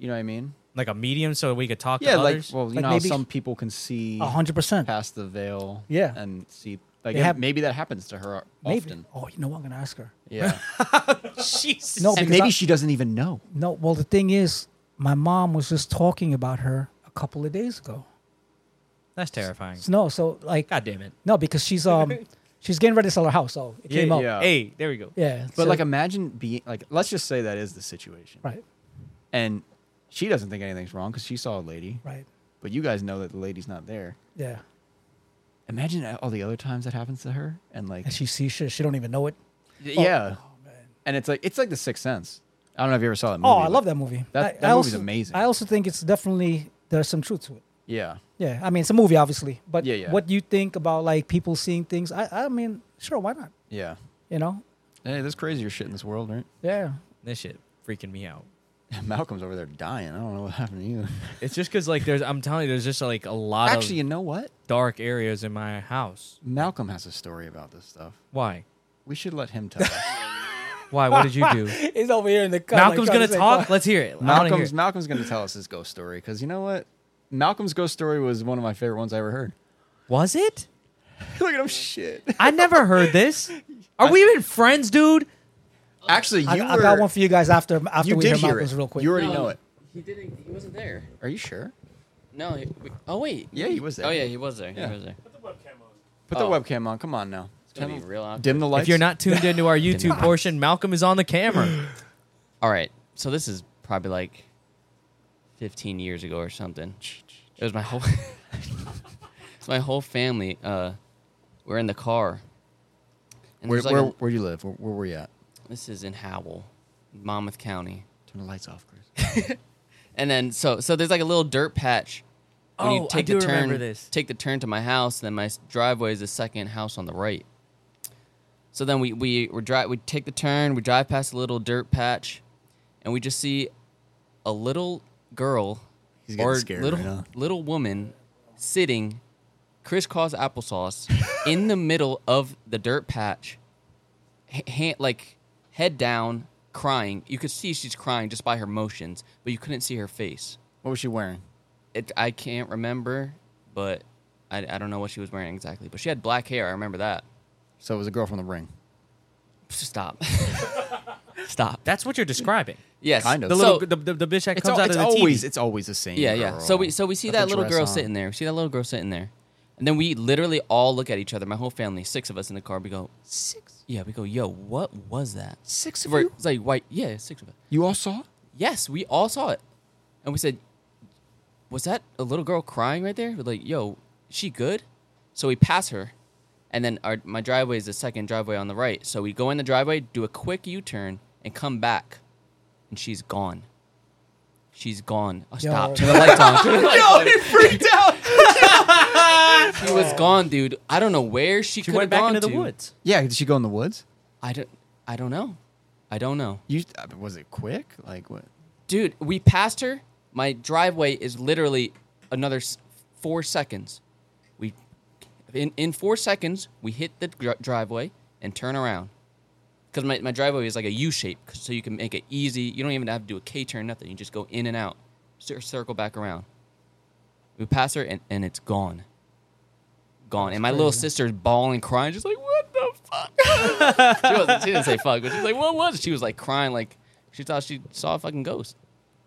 You know what I mean?
like a medium so we could talk
Yeah,
to
like
others.
well, you
Like
know, how
maybe-
some people can see
A hundred percent.
past the veil.
Yeah.
and see. Like
They
it-
have-
maybe that happens to her
Maybe.
often.
Oh, you know what? I'm gonna ask her.
Yeah,
Jesus.
No,
and
because
maybe
I-
she doesn't even know.
No, well the thing is, my mom was just talking about her a couple of days ago.
That's terrifying.
So, no, so like
God damn it.
no, because she's um she's getting ready to sell her house, so it came up. Yeah.
Hey, there we go.
But
so-
like, imagine being like, let's just say that is the situation,
right,
and she doesn't think anything's wrong because she saw a lady,
right,
but you guys know that the lady's not there.
yeah.
Imagine all the other times that happens to her, and like,
And she sees shit. She don't even know it.
y-
oh,
yeah, and it's like it's like the Sixth Sense. I don't know if you ever saw that movie.
Oh, I
but-
love that movie.
That-
I-
that
I
movie's
also-
amazing.
I also think it's definitely there's some truth to it.
Yeah,
Yeah, I mean it's a movie, obviously, but
Yeah, yeah.
what you think about like people seeing things? I, I mean, sure, why not?
yeah.
You know?
Hey, there's crazier shit in this world, right?
Yeah.
This shit freaking me out.
Malcolm's over there dying. I don't know what happened to you.
It's just because like there's I'm telling you there's just like a lot
Actually, you
of
know what?
dark areas in my house.
Malcolm has a story about this stuff.
Why?
We should let him tell. us.
Why? What did you do?
He's over here in the cut.
Malcolm's gonna talk. Let's hear it. I wanna hear
Malcolm's
it.
Malcolm's going to tell us his ghost story because you know what? Malcolm's ghost story was one of my favorite ones I ever heard.
Was it?
Look at him, shit.
I never heard this. Are we even friends, dude?
Actually, you
I, I
were,
got one for you guys after after
you
we
did
hear
hear it.
Malcolm's real quick.
You already know it.
He didn't. He wasn't there.
Are you sure?
No. He, we- oh wait.
Yeah, he was there.
Oh yeah, he was there.
Yeah.
He was there.
Put the webcam on.
Put
Oh.
the webcam on. Come on now.
It's gonna be real awkward.
Dim the lights.
If you're not tuned into our YouTube portion, Malcolm is on the camera.
All right. So this is probably like 15 years ago or something. It was my whole it's my whole family uh we're in the car. And
where,
there's like
where,
a-
where you live? Where, where were you at?
this is in Howell, Monmouth County.
Turn the lights off, Chris.
And then so so there's like a little dirt patch. When
Oh,
you
I
take
do
the turn,
remember this.
Take the turn to my house, and then my s- driveway is the second house on the right. So then we we we drive we take the turn, we drive past a little dirt patch, and we just see a little girl
He's getting
or
scared
little
right now.
little woman sitting crisscross applesauce in the middle of the dirt patch, ha- hand, like head down, crying. You could see she's crying just by her motions, but you couldn't see her face
What was she wearing?
it, I can't remember, but I, I don't know what she was wearing exactly. But she had black hair. I remember that.
So it was a girl from the ring.
Stop. Stop.
That's what you're describing.
Yes.
Kind of.
The
so,
little the, the, the bitch that
It's,
comes
al-
out
it's
of the
always
TV.
it's always the same.
Yeah, yeah.
girl.
So we so we see
That's
that
what
little
I
girl
saw.
sitting there. We see that little girl sitting there, and then we literally all look at each other. My whole family, six of us in the car. We go six. Yeah, we go. Yo, what was that?
Six of
We're-
you.
It's like white. Yeah, six of us.
You all saw?
Yes, we all saw it, and we said, "Was that a little girl crying right there?" We're like, "Yo, she good?" So we pass her, and then our my driveway is the second driveway on the right. So we go in the driveway, do a quick U turn, and come back, and she's gone. She's gone. Oh, stop. Turn the lights on. Turn the lights on. She was gone, dude. I don't know where she,
She
could have
went back
gone
into the
to.
woods.
Yeah. Did she go in the woods?
I don't. I don't know. I don't know.
You uh, was it quick? Like what?
Dude, we passed her. My driveway is literally another s- four seconds. We in in four seconds we hit the dr- driveway and turn around because my, my driveway is like a U shape, so you can make it easy. You don't even have to do a K turn, nothing. You just go in and out, cir- circle back around. We pass her and, and it's gone, gone. and my little sister's bawling, crying, just like what the fuck. she, wasn't, she didn't say fuck, but she's like, what was? it?" She was like crying, like she thought she saw a fucking ghost.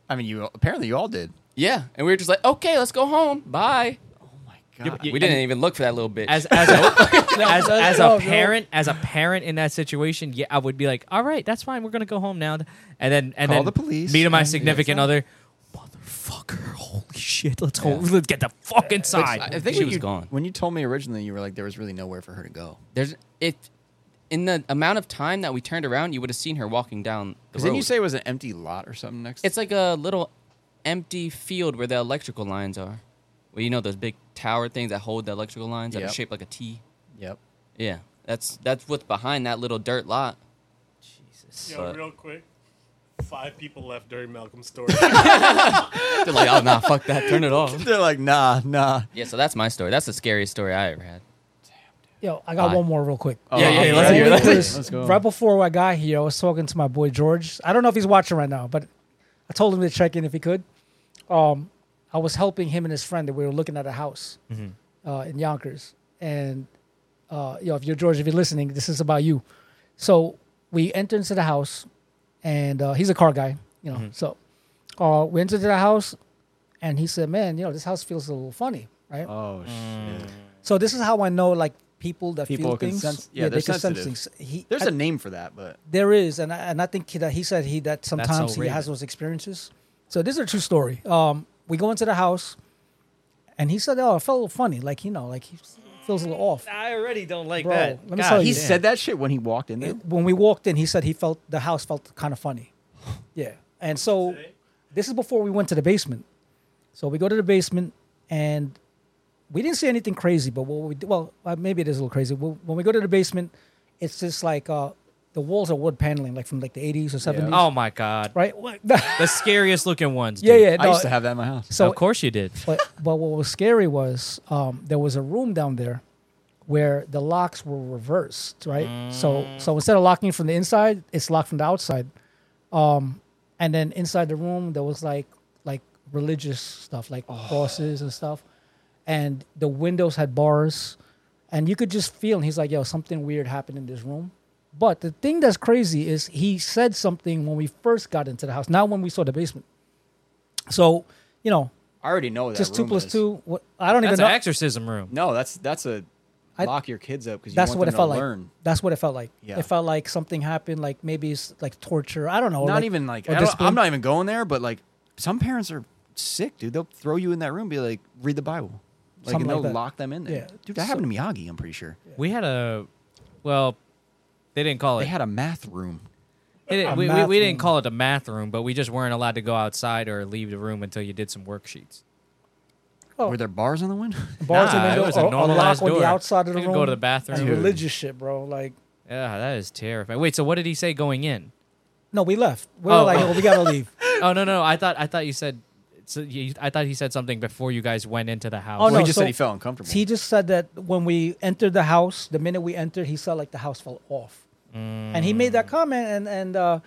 I mean, you all- apparently you all did.
Yeah, and we were just like, okay, let's go home. Bye.
Oh my god.
We didn't even look for that little bitch.
As as a, as, as
no,
a
no.
parent, as a parent in that situation, yeah, I would be like, "All right, that's fine. We're gonna go home now." And then and
Call
then
the police
Me to my
and-
significant other. Motherfucker! Holy shit! Let's go. Let's get the fuck inside.
I think
when
she was
you,
gone.
When you told me originally, you were like, there was really nowhere for her to go.
There's it in the amount of time that we turned around, you would have seen her walking down the
Because
road.
didn't you say it was an empty lot or something next?
it's like a little empty field where the electrical lines are. Well, you know those big tower things that hold the electrical lines that
Yep.
are shaped like a T.
yep.
Yeah, that's that's what's behind that little dirt lot.
Yo,
But-
real quick. Five people left during Malcolm's story.
They're like, oh nah, fuck that, turn it off.
They're like, nah, nah.
Yeah, so that's my story. That's the scariest story I ever had.
Yo, I got
Hi.
one more real quick.
Oh, yeah,
yeah,
yeah.
let's
Only
hear it.
because
Let's go.
Right before I got here, I was talking to my boy George. I don't know if he's watching right now, but I told him to check in if he could. Um, I was helping him and his friend that we were looking at a house
Mm-hmm.
uh, in Yonkers. And uh, yo, if you're George, if you're listening, this is about you. So we enter into the house, and uh, he's a car guy, you know.
Mm-hmm.
So uh, we entered the house, and he said, "Man, you know, this house feels a little funny, right?"
Oh shit.
So this is how I know like people that
People
feel
can
things.
sense- yeah, they're sensitive.
He,
There's
I-
a name for that, but
there is, and I, and I think he, that he said he that sometimes he
outrageous.
has those experiences. So this is a true story. Um, we go into the house, and he said, "Oh, it felt a little funny, like you know, like he feels a little off."
I already don't like
Bro,
that.
let me
Oh,
tell you.
he
Yeah.
said that shit when he walked in there.
It- when we walked in, he said he felt the house felt kind of funny. Yeah, and so this is before we went to the basement. So we go to the basement, and we didn't see anything crazy. But what we well, uh, maybe it is a little crazy. Well, When we go to the basement, it's just like uh, the walls are wood paneling, like from like the eighties or seventies,
Oh my god!
right? What-
The scariest looking ones.
yeah,
dude.
yeah.
I
no,
used to have that in my house.
So
of course you did.
but but what was scary was um, there was a room down there where the locks were reversed, right? So so instead of locking from the inside, it's locked from the outside. Um, and then inside the room there was like like religious stuff, like crosses and stuff, and the windows had bars, and you could just feel. And he's like, "Yo, something weird happened in this room." But the thing that's crazy is he said something when we first got into the house, not when we saw the basement. So, you know,
I already know that.
just two
room
plus
is.
two. What, I don't
That's
even
an
know.
exorcism room.
No, that's that's a
I-
lock your kids up because you
That's
want
what
them
it felt
to
like.
learn.
That's what it felt like.
Yeah.
It felt like something happened. Like maybe it's like torture. I don't know.
not even like
or
I don't-
discipline.
I'm not even going there, but like some parents are sick, dude. They'll throw you in that room, and be like, read the Bible, like,
Something
and
like
they'll
that.
lock them in there.
Yeah.
Dude, that happened to Miyagi. I'm pretty sure
We had a, well, they didn't call it.
they had a math room.
they didn't-
a
we, we,
math
we
room.
didn't call it a math room, but we just weren't allowed to go outside or leave the room until you did some worksheets.
Oh.
Were there bars on the window?
bars
Nah,
and
it
window
was a
or- or
normalized
lock on
door.
the outside of the
You
room.
could go to the bathroom.
and
Dude.
Religious shit, bro. Like,
Yeah, that is terrifying. Wait, so what did he say going in?
no, we left. We were
Oh,
like,
oh.
oh, we gotta leave.
Oh no, no, I thought I thought you said. So you, I thought he said something before you guys went into the house.
Oh,
well,
no,
he just
so-
said he felt uncomfortable.
He just said that when we entered the house, the minute we entered, he saw like the house fell off, and he made that comment. And and uh,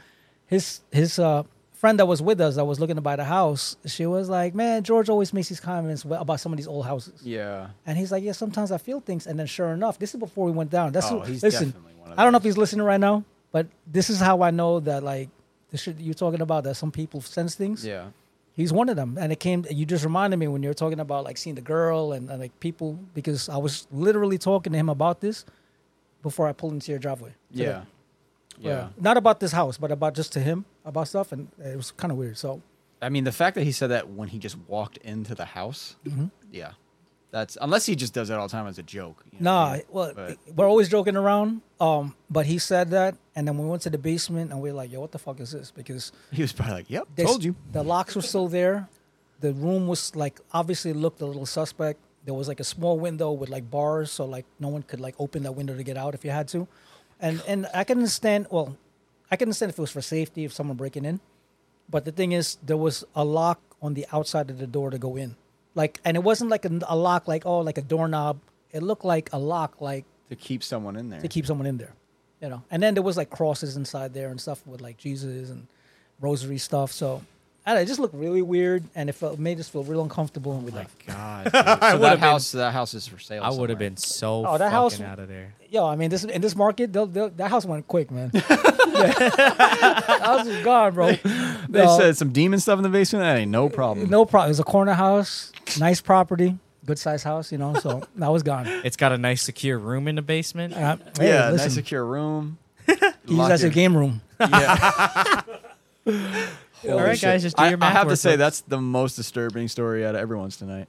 his his uh, friend that was with us that was looking to buy the house, she was like, "Man, George always makes these comments wa- about some of these old houses."
yeah,
And he's like, "Yeah, sometimes I feel things." And then, sure enough, this is before we went down. That's
Oh,
who-
he's
listen.
definitely one of
I don't know if
those.
he's listening right now, but this is how I know that like the shit you're talking about that some people sense things.
yeah.
He's one of them. And it came, you just reminded me when you were talking about like seeing the girl and, and like people, because I was literally talking to him about this before I pulled into your driveway. today.
Yeah. Yeah.
Not about this house, but about just to him about stuff. And it was kind of weird. So,
I mean, the fact that he said that when he just walked into the house,
Mm-hmm.
yeah, that's unless he just does that all the time as a joke. you know,
nah,
yeah.
well,
But-
we're always joking around. Um, but he said that. And then we went to the basement and we were like, yo, what the fuck is this? Because
he was probably like, "Yep,
they-
told you."
The locks were still there. The room was like obviously looked a little suspect. There was like a small window with like bars, so like no one could like open that window to get out if you had to. And and I can understand. Well, I can understand if it was for safety, if someone breaking in. But the thing is, there was a lock on the outside of the door to go in. Like, and it wasn't like a, a lock, like oh, like a doorknob. It looked like a lock, like
To keep someone in there.
to keep someone in there, you know. And then there was like crosses inside there and stuff with like Jesus and rosary stuff. So I don't know, it just looked really weird, and it felt, made us feel real uncomfortable. And we like,
God, dude. so that house, that house is for sale.
I would
somewhere.
have been so
Oh,
fucking
that house-
out of there.
yo, I mean, this in this market, they'll, they'll, that house went quick, man. Yeah. that house was gone, bro.
They
No,
said some demon stuff in the basement. That ain't no problem.
no problem. It was a corner house, nice property, good sized house, you know. So that was gone.
It's got a nice secure room in the basement.
Uh, hey,
Yeah,
listen,
nice secure room.
use that as your game room.
All right, guys, just do
I,
your
I
math
have to
work,
say
folks.
that's the most disturbing story out of everyone's tonight.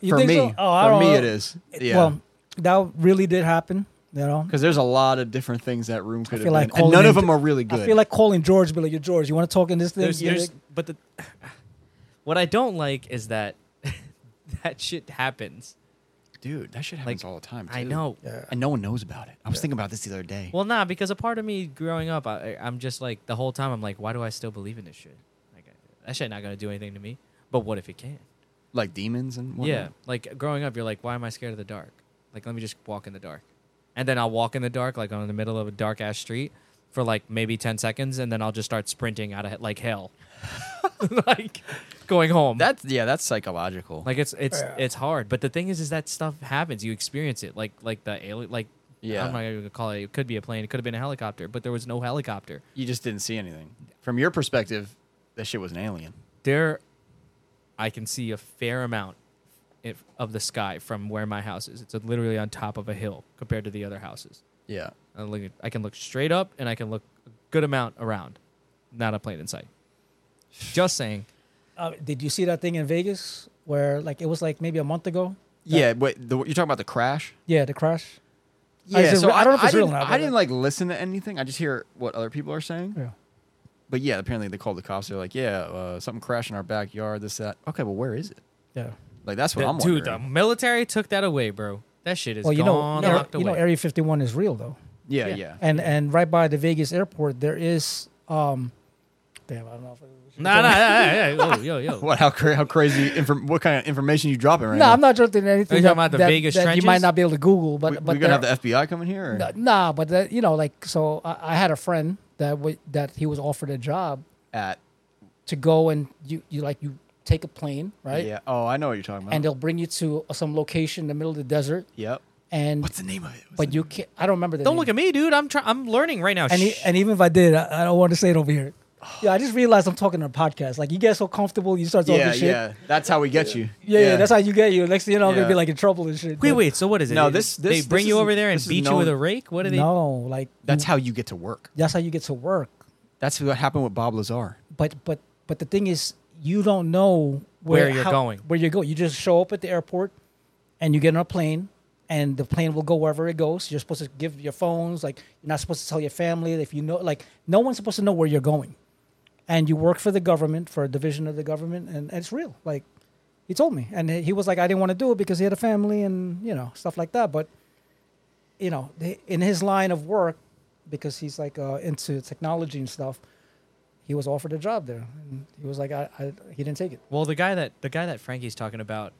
You
for
think
me,
so? Oh, I
for
don't
me
know.
it is. Yeah,
Well, that really did happen, you know.
because there's a lot of different things that room could have
feel like
been, and none
calling
of
in
them
to-
are really good.
I feel like calling George, be like, "Yo, George, you want to talk in this thing?"
There's,
Yeah,
there's,
like-
but the, what I don't like is that that shit happens.
dude, that shit happens
Like,
all the time.
I
too.
know.
and no one knows about it. I was thinking about this the other day.
Well, nah, because a part of me growing up, I, I'm just like the whole time I'm like, why do I still believe in this shit? Like that shit not gonna do anything to me. But what if it can?
like demons and whatnot.
Yeah, like growing up, you're like, why am I scared of the dark? Like, let me just walk in the dark, and then I'll walk in the dark, like I'm in the middle of a dark ass street for like maybe ten seconds, and then I'll just start sprinting out of he- like hell, like going home.
That's yeah, that's psychological.
like it's it's it's hard. But the thing is, is that stuff happens. You experience it, like like the alien, like
Yeah.
I'm not even gonna call it. It could be a plane. It could have been a helicopter, but there was no helicopter.
you just didn't see anything. From your perspective, that shit was an alien.
There, I can see a fair amount. if- Of the sky from where my house is, it's literally on top of a hill compared to the other houses.
Yeah.
I, look, I can look straight up and I can look a good amount around, not a plane in sight. Just saying.
uh, did you see that thing in Vegas where like it was like maybe a month ago?
Yeah, but the, you're talking about the crash.
Yeah, the crash.
Yeah,
Oh, is it
so
re- I don't know if it's real
didn't,
or not,
I
but-
didn't like listen to anything. I just hear what other people are saying.
Yeah.
But yeah, apparently they called the cops. They're like, "Yeah, uh, something crashed in our backyard. This that. Okay, well, where is it?
Yeah.
Like that's what
The-
I'm wondering.
dude, the military took that away, bro. That shit is
Well, you know,
gone,
Air-
locked
you know,
away.
Area 51 is real though,
yeah, yeah,
and and right by the Vegas airport there is um, damn, I don't know. If
nah, nah, nah, nah, nah, yo, yo, yo.
What? How, cra- how crazy? Inform- what kind of information you dropping right
no,
now?
I'm not dropping anything.
talking
that-
about the
that-
Vegas
that you
trenches?
might not be able to Google, but
We,
but
are gonna have
there-
the FBI coming here. Or?
nah, but that, you know, like so I, I had a friend that w- that he was offered a job
At
to go and you you like you take a plane right,
yeah. Oh, I know what you're talking about.
and they'll bring you to some location in the middle of the desert,
yep.
and
What's the name of it? What's
but you can't. I don't remember the
Don't
name.
look at me, dude. I'm try- I'm learning right now.
And, e
Shh.
and even if I did, I, I don't want to say it over here. Yeah, I just realized I'm talking on a podcast. Like you get so comfortable, you start talking
yeah,
shit. Yeah.
yeah. That's how we get you.
Yeah, that's how you get you. Next thing you know, I'm
Yeah.
gonna be like in trouble and shit.
Wait,
But
wait. So what is it?
No,
They-
this-
they
this-
bring
this
you
is-
over there and
this is
beat you
known-
with a rake. What do they?
No, like
That's how you get to work.
that's how you get to work.
That's what happened with Bob Lazar.
But but but the thing is, you don't know
Where you're
how-
going.
Where you go, you just show up at the airport, and you get on a plane, and the plane will go wherever it goes. You're supposed to give your phones. Like you're not supposed to tell your family if you know. Like no one's supposed to know where you're going, and you work for the government for a division of the government, and, and it's real. Like he told me, and he was like, I didn't want to do it because he had a family and you know stuff like that, but. you know, they- in his line of work, because he's like uh, into technology and stuff, he was offered a job there, and he was like, I, I he didn't take it.
Well, the guy that the guy that Frankie's talking about,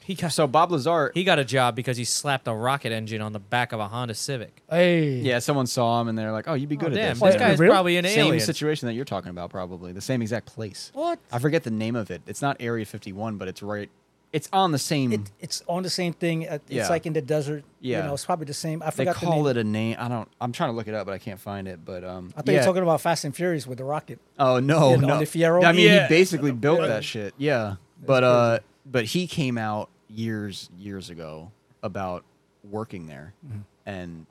he got
So Bob Lazar,
he got a job because he slapped a rocket engine on the back of a Honda Civic.
Hey,
yeah, someone saw him and they're like, "Oh, you'd be good
Oh,
at
damn,
this."
this
Yeah.
guy's
Really?
probably an
Same
alien.
situation that you're talking about, probably the same exact place.
What?
I forget the name of it. It's not Area 51, but it's right. It's on the same.
It, it's on the same thing. uh, It's
Yeah.
like in the desert.
Yeah.
you know, it's probably the same. I
they
forgot the
call
name.
it a name. I don't. I'm trying to look it up, but I can't find it. But um,
I thought you were talking about Fast and Furious with the rocket.
Oh no,
Yeah,
no.
on the Fiero.
I mean,
Yeah.
he basically built that shit. Yeah, but uh, but he came out years years ago about working there
Mm-hmm.
and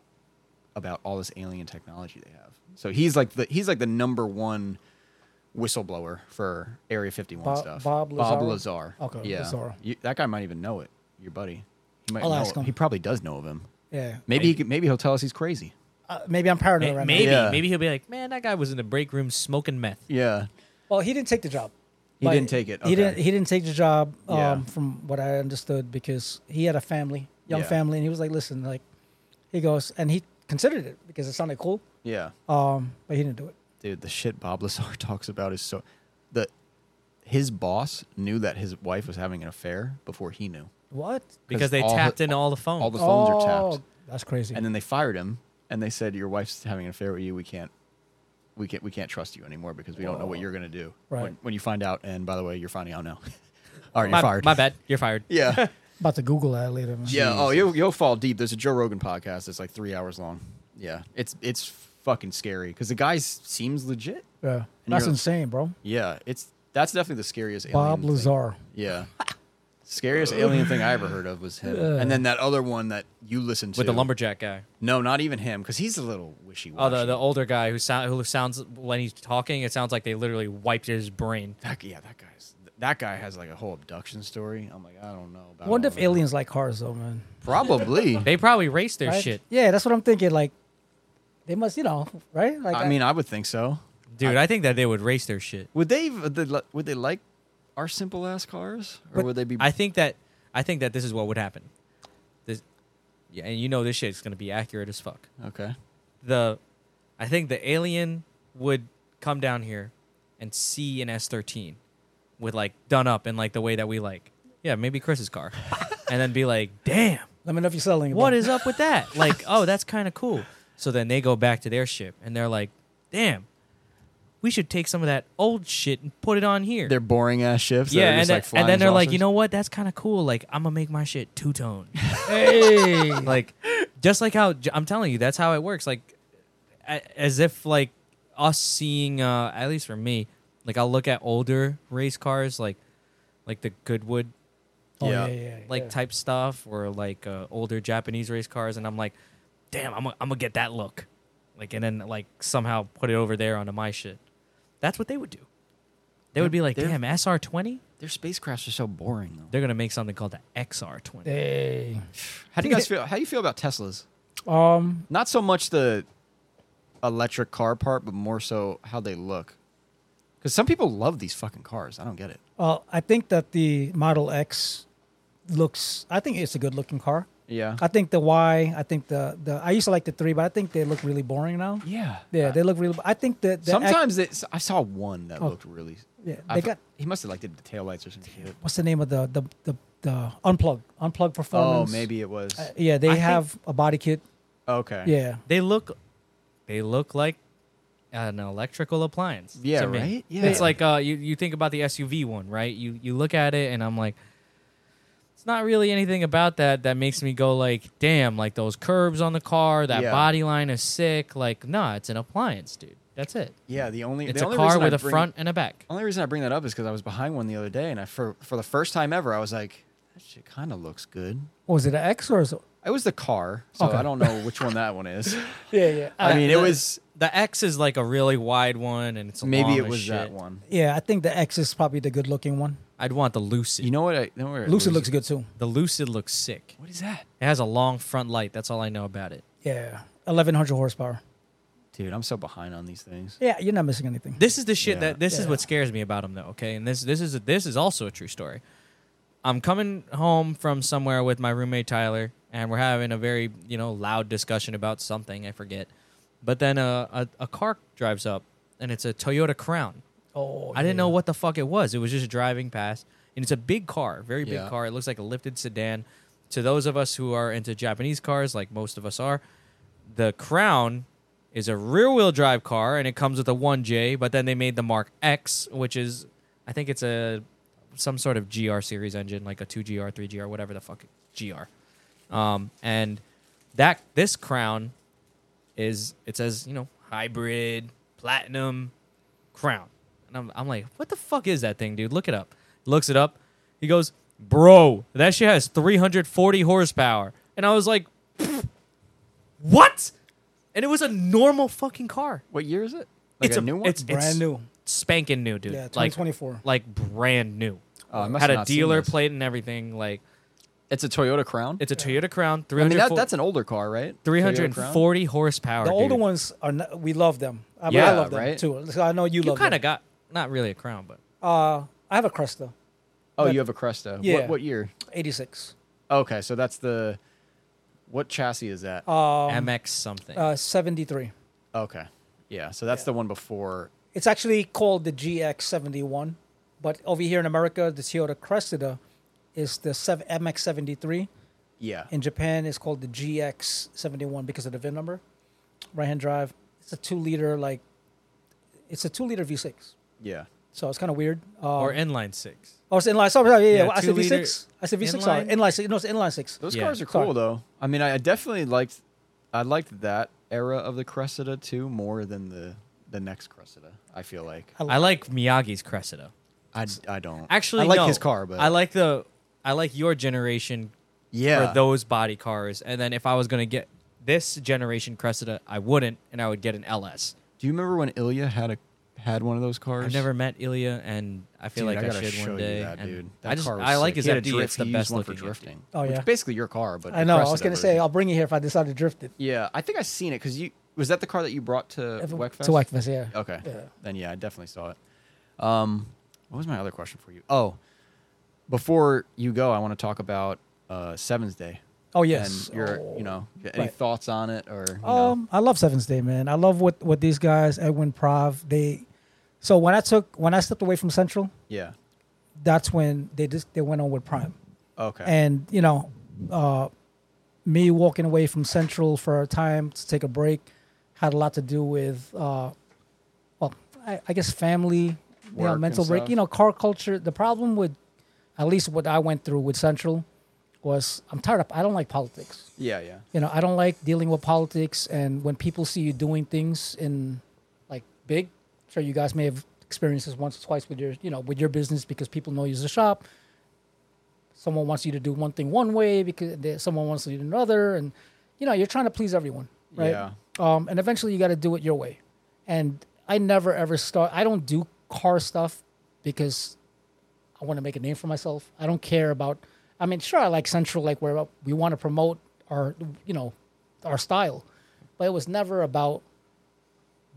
about all this alien technology they have. So he's like the he's like the number one whistleblower for Area 51
Bob-
stuff.
Bob
Bob
Lazar?
Lazar.
Okay,
yeah,
Lazar.
You, that guy might even know it. Your buddy. He might
I'll
know
ask
it.
him.
He probably does know of him.
Yeah,
Maybe he could, maybe he'll tell us he's crazy.
uh, maybe I'm paranoid
May-
right
maybe
now.
Yeah.
maybe he'll be like, man, that guy was in the break room smoking meth.
Yeah.
Well, he didn't take the job.
He didn't take it,
He
okay.
didn't. He didn't take the job. Um,
Yeah.
From what I understood, because he had a family, young
Yeah.
family, and he was like, "Listen, like," he goes, and he considered it because it sounded cool.
Yeah.
Um, but he didn't do it.
dude, the shit Bob Lazar talks about is so the his boss knew that his wife was having an affair before he knew.
What?
Because they
all her-
tapped into all the Oh, phones.
All the phones
Oh,
are tapped,
That's crazy.
and then they fired him, and they said, "Your wife's having an affair with you. We can't, we can't, we can't trust you anymore because we don't know what you're gonna do
Right.
when, when you find out." And by the way, you're finding out now. All right,
my,
you're fired.
my bad. You're fired.
Yeah,
About to Google that later. Man.
yeah. Oh, you'll, you'll fall deep. There's a Joe Rogan podcast that's like three hours long. Yeah, it's it's fucking scary because the guy s- seems legit.
Yeah.
And
That's
you're-
insane, bro.
Yeah, it's that's definitely the scariest. alien
Bob
thing.
Lazar.
Yeah. Scariest alien thing I ever heard of was him. And then that other one that you listened to.
With the lumberjack guy.
No, not even him, because he's a little wishy
Oh,
washy.
the, the older guy who sound, who sounds when he's talking, it sounds like they literally wiped his brain.
that, yeah, that guy's that guy has like a whole abduction story. I'm like, I don't know about
I wonder
all
if
that.
aliens like cars, though, man.
Probably.
They probably raced their
Right?
shit,
Yeah, that's what I'm thinking. Like, they must, you know, right? Like,
I mean, I would think so.
dude. I, think that they would race their shit.
Would they would they, li- would they like our simple ass cars? Or
But
would they be
I think that I think that this is what would happen. This, yeah, and you know this shit's gonna be accurate as fuck.
Okay.
The, I think the alien would come down here, and see an S thirteen, with like done up in like the way that we like. Yeah, maybe Chris's car, and then be like, damn.
let me know if you're selling. it,
what
bro.
is up with that? Like, oh, that's kind of cool. So then they go back to their ship and they're like, damn, we should take some of that old shit and put it on here.
They're boring ass ships. that
yeah,
are
and,
just,
then-
like,
and
flying
then they're like, you
saucers?
know what? That's kind of cool. Like, I'm gonna make my shit two tone.
Hey.
like, just like how I'm telling you, that's how it works. Like, a- as if like us seeing, uh, at least for me, like I'll look at older race cars, like like the Goodwood
Oh,
Yeah.
yeah, yeah, yeah.
like type stuff or like uh, older Japanese race cars, and I'm like, damn, I'm gonna I'm gonna get that look, like, and then like somehow put it over there onto my shit. That's what they would do. They would be like,
they're-
damn, SR20.
their spacecrafts are so boring though.
They're gonna make something called the XR20.
Hey.
How do you guys feel how do you feel about Teslas?
Um,
not so much the electric car part, but more so how they look. Because some people love these fucking cars. I don't get it.
well, I think that the Model X looks, I think it's a good looking car.
Yeah.
I think the Y, I think the, the, I used to like the three, but I think they look really boring now.
yeah.
Yeah, they look really. I think that the act-
Sometimes it's, I saw one that looked really.
Oh. Yeah,
I
they
fe-
got-
He must have liked it, the taillights or something.
what's the name of the the the, the unplug unplug
Oh,
performance?
maybe it was.
Uh, yeah, they
I think-
have a body kit.
okay.
Yeah,
They look, they look like an electrical appliance.
Yeah,
to me.
right? Yeah.
It's like uh, you you think about the SUV one, right? You you look at it, and I'm like, it's not really anything about that that makes me go like, damn, like those curves on the car, that
Yeah.
body line is sick. Like, nah, it's an appliance, dude. That's it.
Yeah, the only
It's
the
a
only
car
reason I
with a
bring-
front and a back.
Only reason I bring that up is because I was behind one the other day, and I for for the first time ever, I was like, that shit kind of looks good.
Was it an X or? Is it,
It was the car, so
Okay.
I don't know which one that one is.
yeah, yeah.
I mean, it
the-
was
The X is like a really wide one, and it's
maybe
long
it
as
was that
shit.
one.
yeah, I think the X is probably the good looking one.
I'd want the Lucid.
You know what? I you know where it
Lucid
was?
looks good too.
the Lucid looks sick.
What is that,
It has a long front light. That's all I know about it.
Yeah, eleven hundred horsepower.
dude? I'm so behind on these things.
Yeah, you're not missing anything.
This is the shit
Yeah.
that this is
Yeah.
what scares me about him though. Okay, and this this is a, this is also a true story. I'm coming home from somewhere with my roommate Tyler, and we're having a very you know loud discussion about something I forget. But then a a, a car drives up, and it's a Toyota Crown.
Oh,
I didn't know
yeah.
what the fuck it was. It was just driving past, and it's a big car, very big
Yeah.
car. It looks like a lifted sedan. To those of us who are into Japanese cars, like most of us are, the Crown is a rear-wheel drive car, and it comes with a 1J. But then they made the Mark X, which is, I think it's a some sort of GR series engine, like a 2GR, 3GR, whatever the fuck GR. Um, and that this Crown is it says you know hybrid platinum crown and I'm, I'm like what the fuck is that thing dude look it up looks it up he goes bro that shit has 340 horsepower and i was like "Pfft, what and it was a normal fucking car
What year is it? Like
it's
a, new one.
it's,
brand
it's
new.
spanking new dude
Yeah,
like
2024.
like brand new
Oh, I must
had
have
a
not seen
dealer
this.
plate and everything like
It's a Toyota Crown.
it's a toyota crown
I
300
mean, that, that's an older car, right? Toyota Crown?
340 horsepower
the older
dude.
ones are not, we love them. I, mean, I
Yeah,
love them
right?
too. So I know you,
you
love
kind of
them.
got not really a crown but
Uh, I have a Cresta,
Oh,
but-
you have a Cresta.
Yeah.
What, what year?
eighty six.
Okay, so that's the. What chassis is that?
Uh,
Um,
mx something
uh, seventy three.
okay, yeah. So that's the one before.
It's actually called the GX seventy one, but over here in America, the Toyota Cresta is the sev- MX seventy three.
Yeah.
In Japan, it's called the GX71 because of the VIN number. Right hand drive. It's a two liter, like, it's a two liter V6.
yeah.
So it's kind of weird. Uh,
or inline six
oh, it's inline. Sorry, sorry, yeah, yeah.
Yeah,
I said
two liter
V6. I said V6. Sorry.
inline?
Inline six. No, it's inline six.
Those
Yeah.
cars are cool
Sorry.
though. I mean, I I definitely liked, I liked that era of the Cressida too more than the the next Cressida. I feel like
I like Miyagi's Cressida.
I, I don't Oh.
Actually,
I like
no.
his car, but
I like the I like your generation
yeah
for those body cars. And then if I was gonna get this generation Cressida, I wouldn't, and I would get an LS.
Do you remember when Ilya had a had one of those cars?
I've never met Ilya, and I feel
Dude,
like
I
I,
gotta
should
show
one
you
day.
that,
and
dude. That
I just
car was
I
sick.
like his
He had a
FD.
drift-
It's the
he
best
used one for
looking FD.
drifting.
Oh,
which
yeah.
is basically your car, but
I
the
know. I was
Cressida
going to say,
version.
I'll bring it here if I decide to drift it.
yeah. I think I seen it because you was that the car that you brought to
If-
Weckfest?
To Wackfest, yeah.
Okay.
Yeah.
Then yeah, I definitely saw it. Um, what was my other question for you? Oh, before you go, I want to talk about uh, Seven's Day.
Oh, yes.
And your,
Oh.
you know, any
Right.
thoughts on it or? You know?
Um, I love Seven's Day, man. I love what what these guys, Edwin Prov, they. So when I took when I stepped away from Central,
Yeah.
that's when they just they went on with Prime.
Okay.
and you know uh, me walking away from central for a time to take a break had a lot to do with uh, well I, I guess family you
Work
know
and
mental break
stuff.
you know car culture the problem with at least what i went through with central was i'm tired of i don't like politics
yeah, yeah.
you know i don't like dealing with politics and when people see you doing things in like big sure you guys may have experienced this once or twice with your you know with your business because people know you as a shop someone wants you to do one thing one way because they, someone wants you to do another and you know you're trying to please everyone right
Yeah.
um, and eventually you got to do it your way and i never ever start i don't do car stuff because i want to make a name for myself i don't care about i mean sure i like central like where we want to promote our you know our style but it was never about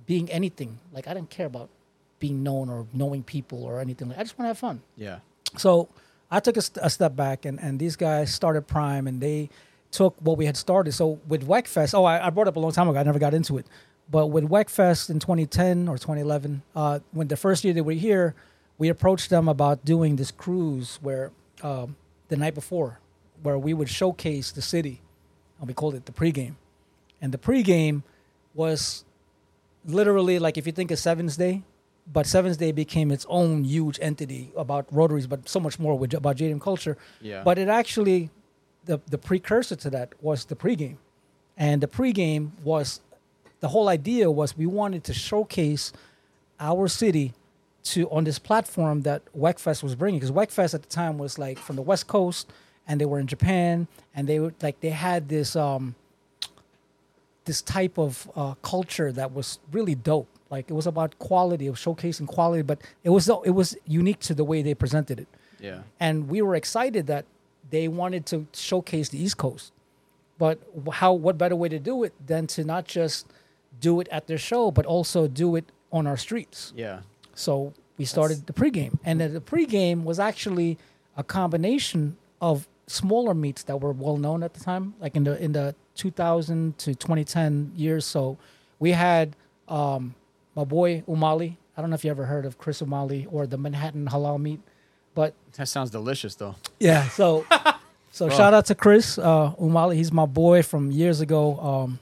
being anything like i didn't care about being known or knowing people or anything like i just want to have fun
Yeah.
so I took a, st- a step back, and, and these guys started Prime, and they took what we had started. So with Weckfest, oh, I, I brought up a long time ago. I never got into it, but with Weckfest in 2010 or 2011, uh, when the first year they were here, we approached them about doing this cruise where um, the night before, where we would showcase the city, and we called it the pregame, and the pregame was literally like if you think of Seven's Day, but Seven's Day became its own huge entity about rotaries, but so much more with about JDM culture.
Yeah.
But it actually, the the precursor to that was the pregame, and the pregame was the whole idea was we wanted to showcase our city to on this platform that WECFest was bringing because WECFest at the time was like from the West Coast and they were in Japan and they were like they had this um this type of uh, culture that was really dope. Like it was about quality, of showcasing quality, but it was it was unique to the way they presented it.
Yeah.
And we were excited that they wanted to showcase the East Coast. But how what better way to do it than to not just do it at their show, but also do it on our streets.
Yeah.
So we started the pregame, and then the pregame was actually a combination of smaller meets that were well known at the time, like in the in the 2000 to 2010 years. So we had um, my boy Umali. I don't know if you ever heard of Chris Umali or the Manhattan Halal meet, but
That sounds delicious, though.
yeah. So, so shout out to Chris uh, Umali. He's my boy from years ago. Um,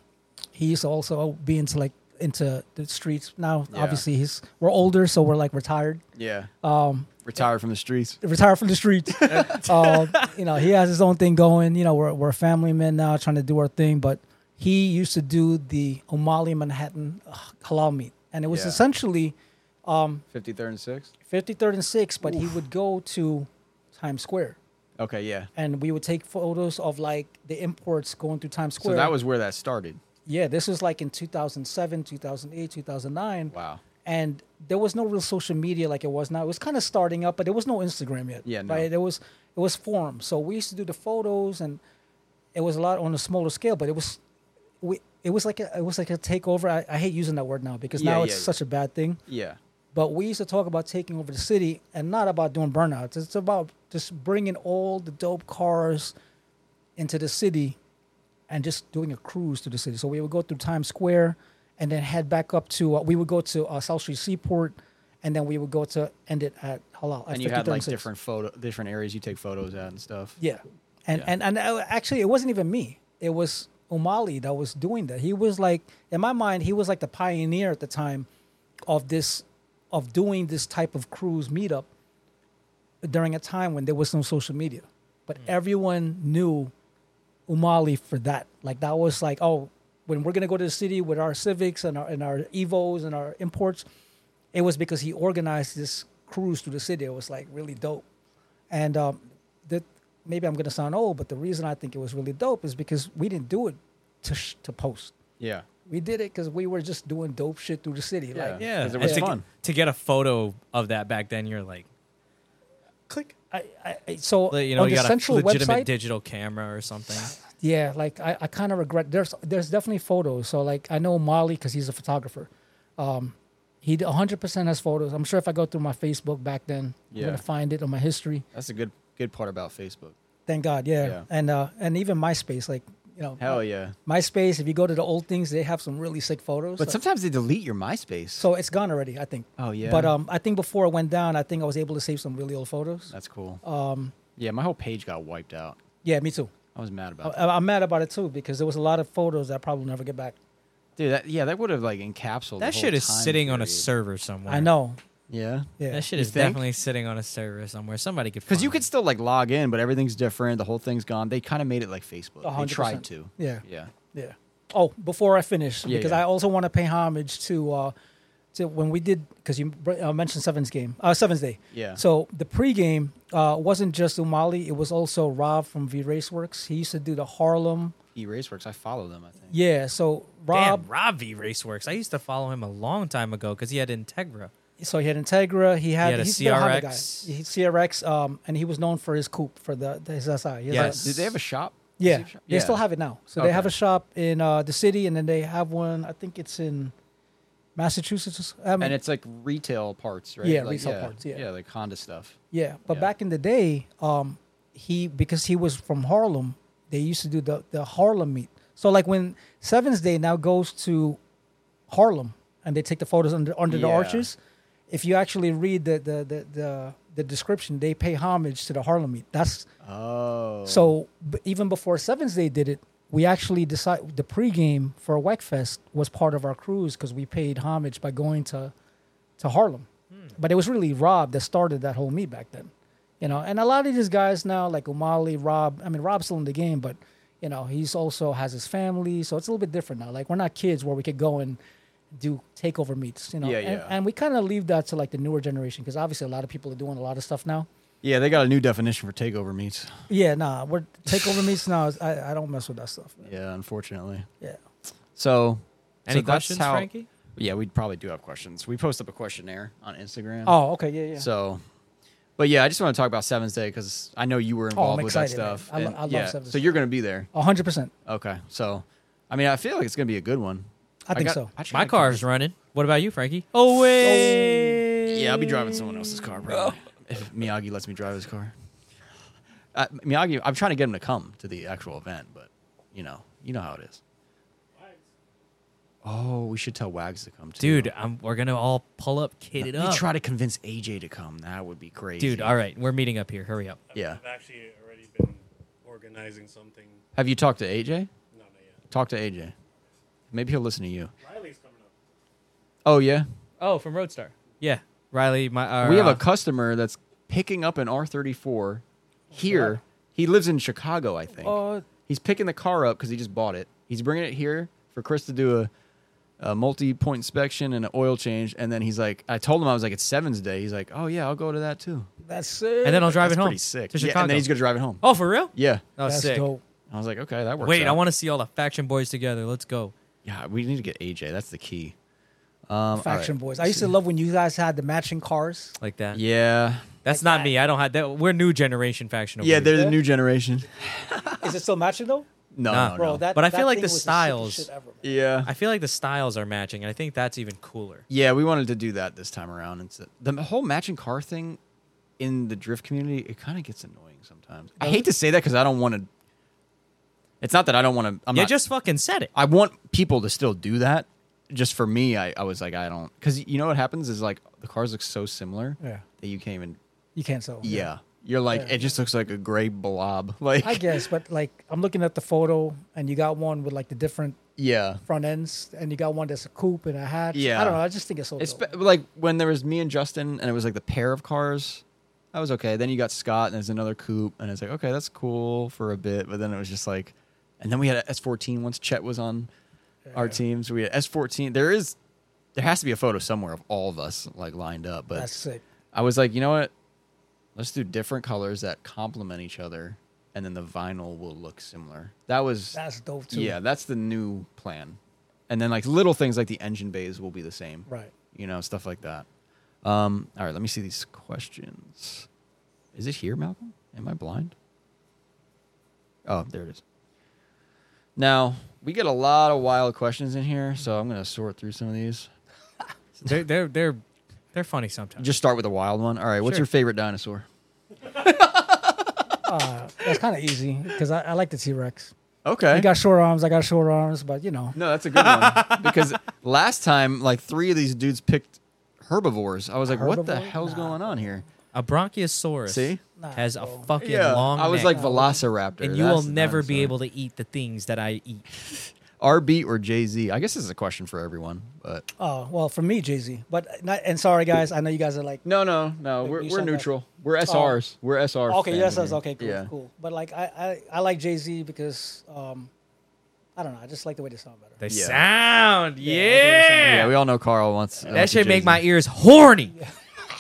he used to also be into like into the streets. Now,
Yeah.
obviously, he's we're older, so we're like retired,
Yeah. Um. Retired from the streets.
retired from the streets. um, you know, he has his own thing going. You know, we're we're family men now, trying to do our thing. But he used to do the Umali Manhattan uh, halal meat, and it was
Yeah.
essentially.
Fifty third and sixth.
53rd and 6th, but he would go to Times Square.
Okay. Yeah.
and we would take photos of like the imports going through Times
So
Square.
that was where that started.
yeah. This was like in 2007, 2008, 2009.
Wow.
And there was no real social media like it was now. It was kind of starting up, but there was no Instagram yet.
Yeah, no.
Right. There was it was forums. So we used to do the photos, and it was a lot on a smaller scale, but it was we. It was like a, it was like a takeover. I, I hate using that word now because
Yeah,
now
yeah,
it's
yeah.
such a bad thing.
Yeah.
But we used to talk about taking over the city and not about doing burnouts. It's about just bringing all the dope cars into the city and just doing a cruise to the city. So we would go through Times Square and then head back up to, uh, we would go to uh, South Street Seaport and then we would go to end it at Halal. At
And you had like
53rd and 6th.
different photo, different areas you take photos at and stuff.
Yeah. And,
Yeah.
and and uh, actually, it wasn't even me. It was Umali that was doing that. He was like, in my mind, he was like the pioneer at the time of this, of doing this type of cruise meetup during a time when there was no social media. But everyone knew Umali for that. Like that was like, oh, when we're gonna go to the city with our civics and our and our evos and our imports, it was because he organized this cruise through the city. It was like really dope. And um, the, maybe I'm gonna sound old, but the reason I think it was really dope is because we didn't do it to sh- to post.
Yeah.
We did it because we were just doing dope shit through the city. Like
Yeah.
'Cause It
And
was
to-
fun.
to get a photo of that back then, you're like,
Click.
I, I, I- so
you know,
on
you
the
got a
central
legitimate
website,
digital camera or something.
Yeah, like I, I kind of regret. There's there's definitely photos. So like I know Molly because he's a photographer. Um, he 100 percent has photos. I'm sure if I go through my Facebook back then, I'm
Yeah.
gonna find it on my history.
That's a good good part about Facebook.
Thank God. Yeah.
Yeah.
And uh and even MySpace, like you know,
Hell yeah.
MySpace. If you go to the old things, they have some really sick photos.
But
so,
sometimes they delete your MySpace.
so it's gone already, I think.
Oh, yeah.
But um, I think before it went down, I think I was able to save some really old photos.
that's cool.
uh,
Um. Yeah, my whole page got wiped out.
Yeah, me too.
I was mad about that.
I, I'm mad about it too because there was a lot of photos that I probably never get back.
Dude, that, yeah, that would have like encapsulated.
That
the whole
shit is
time
sitting on a
period.
server somewhere.
I know.
Yeah.
Yeah.
That shit
You
is
think?
definitely sitting on a server somewhere. Somebody could
Because you
find
could
it.
still like log in, but everything's different. The whole thing's gone. They kind of made it like Facebook.
A
They
hundred
tried
percent.
to.
Yeah.
Yeah.
Yeah. Oh, before I finish,
Yeah,
because
yeah.
I also want to pay homage to uh, to when we did because you br- uh, mentioned Seven's game, uh, Seven's day.
Yeah.
So the pregame uh, wasn't just Umali; it was also Rob from V Raceworks. He used to do the Harlem.
E Raceworks, I follow them. I think.
Yeah. So Rob,
Damn, Rob V Raceworks. I used to follow him a long time ago because he had Integra.
so he had Integra. He had,
had a
he's still a Honda guy.
CRX.
He- CRX, um, and he was known for his coupe for the, the his SI. He has a-
Yes.
Did they have a shop? Does he
Yeah,
have a shop?
they still have it now. So they have
Okay.
a shop in uh, the city, and then they have one. I think it's in Massachusetts. Um,
And it's like retail parts, right?
Yeah,
Like,
retail parts, yeah.
Yeah, like Honda stuff.
Yeah, but
Yeah.
back in the day, um, he because he was from Harlem, they used to do the the Harlem meet. So like when Seven's Day now goes to Harlem and they take the photos under under the
Yeah.
arches, if you actually read the the the the, the description, they pay homage to the Harlem meet. That's
Oh.
so b- even before Seven's Day did it, we actually decided the pregame for Weckfest was part of our cruise because we paid homage by going to to Harlem.
Hmm.
But it was really Rob that started that whole meet back then, you know. And a lot of these guys now, like Umali, Rob. I mean, Rob's still in the game, but you know, he's also has his family, so it's a little bit different now. Like we're not kids where we could go and do takeover meets, you know.
Yeah,
and,
yeah.
and we kind of leave that to like the newer generation because obviously a lot of people are doing a lot of stuff now.
Yeah, they got a new definition for takeover meets.
Yeah, nah, we're takeover meets now. is- I, I don't mess with that stuff. man.
Yeah, unfortunately.
Yeah.
So,
Any
so that's
questions,
how-
Frankie?
Yeah, we probably do have questions. We post up a questionnaire on Instagram.
Oh, okay. Yeah, yeah.
So, but yeah, I just want to talk about Seven's Day because I know you were involved with
Oh, excited, man.
that stuff.
I lo-
and-
I love
yeah,
Seven's
So
Day.
you're going to be there.
A hundred percent.
Okay. So, I mean, I feel like it's going to be a good one.
I think
got-
so.
I just
My
gotta-
car's running. What about you, Frankie? Oh wait.
Yeah, I'll be driving someone else's car probably if Miyagi lets me drive his car. Uh, Miyagi, I'm trying to get him to come to the actual event, but you know, you know how it is. Oh, we should tell Wags to come too.
Dude, I'm, we're gonna all pull up, kid it
we
up.
try to convince AJ to come. That would be crazy.
Dude, all right, we're meeting up here. Hurry up.
Yeah.
I've actually already been organizing something.
Have you talked to AJ?
No, not yet.
Talk to AJ. Maybe he'll listen to you.
Riley's coming up.
Oh yeah,
Oh, from Roadstar. Yeah, Riley. My our,
we have
uh,
a customer that's picking up an R34 here. He lives in Chicago, I think.
Oh,
He's picking the car up because he just bought it. He's bringing it here for Chris to do a, a multi-point inspection and an oil change. And then he's like, I told him I was like, it's Seven's Day. He's like, oh yeah, I'll go to that too.
that's it.
and then I'll drive
That's
it home
pretty sick.
to
Yeah,
Chicago.
and then he's gonna drive it home.
oh, for real?
Yeah.
Oh,
that's
sick.
dope.
I was like, okay, that works.
Wait, I
out."
want to see all the faction boys together. Let's go.
Yeah, we need to get AJ. That's the key. Um,
Faction
all right.
boys. I used to love when you guys had the matching cars.
Like that.
Yeah.
That's not me. I don't have that. We're new generation faction. Over
Yeah,
here.
they're the new generation.
Is it still matching though?
No,
Nah.
no,
Bro,
no.
that.
But I
that
feel like
thing
the
was sickest
styles-
shit ever, man.
yeah.
I feel like the styles are matching, and I think that's even cooler.
Yeah, we wanted to do that this time around. It's the whole matching car thing in the drift community. It kind of gets annoying sometimes. I hate to say that because I don't want to. It's not that I don't want to. I'm
You
not,
just fucking said it.
I want people to still do that. Just for me, I, I was like, I don't because you know what happens is like the cars look so similar
Yeah.
that you can't even.
You can't sell.
Yeah, you're like it just looks like a gray blob. Like
I guess, but like I'm looking at the photo, and you got one with like the different
yeah.
front ends, and you got one that's a coupe and a hatch.
Yeah.
I don't know. I just think it's so.
It's
dope.
spe- like when there was me and Justin, and it was like the pair of cars. That was okay. Then you got Scott, and there's another coupe, and it's like okay, that's cool for a bit. But then it was just like, and then we had a S14 once Chet was on our team, so we had S14. There is, there has to be a photo somewhere of all of us like lined up. But
That's sick.
I was like, you know what? Let's do different colors that complement each other, and then the vinyl will look similar. That was
That's dope too.
yeah, that's the new plan. And then like little things like the engine bays will be the same.
Right.
You know, stuff like that. Um, all right, let me see these questions. Is it here, Malcolm? Am I blind? Oh, there it is. Now, we get a lot of wild questions in here, so I'm going to sort through some of these.
They're they're they're they're funny sometimes.
Just start with a wild one. All right, what's
Sure.
your favorite dinosaur?
Uh, that's kind of easy because I, I like the T Rex.
Okay.
I got short arms. I got short arms, but you know.
No, that's a good one. because last time, like three of these dudes picked herbivores. I was like, what the
Herbivore?
hell's
Nah.
going on here?
a bronchiosaurus
See?
Nah,
has a
bro.
fucking long.
I was
neck,
like Velociraptor,
and you
that's
will
the
never be
dinosaur.
able to eat the things that I eat.
RB or Jay Z. I guess this is a question for everyone, but
Oh well, for me, Jay Z. But not, and sorry, guys. I know you guys are like.
no, no, no.
Wait,
We're,
you
we're
said that.
neutral. We're SRs. We're SR.
Okay,
fans
yes, that's
here.
okay, cool,
Yeah.
cool. But like, I, I, I like Jay Z because um, I don't know, I just like the way they sound better.
They
Yeah.
sound, yeah.
Yeah, we all know Carl wants uh,
That should
Jay-Z.
make my ears horny.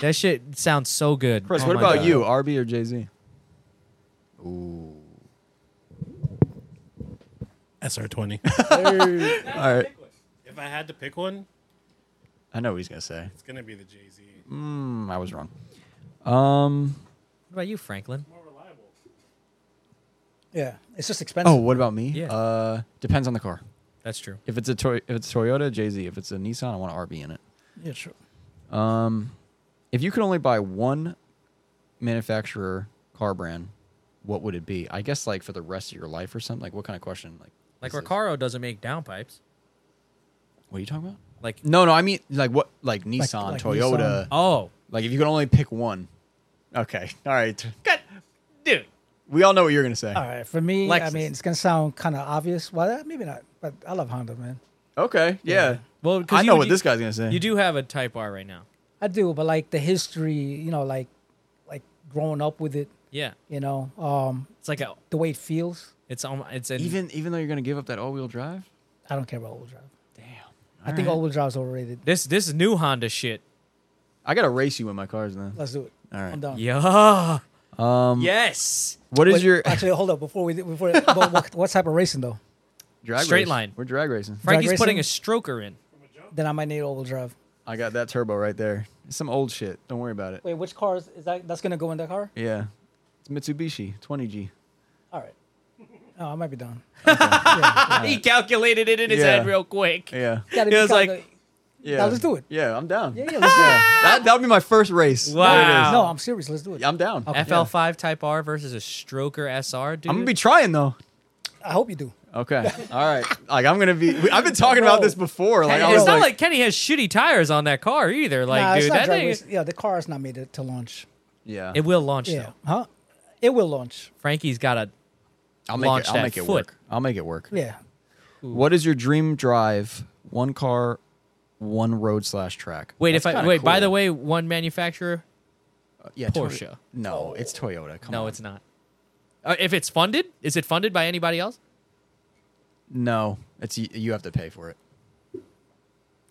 that shit sounds so good.
Chris,
Oh
what
my
about
God.
you, RB or Jay Z?
SR20.
Hey,
All right,
if I had to pick one,
I know what he's gonna say.
it's going to be the Jay Z.
Mm, I was wrong. Um.
What about you, Franklin?
More reliable.
yeah, it's just expensive.
Oh, what about me?
Yeah.
Uh, depends on the car.
That's true.
If it's a toy, if it's Toyota, Jay Z. If it's a Nissan, I want an RB in it.
yeah, sure.
Um, if you could only buy one manufacturer car brand, what would it be? I guess like for the rest of your life or something. Like what kind of question? Like
Like
is this?
Recaro doesn't make downpipes.
What are you talking about?
Like
No, no, I mean like what like Nissan,
like
Toyota.
Nissan.
oh,
Like if you could only pick one. Okay. All right.
dude,
We all know what you're gonna say.
All right, for me, I
Lexus.
mean, it's gonna sound kind of obvious. Well, eh, maybe not, but I love Honda, man.
Okay. Yeah.
Well, 'cause
I
you-
know what
you-
this guy's gonna say.
you do have a Type R right now.
I do, but like the history, you know, like like growing up with it,
Yeah,
You know, um,
it's like a,
the way it feels.
it's um, it's an,
Even even though you're gonna give up that all wheel drive,
I don't care about all-wheel drive. Damn. I think all-wheel drive's overrated.
this this new Honda shit.
I gotta race you when my car's done.
Let's do it.
All right.
I'm done.
Yeah.
Um,
Yes.
What is
Wait,
your
actually hold up before we before but what, what type of racing though?
drag
straight
race.
line.
We're drag racing.
Frankie's
racing?
putting a stroker in.
Then I might need all-wheel drive.
I got that turbo right there. It's some old shit. Don't worry about it.
Wait, which car is, is that? That's gonna go in that car?
Yeah, it's Mitsubishi 20G.
All right. Oh, I might be done.
He calculated it in his
Yeah.
head real quick.
Yeah,
Gotta
It
be
was like-
kinda-
yeah.
Now let's do it.
Yeah, I'm down.
yeah, yeah, let's do it.
That that'll be my first race.
Wow.
No, I'm serious. Let's do it.
I'm down.
FL5 Type R versus a stroker SR, dude.
I'm gonna be trying though.
I hope you do.
Okay. All right. Like I'm gonna be. we- I've been talking about
Bro.
this before. Like
And
I
it's
was
not like,
like,
Kenny has shitty tires on that car either. Like,
nah, it's
dude,
not
that
drag
thing,
race. Yeah, the car is not made it to launch.
yeah.
it will launch
Yeah.
though.
Huh? It will launch.
Frankie's got a
I'll
launch
make it. I'll
that
make it
foot.
work. I'll make it work.
Yeah.
What is your dream drive? One car, one road slash track.
wait.
That's
if I
kinda
wait, by
cool.
the way, one manufacturer.
yeah, Toy-
Porsche.
no, it's Toyota. Come
no,
on.
it's not. Uh, if it's funded, is it funded by anybody else?
no. It's y- you have to pay for it.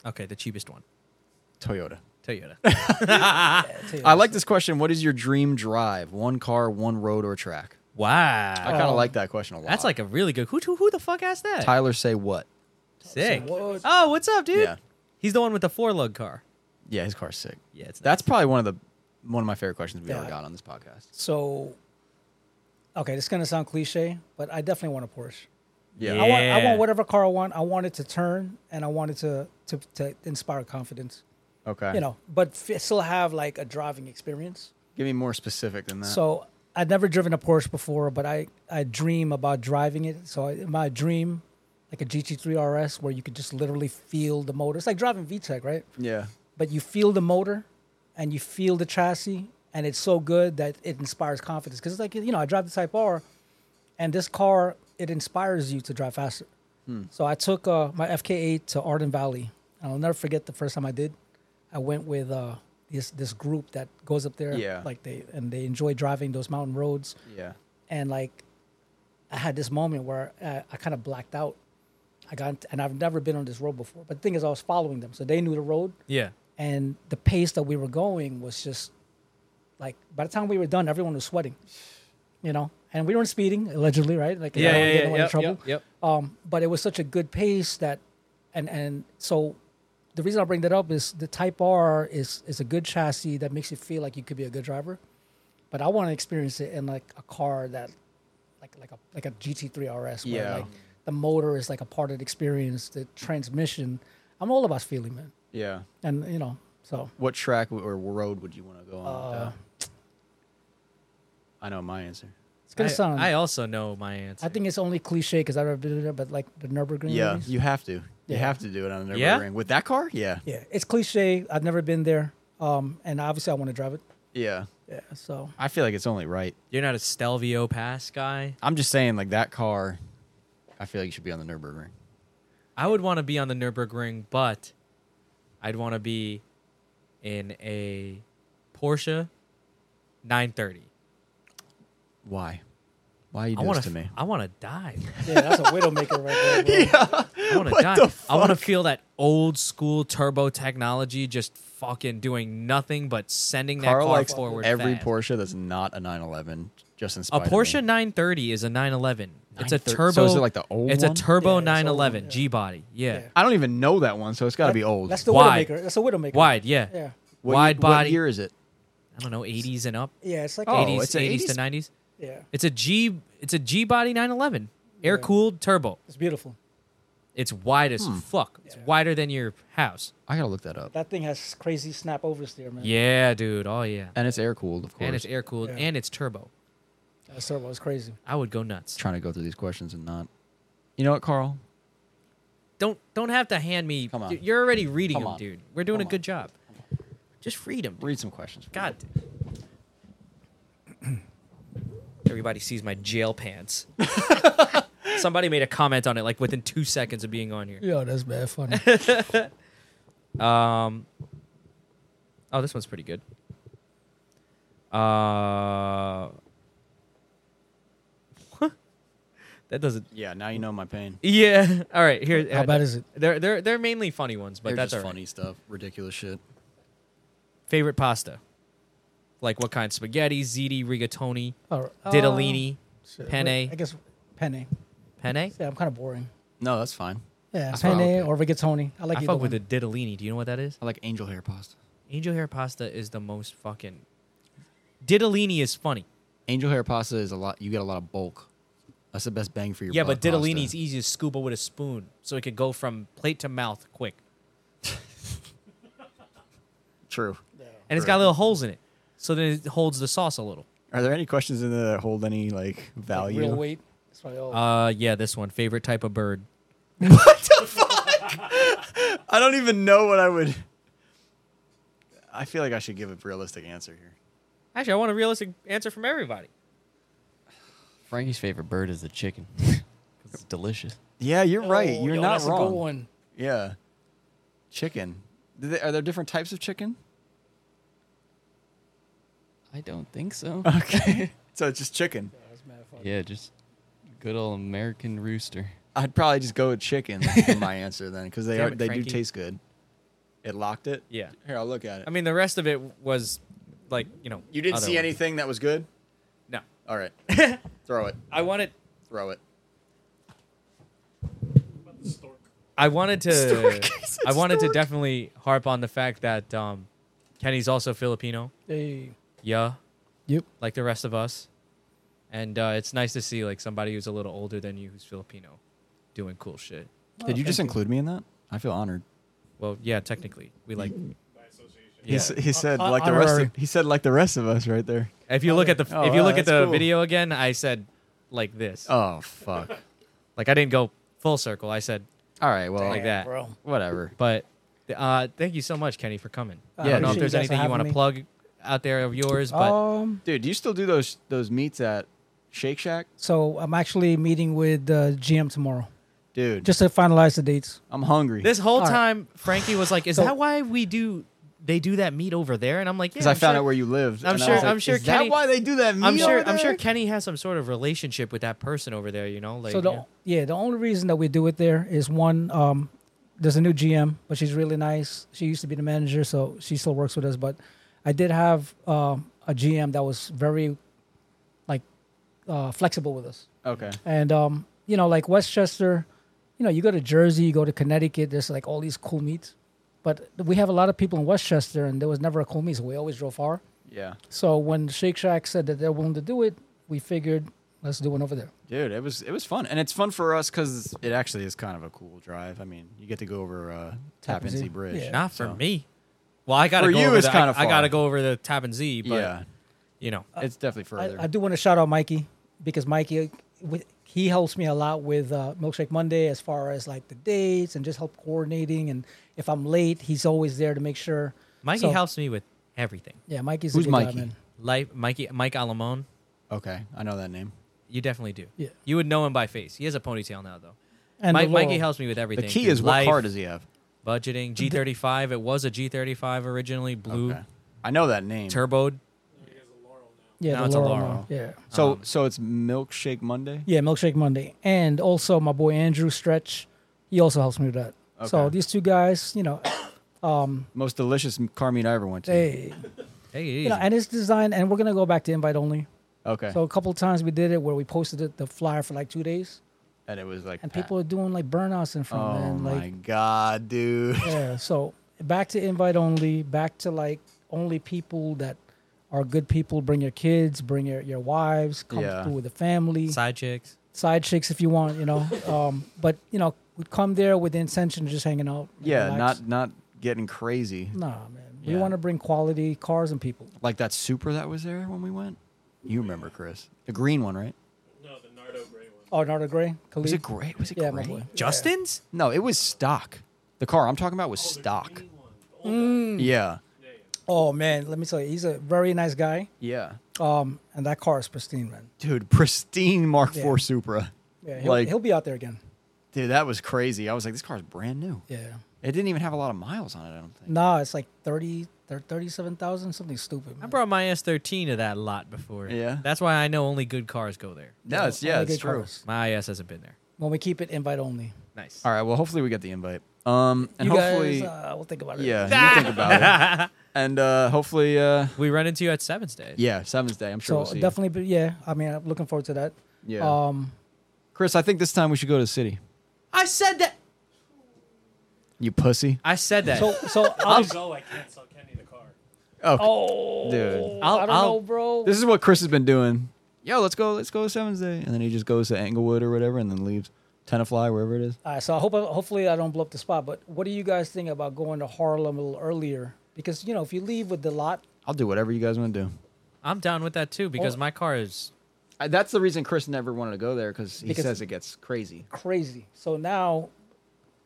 Okay, the cheapest one,
Toyota.
Toyota.
I like this question. What is your dream drive? One car, one road or track? I
wow,
kind of like that question a lot.
Oh. that's like a really good. Who who, who the fuck asked that?
Tyler say what?
Sick.
What?
Oh, what's up, dude?
Yeah.
He's the one with the four lug car.
Yeah, his car's sick.
Yeah, it's
That's probably one of the one of my favorite questions we ever
Yeah.
got on this podcast.
So, okay, this is gonna sound cliche, but I definitely want a Porsche.
Yeah.
I want, I
Yeah.
want whatever car I want. I want it to turn, and I want it to to, to inspire confidence.
Okay.
You know, but f- still have like a driving experience.
Give me more specific than that.
So I'd never driven a Porsche before, but I I dream about driving it. So I, my dream, like a GT3 RS, where you could just literally feel the motor. It's like driving VTEC, right?
yeah.
But you feel the motor, and you feel the chassis, and it's so good that it inspires confidence. Because it's like you know, I drive the Type R, and this car it inspires you to drive faster. So I took uh, my FK8 to Arden Valley, and I'll never forget the first time I did. I went with uh, this this group that goes up there,
Yeah.
like they and they enjoy driving those mountain roads,
Yeah.
and like I had this moment where uh, I kind of blacked out. I got and I've never been on this road before, but the thing is, I was following them, so they knew the road,
yeah.
and the pace that we were going was just like by the time we were done, everyone was sweating, you know, and we weren't speeding allegedly, right? Like uh, I
Yeah,
don't
yeah,
get
yeah,
no
yep, yep, yep.
Um, but it was such a good pace that, and and so the reason I bring that up is the Type R is is a good chassis that makes you feel like you could be a good driver, but I want to experience it in like a car that, like like a like a GT3 RS, where
Yeah.
like the motor is like a part of the experience, the transmission. I'm all about feeling, man,
Yeah.
and you know, so
What track w- or road would you want to go on? with that? I know my answer.
it's gonna
I-
sound.
I
I,
also know my answer.
think it's only cliche because I've never been there, but like the Nurburgring.
Yeah,
movies.
you have to. You
Yeah.
have to do it on the
Yeah?
ring with that car. Yeah.
Yeah, it's cliche. I've never been there, um, and obviously I want to drive it.
Yeah.
Yeah, so
I feel like it's only right.
You're not a Stelvio Pass guy.
I'm just saying, like that car. I feel like you should be on the Nurburgring.
I would want to be on the Nurburgring, but I'd want to be in a Porsche 930.
Why? Why you
I
do
want
this to me?
I want to die.
yeah, that's a widowmaker right there. bro.
I want to die. I want to feel that old school turbo technology just fucking doing nothing but sending that car forward.
every
fast.
Porsche that's not a 911. Just in
A
spite of
Porsche
me.
930 is a 911. It's a
930
turbo.
So is it like the old
It's
one?
a turbo
Yeah, it's old,
911
yeah.
G body. Yeah.
Yeah.
I don't even know that one, so it's got to be old.
That's the
Wide.
widowmaker. That's a widowmaker.
Wide, yeah.
Yeah.
What
Wide
year-
body.
What year is it?
I don't know, 80s and up.
Yeah, it's like
Oh,
80s,
it's a
80s to
80s?
90s.
yeah,
It's a G. It's a G body 911, air cooled turbo.
it's beautiful.
It's wide as
Hmm.
fuck. It's wider than your house.
I gotta look that up.
That thing has crazy snap overs there, man.
Yeah, dude. Oh yeah.
And it's air cooled, of course.
And it's air cooled
Yeah.
and it's turbo.
that servo is crazy.
I would go nuts.
trying to go through these questions and not. You know what, Carl?
Don't don't have to hand me.
Come on.
dude, You're already reading
Come
them,
on.
dude. We're doing
Come
a good
on.
job. Just read them.
Read some questions. for me.
God. dude. Everybody sees my jail pants. Somebody made a comment on it like within two seconds of being on here.
Yo, that's bad funny.
Um, oh, this one's pretty good. Uh, That doesn't.
Yeah, now you know my pain.
Yeah. All right. Here.
How bad is it?
They're they're they're mainly funny ones, but
They're
that's
just
all right.
funny stuff, ridiculous shit.
Favorite pasta? Like what kind? Spaghetti, ziti, rigatoni,
Or-
ditalini,
uh, shit,
penne.
I guess penne.
penne.
Yeah, I'm kind of boring.
No, that's fine.
Yeah,
That's what I would
penne
pick.
or rigatoni. I like
I
either
fuck
one.
with the ditalini. Do you know what that is?
I like angel hair pasta.
Angel hair pasta is the most fucking. Ditalini is funny.
Angel hair pasta is a lot. You get a lot of bulk. That's the best bang for your.
yeah, but
buck,
ditalini's
pasta.
easy to scoop up with a spoon, so it could go from plate to mouth quick,
true.
and it's got little holes in it, so then it holds the sauce a little.
Are there any questions in there that hold any like
Like,
value?
real weight. That's why oh, I
Uh,
always-
yeah, this one. Favorite type of bird.
I don't even know what I would. I feel like I should give a realistic answer here.
Actually, I want a realistic answer from everybody.
Frankie's favorite bird is the chicken. 'Cause it's delicious.
Yeah, you're right.
Oh,
You're
yo,
not
that's a
wrong.
good one.
Yeah, chicken. Do they- are there different types of chicken?
I don't think so.
Okay, so it's just chicken.
That's mad funny.
yeah, just good old American rooster.
I'd probably just go with chicken for my answer then, because they
Damn
are,
it,
they do
Frankie.
taste good. It locked it.
Yeah.
Here, I'll look at it.
I mean, the rest of it was like you know.
you didn't
other
see
ones.
anything that was good.
No,
All right, throw it.
I wanted.
Throw it.
Stork.
I wanted to. I wanted to definitely harp on the fact that um, Kenny's also Filipino.
Hey,
Yeah.
Yep.
Like the rest of us, and uh, it's nice to see like somebody who's a little older than you who's Filipino, doing cool shit.
Did you just
thank you.
include me in that? I feel honored.
Well, yeah, technically we like.
By association.
Yeah.
He's, he said
Uh,
Hon-
like the rest.
honorary.
Of, he said like the rest of us right there.
If you look at the
Oh,
if you
wow,
look at
that's
the
cool.
video again, I said like this.
Oh fuck.
Like I didn't go full circle. I said
All right. Well,
like that.
bro.
whatever.
But uh, thank you so much, Kenny, for coming.
I
I don't know if there's
appreciate you guys for
anything you
having
want to
me.
plug out there of yours, but
Oh.
um,
Dude, do you still do those those meets at Shake Shack?
so I'm actually meeting with uh, GM tomorrow
Dude,
just to finalize the dates.
I'm hungry.
this whole
All right.
time Frankie was like, "Is
So-
that why we do they do that meet over there?" And I'm like, "Yeah,
because
I'm
I found
sure,
out where you lived.
I'm
and I
sure-
was like,
I'm sure
Is
Kenny-
that why they do that? Meet
I'm sure.
over
I'm sure
there?"
Kenny has some sort of relationship with that person over there. You know, like
so the
yeah.
yeah. the only reason that we do it there is one, um, there's a new GM, but she's really nice. She used to be the manager, so she still works with us. But I did have um, a GM that was very, like, uh, flexible with us.
Okay.
And um, you know, like Westchester, you know, you go to Jersey, you go to Connecticut. There's like all these cool meets, but we have a lot of people in Westchester, and there was never a cool meet, so we always drove far.
Yeah,
So when Shake Shack said that they're willing to do it, we figured let's do one over there.
dude, it was it was fun, and it's fun for us because it actually is kind of a cool drive. I mean, you get to go over uh, Tappan
Tappan Zee.
Zee Bridge.
Yeah.
not for me. Well, I gotta
For
go.
you,
over
it's
the-
kinda
I, I gotta
far.
go over the Tab and Z, but
yeah, Uh,
you know,
it's definitely
I,
further.
I do want to shout out Mikey because Mikey, with, he helps me a lot with uh, Milkshake Monday as far as like the dates and just help coordinating. And if I'm late, he's always there to make sure.
Mikey
So-
helps me with everything.
Yeah, Mikey's
Who's
a good guy,
Mikey?
man.
Like Mikey, Mike Alamone.
okay, I know that name.
You definitely do.
Yeah.
You would know him by face. He has a ponytail now, though.
And
Mike,
the
Mikey
Laurel.
helps me with
The
everything.
key
dude.
is what
Life,
car does he have?
budgeting G35. It was a G35 originally, blue
Okay. I know that name.
turboed.
Yeah,
Now
the
it's a
Laurel
Laurel.
Mom. Yeah.
so so it's Milkshake Monday.
Yeah, Milkshake Monday. And also my boy Andrew Stretch, he also helps me with that. So
Okay.
these two guys, you know,
Most delicious car meet I ever went to.
they
Hey,
you know,
easy.
and it's designed and we're gonna go back to invite only.
Okay,
So a couple of times we did it where we posted it, the flyer for like two days
and it was like
and
packed.
people are doing like burnouts in front
Oh
man.
my
Like
god, dude!
yeah. So back to invite only, back to like only people that are good people. Bring your kids, bring your, your wives, come
Yeah.
through with the family.
side chicks.
side chicks if you want, you know. Um, but you know, we come there with the intention of just hanging out. and
Yeah,
relax.
not not getting crazy.
Nah, man. We
Yeah.
want to bring quality cars and people.
Like that super that was there when we went. You remember, Chris? The green one, right?
No, the Nardo Gray one.
Oh, Nardo Gray, Khalid.
Was it gray? Was it
Yeah, my
gray?
boy.
Justin's?
No, it was stock. The car I'm talking about was
Oh, The
stock.
green one, the old
Mm.
one.
Yeah.
Oh man, let me tell you, he's a very nice guy.
Yeah.
Um, and that car is pristine, man.
Dude, pristine Mark
Yeah.
IV Supra.
Yeah, he'll,
Like-
he'll be out there again.
Dude, that was crazy. I was like, this car's brand new.
Yeah.
It didn't even have a lot of miles on it, I don't think.
Nah, it's like 30, They're thirty-seven thousand, something stupid.
I
Man.
brought my S13 to that lot before.
Yeah.
That's why I know only good cars go there.
No, it's, yeah,
Only
it's
good
true.
cars.
My IS hasn't been there.
When we keep it invite only.
Nice.
All right. Well, hopefully we get the invite. Um, and
you
hopefully,
guys, uh, we'll think about it.
yeah, you think about it. And uh, hopefully, uh,
We run into you at Seven's Day.
yeah, seventh day. I'm sure
So
we'll see. you.
definitely, be- yeah. I mean, I'm looking forward to that.
Yeah.
Um,
Chris, I think this time we should go to the city.
I said that.
You pussy.
I said that.
so so I'll,
I'll go. I can't sell Kenny the car.
Oh,
oh,
Dude.
I
I'll-
don't
I'll-
know, bro.
this is what Chris has been doing. Yo, let's go. Let's go to seventh day. And then he just goes to Englewood or whatever, and then leaves. Tenafly, wherever it is.
All right, so I hope hopefully I don't blow up the spot. But what do you guys think about going to Harlem a little earlier? Because you know, if you leave with the lot,
I'll do whatever you guys want to do.
I'm down with that too because
Oh.
my car is.
I, that's the reason Chris never wanted to go there because he
Because-
says it gets crazy.
crazy. So now,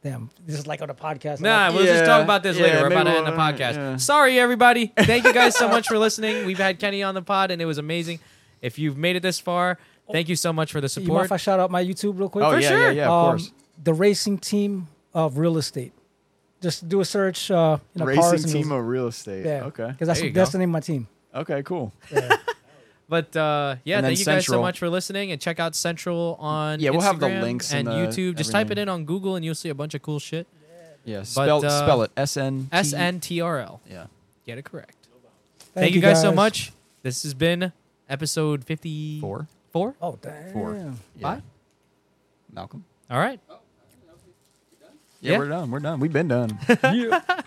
damn, this is like on a podcast.
Nah,
Like,
we'll just
Yeah,
talk about this
yeah,
later. We're about to
maybe
end the
we'll-
podcast.
yeah.
Sorry, everybody. Thank you guys so much for listening. We've had Kenny on the pod, and it was amazing. If you've made it this far, thank you so much for the
you mind
support.
if I shout out my YouTube real quick? Um,
Oh, yeah,
sure.
yeah, yeah, of course.
The racing team of real estate. Just do a search. Uh, you know, cars
Racing
and
team
Real-
of real estate.
yeah,
Okay.
Because that's,
There you
that's
go.
the name of my team.
Okay, cool.
But uh, yeah,
And then
thank you guys so
Central.
much for listening and check out Central on
Yeah, we'll have the
Instagram
links
and
and the-
YouTube. Just type it
everything.
in on Google and you'll see a bunch of cool shit.
Yeah, spell
uh,
spell it. S N T-
S N T R L.
Yeah.
Get it correct. Thank, you guys, so much. This has been episode fifty
Four.
Four.
Oh damn.
Four. Yeah.
Bye.
Malcolm.
All right.
Yeah,
Yeah.
we're done. We're done. We've been done.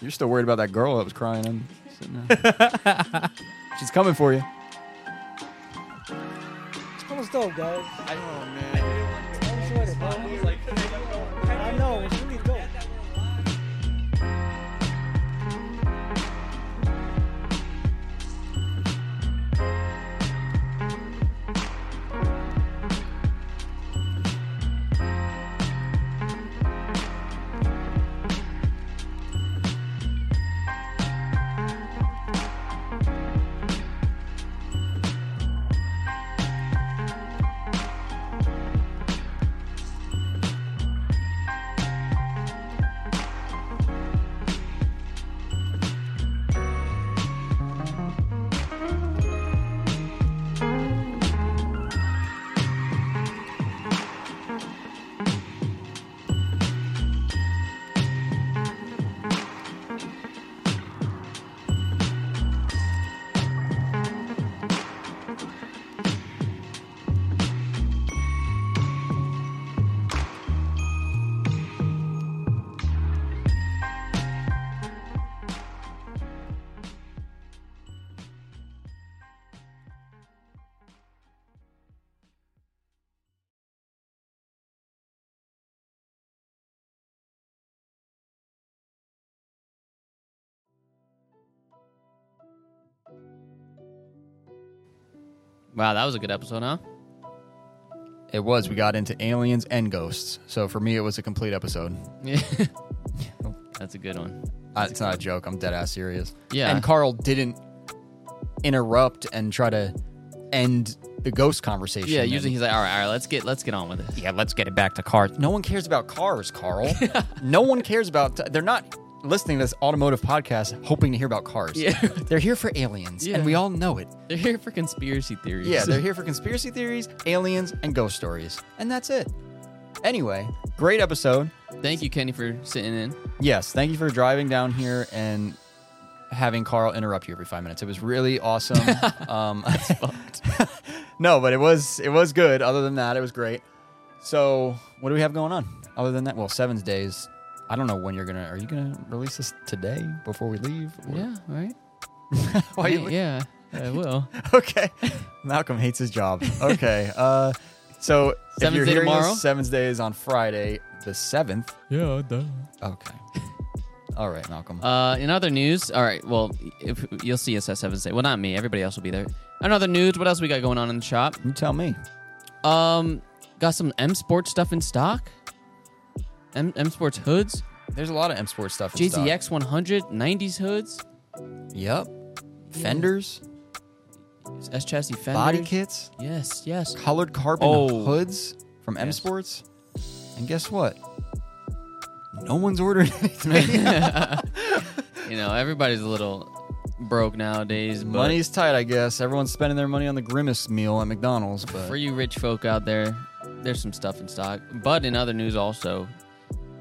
You're still worried about that girl that was crying. I'm sitting there. She's coming for you.
That was dope, guys.
I man.
I enjoyed it. bro. I know it was really dope.
Wow, that was a good episode, huh?
It was. We got into aliens and ghosts. So for me, it was a complete episode.
Yeah. That's a good one.
Uh, it's not a joke. I'm dead ass serious.
Yeah.
And Carl didn't interrupt and try to end the ghost conversation.
Yeah,
and-
usually he's like, all right, all right, let's get let's get on with it.
yeah, let's get it back to cars. No one cares about cars, Carl. no one cares about. They're not listening to this automotive podcast hoping to hear about cars.
Yeah.
they're here for aliens,
Yeah.
and we all know it.
They're here for conspiracy theories.
Yeah, they're here for conspiracy theories, aliens, and ghost stories, and that's it. Anyway, great episode.
Thank you, Kenny, for sitting in.
Yes, thank you for driving down here and having Carl interrupt you every five minutes. It was really awesome. um, no, but it was it was good. Other than that, it was great. So, what do we have going on? Other than that, well, seven's days. I don't know when you're gonna. Are you gonna release this today before we leave? Or-
Yeah, right?
Why are you looking-
yeah, I will.
Okay. Malcolm hates his job. Okay. Uh, so if
Seven's
you're
day
hearing this,
tomorrow?
seven's day is on Friday, the seventh.
Yeah.
Okay. All right, Malcolm.
Uh, in other news, all right. Well, if, you'll see us at seven day. Well, not me. Everybody else will be there. In other news, what else we got going on in the shop?
you tell me.
Um, got some M Sports stuff in stock. M M Sports hoods,
There's a lot of M Sports stuff. in stock.
JZX 100, 90s hoods,
Yep. Fenders,
S chassis fenders.
body kits,
Yes, yes.
colored carbon
Oh.
hoods from M
Yes.
Sports. And guess what? No one's ordering anything.
You know, everybody's a little broke nowadays. But
Money's tight, I guess. Everyone's spending their money on the Grimace meal at McDonald's, but
for you rich folk out there, there's some stuff in stock. But in other news, also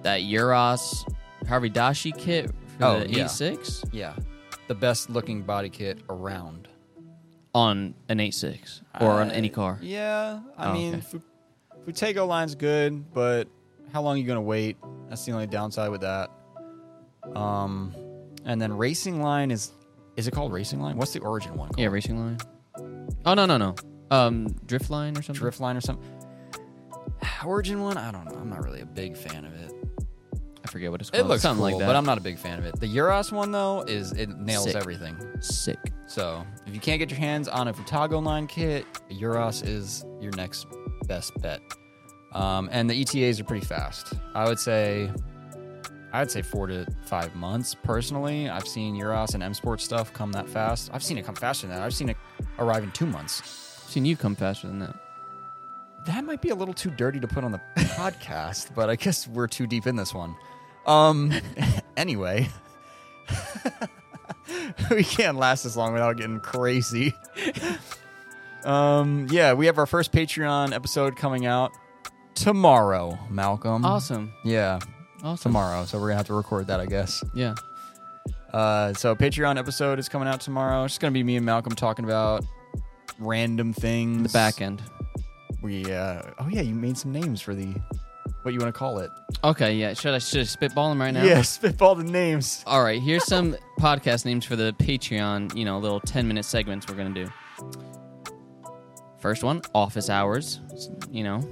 that Euros Harvey Dashi kit for
Oh,
the E
yeah.
E6
yeah, the best looking body kit around.
on an 86 or on any car.
Uh, Yeah, I
Oh,
mean,
okay.
Fu- Futego line's good, but how long are you gonna wait? That's the only downside with that. Um, and then racing line is is it called racing line? What's the origin one? Called?
Yeah, racing line. Oh no no no, um, drift line or something.
drift line or something. Origin one, I don't know. I'm not really a big fan of it.
I forget what it's
It
called.
looks
something
cool,
like that.
but I'm not a big fan of it. The Euros one though is it nails
Sick.
everything.
sick.
So if you can't get your hands on a Vertago line kit, Euros is your next best bet. Um, and the ETAs are pretty fast. I would say, I would say four to five months. Personally, I've seen Euros and M Sport stuff come that fast. I've seen it come faster than that. I've seen it arrive in two months.
Seen you come faster than that.
That might be a little too dirty to put on the podcast, but I guess we're too deep in this one. Um, anyway, we can't last this long without getting crazy. um, yeah, we have our first Patreon episode coming out tomorrow, Malcolm.
Awesome.
Yeah,
Awesome.
tomorrow. So we're gonna have to record that, I guess.
Yeah.
Uh, so Patreon episode is coming out tomorrow. It's just gonna be me and Malcolm talking about random things.
The back end.
We uh, oh yeah, you made some names for the what you want to call it.
Okay. Yeah. Should I should I spitball them right now?
Yeah, spitball the names.
All right, here's some podcast names for the Patreon, you know, little 10 minute segments we're going to do. First one, office hours. You know,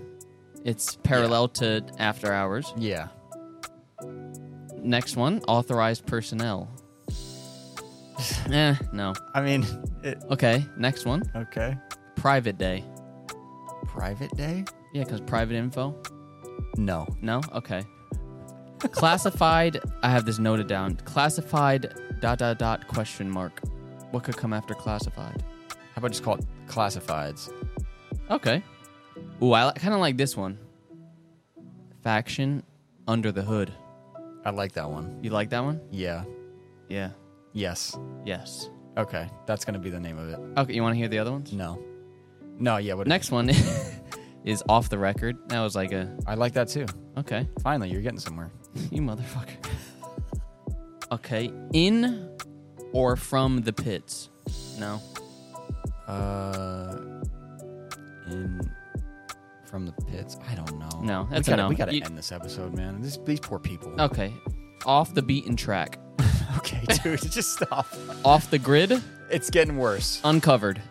it's parallel to after hours.
Yeah,
Next one, authorized personnel. eh, no.
I mean, it,
Okay, next one,
okay.
private day.
Private day?
Yeah, because private info.
No.
No? Okay. Classified, I have this noted down. Classified dot dot dot question mark. What could come after classified?
How about just call it classifieds?
Okay. Ooh, I kind of like this one. Faction under the hood.
I like that one.
You like that one?
Yeah.
Yeah.
Yes.
Yes.
Okay, that's gonna be the name of it.
Okay, you want to hear the other ones?
No. No. Yeah. What?
Next one is off the record. That was like a
I like that too.
okay,
Finally, you're getting somewhere.
you motherfucker. Okay, in or from the pits? No.
Uh, in from the pits. I don't know.
No,
we
that's a
gotta,
no.
We gotta
You-
end this episode, man. This, these poor people.
Okay, off the beaten track,
okay, dude, just stop.
off the grid,
It's getting worse.
uncovered.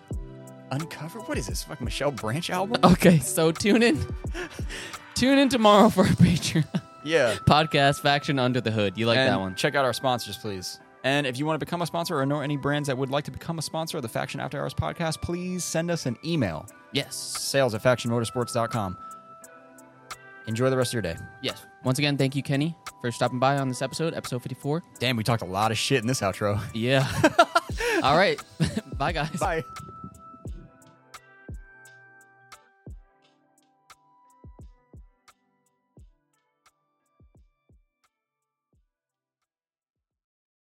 Uncover. What is this? Fucking Michelle Branch album?
Okay, so tune in, tune in tomorrow for a Patreon.
yeah.
podcast faction under the hood. You like
and
that one?
Check out our sponsors, please. And if you want to become a sponsor or know any brands that would like to become a sponsor of the Faction After Hours podcast, please send us an email
Yes.
sales at factionmotorsports.com. Enjoy the rest of your day.
Yes. Once again, thank you, Kenny, for stopping by on this episode, episode 54.
Damn, we talked a lot of shit in this outro.
Yeah. All right. Bye, guys.
Bye.